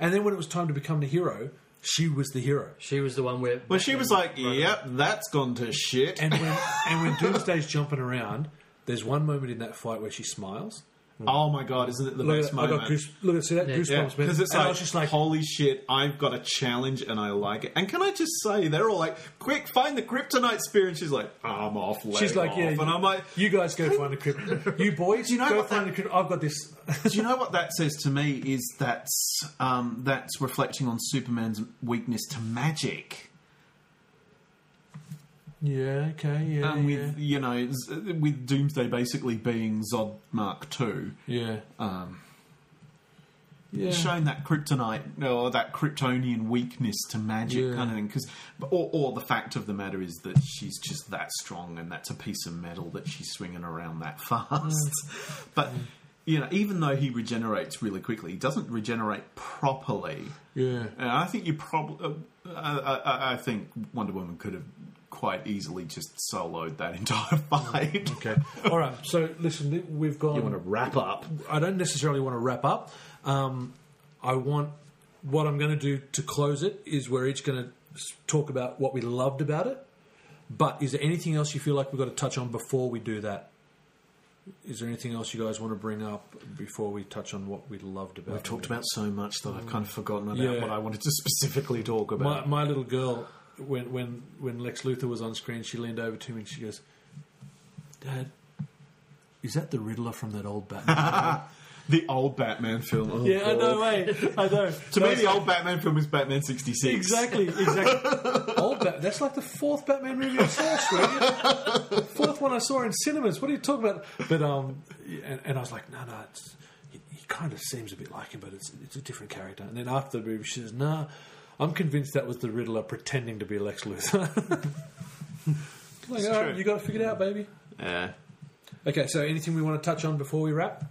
Speaker 3: and then when it was time to become the hero, she was the hero.
Speaker 6: She was the one where.
Speaker 5: Well, she was like, "Yep, that's gone to shit."
Speaker 3: And when and when Doomsday's jumping around, there's one moment in that fight where she smiles.
Speaker 5: oh my god, isn't it the
Speaker 3: Look
Speaker 5: best
Speaker 3: at that, I
Speaker 5: moment?
Speaker 3: got goose, look at see that goosebumps
Speaker 5: Yeah,
Speaker 3: man.
Speaker 5: because it's
Speaker 3: And
Speaker 5: like,
Speaker 3: I was just like
Speaker 5: holy shit, I've got a challenge and I like it. And can I just say, they're all like, quick, find the kryptonite spear. And she's like, I'm off, leg
Speaker 3: she's like
Speaker 5: off.
Speaker 3: yeah,
Speaker 5: And
Speaker 3: you,
Speaker 5: I'm like,
Speaker 3: you guys go find the crypt. You boys,
Speaker 5: you know
Speaker 3: go
Speaker 5: what
Speaker 3: find
Speaker 5: that-
Speaker 3: the crypt. I've got this.
Speaker 5: do you know what that says to me is that's, um, that's reflecting on Superman's weakness to magic.
Speaker 3: yeah, okay, yeah,
Speaker 5: and Um, with, you know, z- with Doomsday basically being Zod Mark II.
Speaker 3: yeah.
Speaker 5: Um,
Speaker 3: Yeah.
Speaker 5: showing that kryptonite or that Kryptonian weakness to magic
Speaker 3: Yeah.
Speaker 5: kind of thing. Because, or, or the fact of the matter is that she's just that strong, and that's a piece of metal that she's swinging around that fast. But
Speaker 3: Mm.
Speaker 5: you know, even though he regenerates really quickly, he doesn't regenerate properly.
Speaker 3: Yeah.
Speaker 5: And I think you probably, uh, I, I, I think Wonder Woman could have quite easily just soloed that entire fight.
Speaker 3: Okay. All right. So listen, we've gone.
Speaker 5: You want to wrap up?
Speaker 3: I don't necessarily want to wrap up. Um, I want what I'm going to do to close it is we're each going to talk about what we loved about it. But is there anything else you feel like we've got to touch on before we do that? Is there anything else you guys want to bring up before we touch on what we loved about?
Speaker 5: I've
Speaker 3: it?
Speaker 5: talked about so much that I've kind of forgotten about
Speaker 3: Yeah.
Speaker 5: what I wanted to specifically talk
Speaker 3: my,
Speaker 5: about.
Speaker 3: my little girl. When when when Lex Luthor was on screen, she leaned over to me and she goes, "Dad, is that the Riddler from that old Batman?"
Speaker 5: the old Batman film. Oh,
Speaker 3: yeah, I
Speaker 5: God.
Speaker 3: know, eh? I know.
Speaker 5: To
Speaker 3: No,
Speaker 5: me,
Speaker 3: it's
Speaker 5: the old Batman film is Batman 66.
Speaker 3: Exactly, exactly. Old Bat- that's like the fourth Batman movie I saw, Shredder. Fourth one I saw in cinemas. What are you talking about? But um, and, and I was like, no, no, it's, he, he kind of seems a bit like him, but it's it's a different character. And then after the movie, she says, nah, I'm convinced that was the Riddler pretending to be Lex Luthor. like, all right,
Speaker 5: true.
Speaker 3: you got to figure it out, baby.
Speaker 5: Yeah.
Speaker 3: Okay, so anything we want to touch on before we wrap?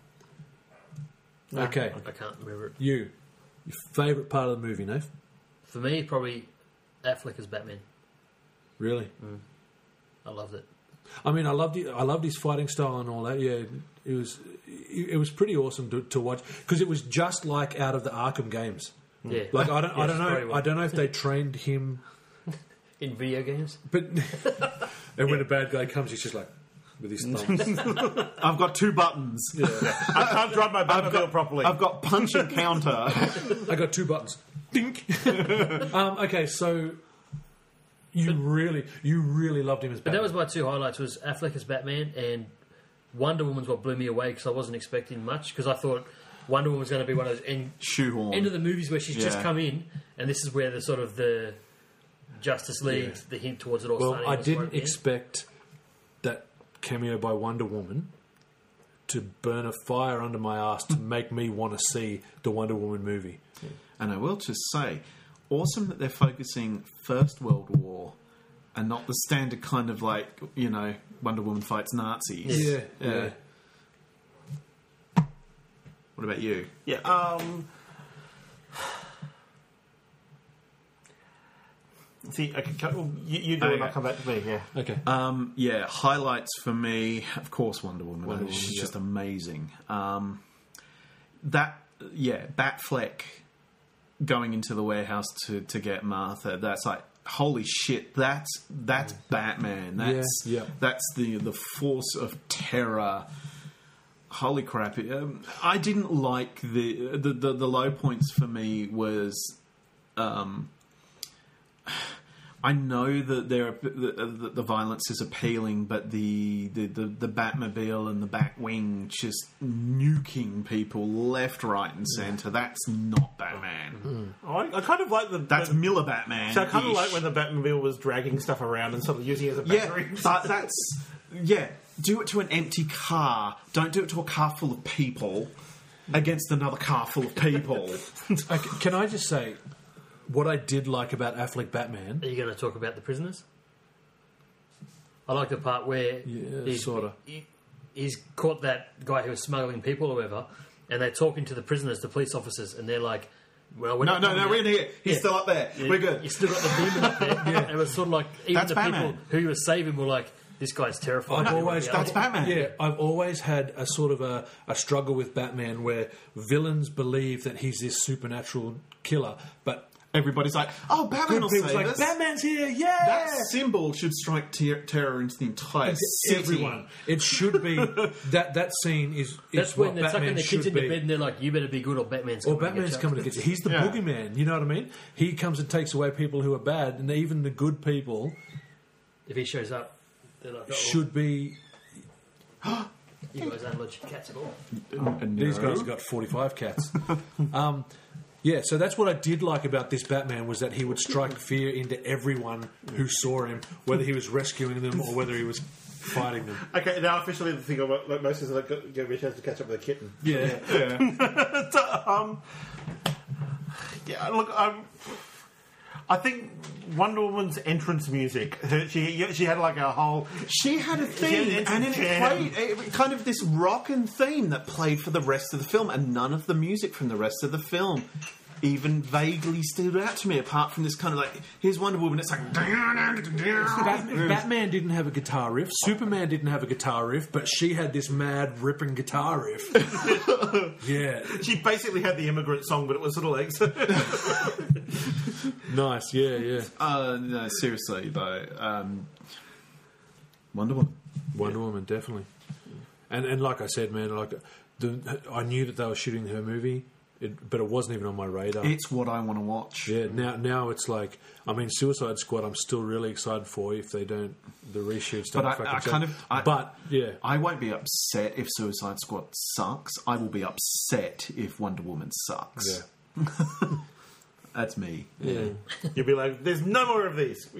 Speaker 3: Okay,
Speaker 6: I can't remember it.
Speaker 3: you. Your favourite part of the movie, Nate?
Speaker 6: For me, probably Affleck as Batman.
Speaker 3: Really?
Speaker 6: I loved it.
Speaker 3: I mean, I loved it. I loved his fighting style and all that. Yeah, it was it, it was pretty awesome to, to watch because it was just like out of the Arkham games.
Speaker 5: Hmm.
Speaker 6: Yeah,
Speaker 3: Like I don't,
Speaker 6: Yeah,
Speaker 3: I don't
Speaker 6: it's very
Speaker 3: know,
Speaker 6: well.
Speaker 3: I don't know if they trained him,
Speaker 6: in video games.
Speaker 3: but and when a bad guy comes, he's just like with his thumbs.
Speaker 5: I've got two buttons.
Speaker 4: I can't drive my Batmobile properly.
Speaker 5: I've got punch and counter.
Speaker 3: I got two buttons. Dink. um, okay, so you really, you really loved him as
Speaker 6: But
Speaker 3: Batman.
Speaker 6: that was my two highlights: was Affleck as Batman and Wonder Woman's what blew me away because I wasn't expecting much because I thought Wonder Woman was going to be one of those end,
Speaker 5: Shoehorn.
Speaker 6: end of the movies where she's just
Speaker 5: Yeah.
Speaker 6: come in, and this is where the sort of the Justice League, the hint towards it all.
Speaker 3: well,
Speaker 6: starting
Speaker 3: I
Speaker 6: was right
Speaker 3: didn't
Speaker 6: at the end.
Speaker 3: expect that cameo by Wonder Woman to burn a fire under my ass to make me want to see the Wonder Woman movie.
Speaker 5: And I will just say, awesome that they're focusing First World War and not the standard kind of like, you know, Wonder Woman fights Nazis.
Speaker 3: Yeah, yeah.
Speaker 5: What about you?
Speaker 4: yeah. Um, see, I can, can, you, you do it, and I'll
Speaker 5: Okay.
Speaker 4: come back to me. Yeah.
Speaker 3: Okay.
Speaker 5: Um, yeah, highlights for me, of course, Wonder Woman.
Speaker 3: Wonder
Speaker 5: She's
Speaker 3: Woman,
Speaker 5: just amazing. Um, that, yeah, Batfleck going into the warehouse to, to get Martha. That's like, holy shit! That's that's Batman. That's
Speaker 3: Yeah, yeah.
Speaker 5: that's the the force of terror. Holy crap! Um, I didn't like the, the the the low points for me was um, I know that there are, the, the violence is appealing, but the, the, the, the Batmobile and the Batwing just nuking people left, right, and centre. That's not Batman.
Speaker 4: Oh, I, I kind of like the.
Speaker 5: That's
Speaker 4: the,
Speaker 5: Miller Batman.
Speaker 4: so I kind of like when the Batmobile was dragging stuff around and sort of using it as a
Speaker 5: yeah,
Speaker 4: battery.
Speaker 5: but that's yeah. Do it to an empty car. Don't do it to a car full of people against another car full of people.
Speaker 3: okay. Can I just say what I did like about Affleck Batman?
Speaker 6: Are you going to talk about the prisoners? I like the part where
Speaker 3: Yeah,
Speaker 6: he's,
Speaker 3: sorta.
Speaker 6: he- he's caught that guy who was smuggling people or whatever, and they're talking to the prisoners, the police officers, and they're like, "Well, we're
Speaker 5: No,
Speaker 6: not
Speaker 5: no,
Speaker 6: coming
Speaker 5: no.
Speaker 6: out."
Speaker 5: We're in here. He's
Speaker 6: Yeah.
Speaker 5: still up there.
Speaker 6: You-
Speaker 5: We're good.
Speaker 6: You still got the demon up there. yeah. It was sort of like even
Speaker 5: That's
Speaker 6: the
Speaker 5: Batman.
Speaker 6: people who you were saving were like, "This guy's terrified."
Speaker 3: I've
Speaker 6: He
Speaker 3: always
Speaker 6: won't be
Speaker 5: That's
Speaker 6: able to-
Speaker 5: Batman.
Speaker 3: Yeah, I've always had a sort of a, a struggle with Batman where villains believe that he's this supernatural killer, but
Speaker 5: Everybody's like, "Oh, Batman
Speaker 3: good
Speaker 5: will
Speaker 3: people's
Speaker 5: save
Speaker 3: like
Speaker 5: us."
Speaker 3: Batman's here, yeah.
Speaker 5: That symbol should strike ter- terror into the entire city.
Speaker 3: everyone. It should be that that scene is. is
Speaker 6: That's
Speaker 3: what
Speaker 6: when they're
Speaker 3: Batman
Speaker 6: tucking their
Speaker 3: should
Speaker 6: kids into
Speaker 3: be.
Speaker 6: bed and they're like, "You better be good, or Batman's
Speaker 3: Or
Speaker 6: coming." to
Speaker 3: Batman's
Speaker 6: get you."
Speaker 3: coming to get you. He's the
Speaker 5: Yeah.
Speaker 3: boogeyman. You know what I mean? He comes and takes away people who are bad, and even the good people
Speaker 6: If he shows up, they're like, oh,
Speaker 3: should be.
Speaker 6: you guys aren't allergic to cats at all?"
Speaker 3: These guys have got forty-five cats. um, yeah, so that's what I did like about this Batman was that he would strike fear into everyone who saw him, whether he was rescuing them or whether he was fighting them.
Speaker 4: Okay, now officially the thing about like, most is like go- get me a chance to catch up with a kitten.
Speaker 3: Yeah.
Speaker 5: Yeah.
Speaker 4: um, yeah, look, i I think Wonder Woman's entrance music. her- She she had like a whole.
Speaker 5: she had a
Speaker 4: She had
Speaker 5: theme,
Speaker 4: an
Speaker 5: and it
Speaker 4: jam.
Speaker 5: played it, kind of this rock and theme that played for the rest of the film, and none of the music from the rest of the film even vaguely stood out to me, apart from this kind of like, here's Wonder Woman, it's like.
Speaker 3: Batman, Batman didn't have a guitar riff. Superman didn't have a guitar riff, but she had this mad ripping guitar riff. yeah,
Speaker 4: She basically had the immigrant song, but it was sort of like
Speaker 3: nice. Yeah, yeah.
Speaker 5: Uh, no, seriously though, um, Wonder Woman.
Speaker 3: Wonder Woman, definitely. And and like I said, man, like the, I knew that they were shooting her movie, it, but it wasn't even on my radar.
Speaker 5: It's what I want to watch.
Speaker 3: yeah, now now it's like I mean, Suicide Squad. I'm still really excited for if they don't the reshoots. Don't
Speaker 5: But I-
Speaker 3: fucking
Speaker 5: I
Speaker 3: show-
Speaker 5: kind of- I-
Speaker 3: but yeah,
Speaker 5: I won't be upset if Suicide Squad sucks. I will be upset if Wonder Woman sucks.
Speaker 3: yeah.
Speaker 5: That's me.
Speaker 3: Yeah.
Speaker 4: you'd be like, "There's no more of these."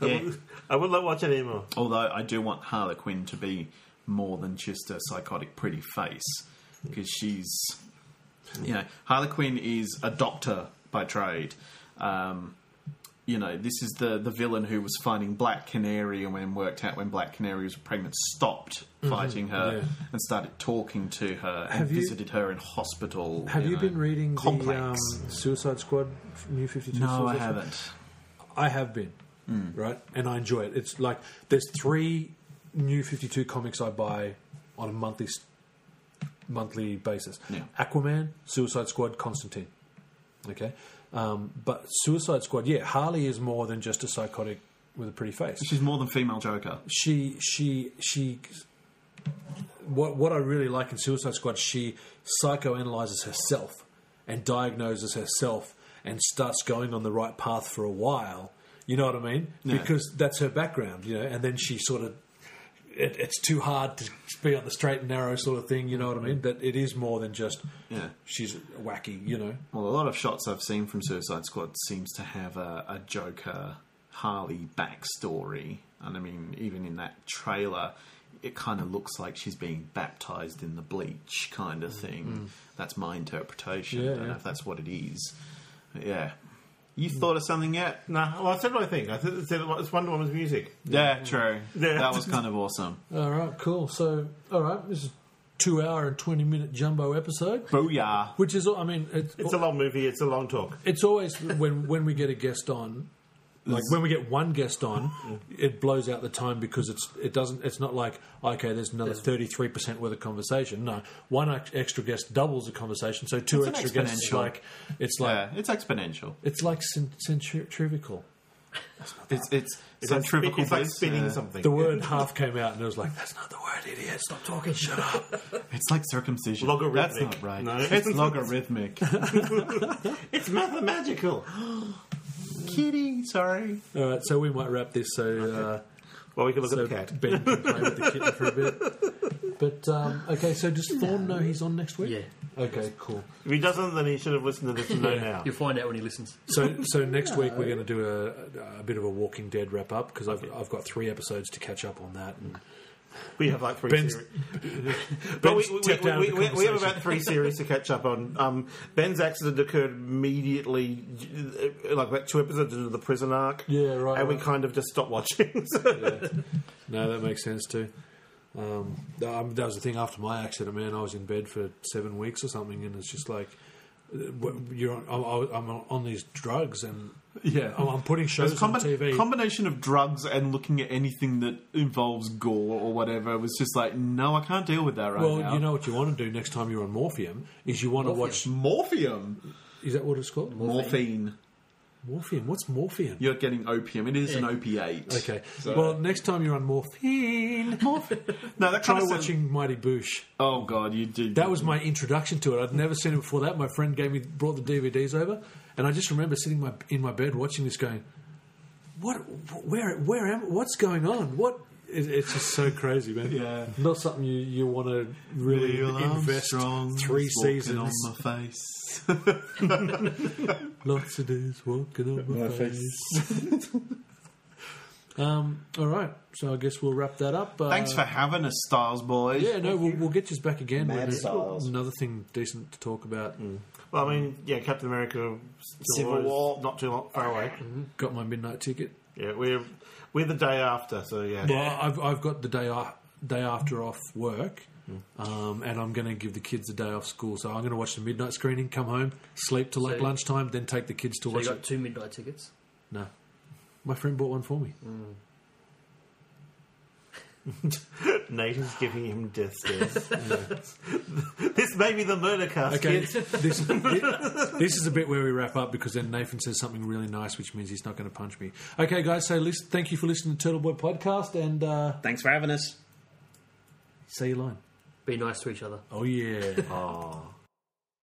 Speaker 4: I,
Speaker 5: Yeah.
Speaker 4: wouldn't, I wouldn't let watch it anymore.
Speaker 5: Although I do want Harley Quinn to be more than just a psychotic pretty face because she's, you know, Harley Quinn is a doctor by trade. Um, you know, this is the the villain who was fighting Black Canary and when worked out when Black Canary was pregnant, stopped fighting her
Speaker 3: Mm-hmm. yeah.
Speaker 5: and started talking to her and
Speaker 3: Have you-
Speaker 5: visited her in hospital.
Speaker 3: Have you
Speaker 5: know,
Speaker 3: been reading the
Speaker 5: complex?
Speaker 3: um, Suicide Squad New Fifty Two?
Speaker 5: no, I haven't.
Speaker 3: I have been, right? And I enjoy it. It's like there's three new 52 comics I buy on a monthly s- monthly basis.
Speaker 5: Yeah.
Speaker 3: Aquaman, Suicide Squad, Constantine. Okay? Um, but Suicide Squad, yeah, Harley is more than just a psychotic with a pretty face
Speaker 5: She's more than female Joker.
Speaker 3: she she she what what I really like in Suicide Squad, she psychoanalyzes herself and diagnoses herself and starts going on the right path for a while. You know what I mean?
Speaker 5: Yeah.
Speaker 3: Because that's her background, you know, and then she sort of it, it's too hard to be on the straight and narrow sort of thing, you know what I mean? That it is more than just
Speaker 5: Yeah.
Speaker 3: she's wacky, you know.
Speaker 5: Well, a lot of shots I've seen from Suicide Squad seems to have a, a Joker Harley backstory, and I mean, even in that trailer, it kind of looks like she's being baptized in the bleach kind
Speaker 4: Mm,
Speaker 5: of thing. That's my interpretation.
Speaker 3: Yeah,
Speaker 5: I don't
Speaker 3: yeah.
Speaker 5: know if that's what it is. But yeah, you
Speaker 4: Mm.
Speaker 5: thought of something yet?
Speaker 4: Nah, well, I said my thing. I said said it's Wonder Woman's music.
Speaker 5: Yeah, true.
Speaker 4: Yeah.
Speaker 5: That was kind of awesome.
Speaker 3: All right, cool. So, all right, this is 2 hour and 20 minute jumbo episode,
Speaker 5: Booyah!
Speaker 3: which is I mean,
Speaker 4: It's a long movie. It's a long talk.
Speaker 3: it's always when when we get a guest on like when we get one guest on it blows out the time because it's it doesn't it's not like okay there's another 33% worth of conversation no one ex- extra guest doubles the conversation so two
Speaker 5: It's an
Speaker 3: extra guests is
Speaker 5: exponential.
Speaker 3: like it's like
Speaker 5: Yeah, it's exponential.
Speaker 3: it's like cent- centrifugal
Speaker 5: It's it's
Speaker 4: It's, like, spin-
Speaker 5: centrifugal
Speaker 4: it's like
Speaker 5: bliss.
Speaker 4: spinning
Speaker 5: Yeah.
Speaker 4: something.
Speaker 3: the word half came out and it was like that's not the word idiot stop talking shut up
Speaker 5: It's like circumcision. That's
Speaker 4: Logarithmic.
Speaker 5: not right.
Speaker 4: No.
Speaker 5: It's logarithmic.
Speaker 4: It's mathematical.
Speaker 5: Kitty, sorry.
Speaker 3: all right so we might wrap this so uh,
Speaker 4: Well, we can look
Speaker 3: so
Speaker 4: at the cat.
Speaker 3: Ben can play with the kitten for a bit but um, okay so does Thorn know he's on next week
Speaker 6: Yeah.
Speaker 3: okay cool
Speaker 4: If he doesn't, then he should have listened to this and know now.
Speaker 6: You'll find out when he listens.
Speaker 3: So, so next week we're going to do a, a bit of a Walking Dead wrap up because I've, I've got three episodes to catch up on that. And
Speaker 4: We have like three
Speaker 3: Ben's-
Speaker 4: series. but we,
Speaker 3: Ben's
Speaker 4: we,
Speaker 3: tipped
Speaker 4: we,
Speaker 3: out of
Speaker 4: we,
Speaker 3: the
Speaker 4: we- we have
Speaker 3: conversation.
Speaker 4: about three series to catch up on. Um, Ben's accident occurred immediately, uh, like about two episodes into the prison arc.
Speaker 3: Yeah, right,
Speaker 4: And we
Speaker 3: right.
Speaker 4: kind of just stopped watching. So-
Speaker 3: no, that makes sense too. Um, that, um, that was the thing after my accident, man. I was in bed for seven weeks or something, and it's just like uh, wh- you're on, I- I- I'm on these drugs, and
Speaker 5: Yeah.
Speaker 3: I'm, I'm putting
Speaker 5: It was
Speaker 3: shows
Speaker 5: combi-
Speaker 3: oh, on TV.
Speaker 5: combination of drugs and looking at anything that involves gore or whatever was just like, no, I can't deal with that right
Speaker 3: well,
Speaker 5: now.
Speaker 3: you know what you want to do next time you're on morphine is you want to watch.
Speaker 5: morphium,
Speaker 3: Is that what it's called?
Speaker 5: morphine.
Speaker 3: Morphine. What's morphine?
Speaker 5: You're getting opium. It is an
Speaker 6: Yeah.
Speaker 5: opiate.
Speaker 3: Okay.
Speaker 5: So-
Speaker 3: Well, next time you're on morphine,
Speaker 5: no, that
Speaker 3: try
Speaker 5: kind of watching.
Speaker 3: watching Mighty Boosh.
Speaker 5: oh god, you did.
Speaker 3: That was my introduction to it. I'd never seen it before that. My friend gave me brought the DVDs over, and I just remember sitting my, in my bed watching this, going, "What? Where? Where am? What's going on? What?" It, it's just so crazy, man.
Speaker 5: Yeah.
Speaker 3: not something you, you want to really
Speaker 5: Neil
Speaker 3: invest
Speaker 5: Armstrong's
Speaker 3: three
Speaker 5: walking
Speaker 3: seasons.
Speaker 5: on my face.
Speaker 3: Lots of days walking on my, face. Um, all right, so I guess we'll wrap that up. Uh,
Speaker 5: Thanks for having us, Styles boys.
Speaker 3: Yeah, no, we'll, we'll get you back again.
Speaker 8: Mad
Speaker 3: with
Speaker 8: styles.
Speaker 3: Another thing decent to talk about.
Speaker 4: Well, I mean, yeah, Captain America
Speaker 8: Civil
Speaker 4: is
Speaker 8: War.
Speaker 4: not too long, far away.
Speaker 3: Got my midnight ticket.
Speaker 4: Yeah, we're we're the day after, so yeah.
Speaker 3: Well, I've, I've got the day off, day after off work, um, and I'm going to give the kids a day off school. So I'm going to watch the midnight screening, come home, sleep till like
Speaker 6: So-
Speaker 3: lunchtime, then take the kids to
Speaker 6: So you
Speaker 3: watch
Speaker 6: got
Speaker 3: it.
Speaker 6: two midnight tickets.
Speaker 3: No, my friend bought one for me.
Speaker 6: Mm.
Speaker 4: Nate is giving him death stares. this may be the murder cast.
Speaker 3: Okay,
Speaker 4: kids.
Speaker 3: this, this is a bit where we wrap up because then Nathan says something really nice, which means he's not going to punch me. Okay, guys, so listen, thank you for listening to Turtle Boy Podcast and uh,
Speaker 8: Thanks for having us.
Speaker 3: say your line.
Speaker 6: Be nice to each other.
Speaker 3: Oh, yeah.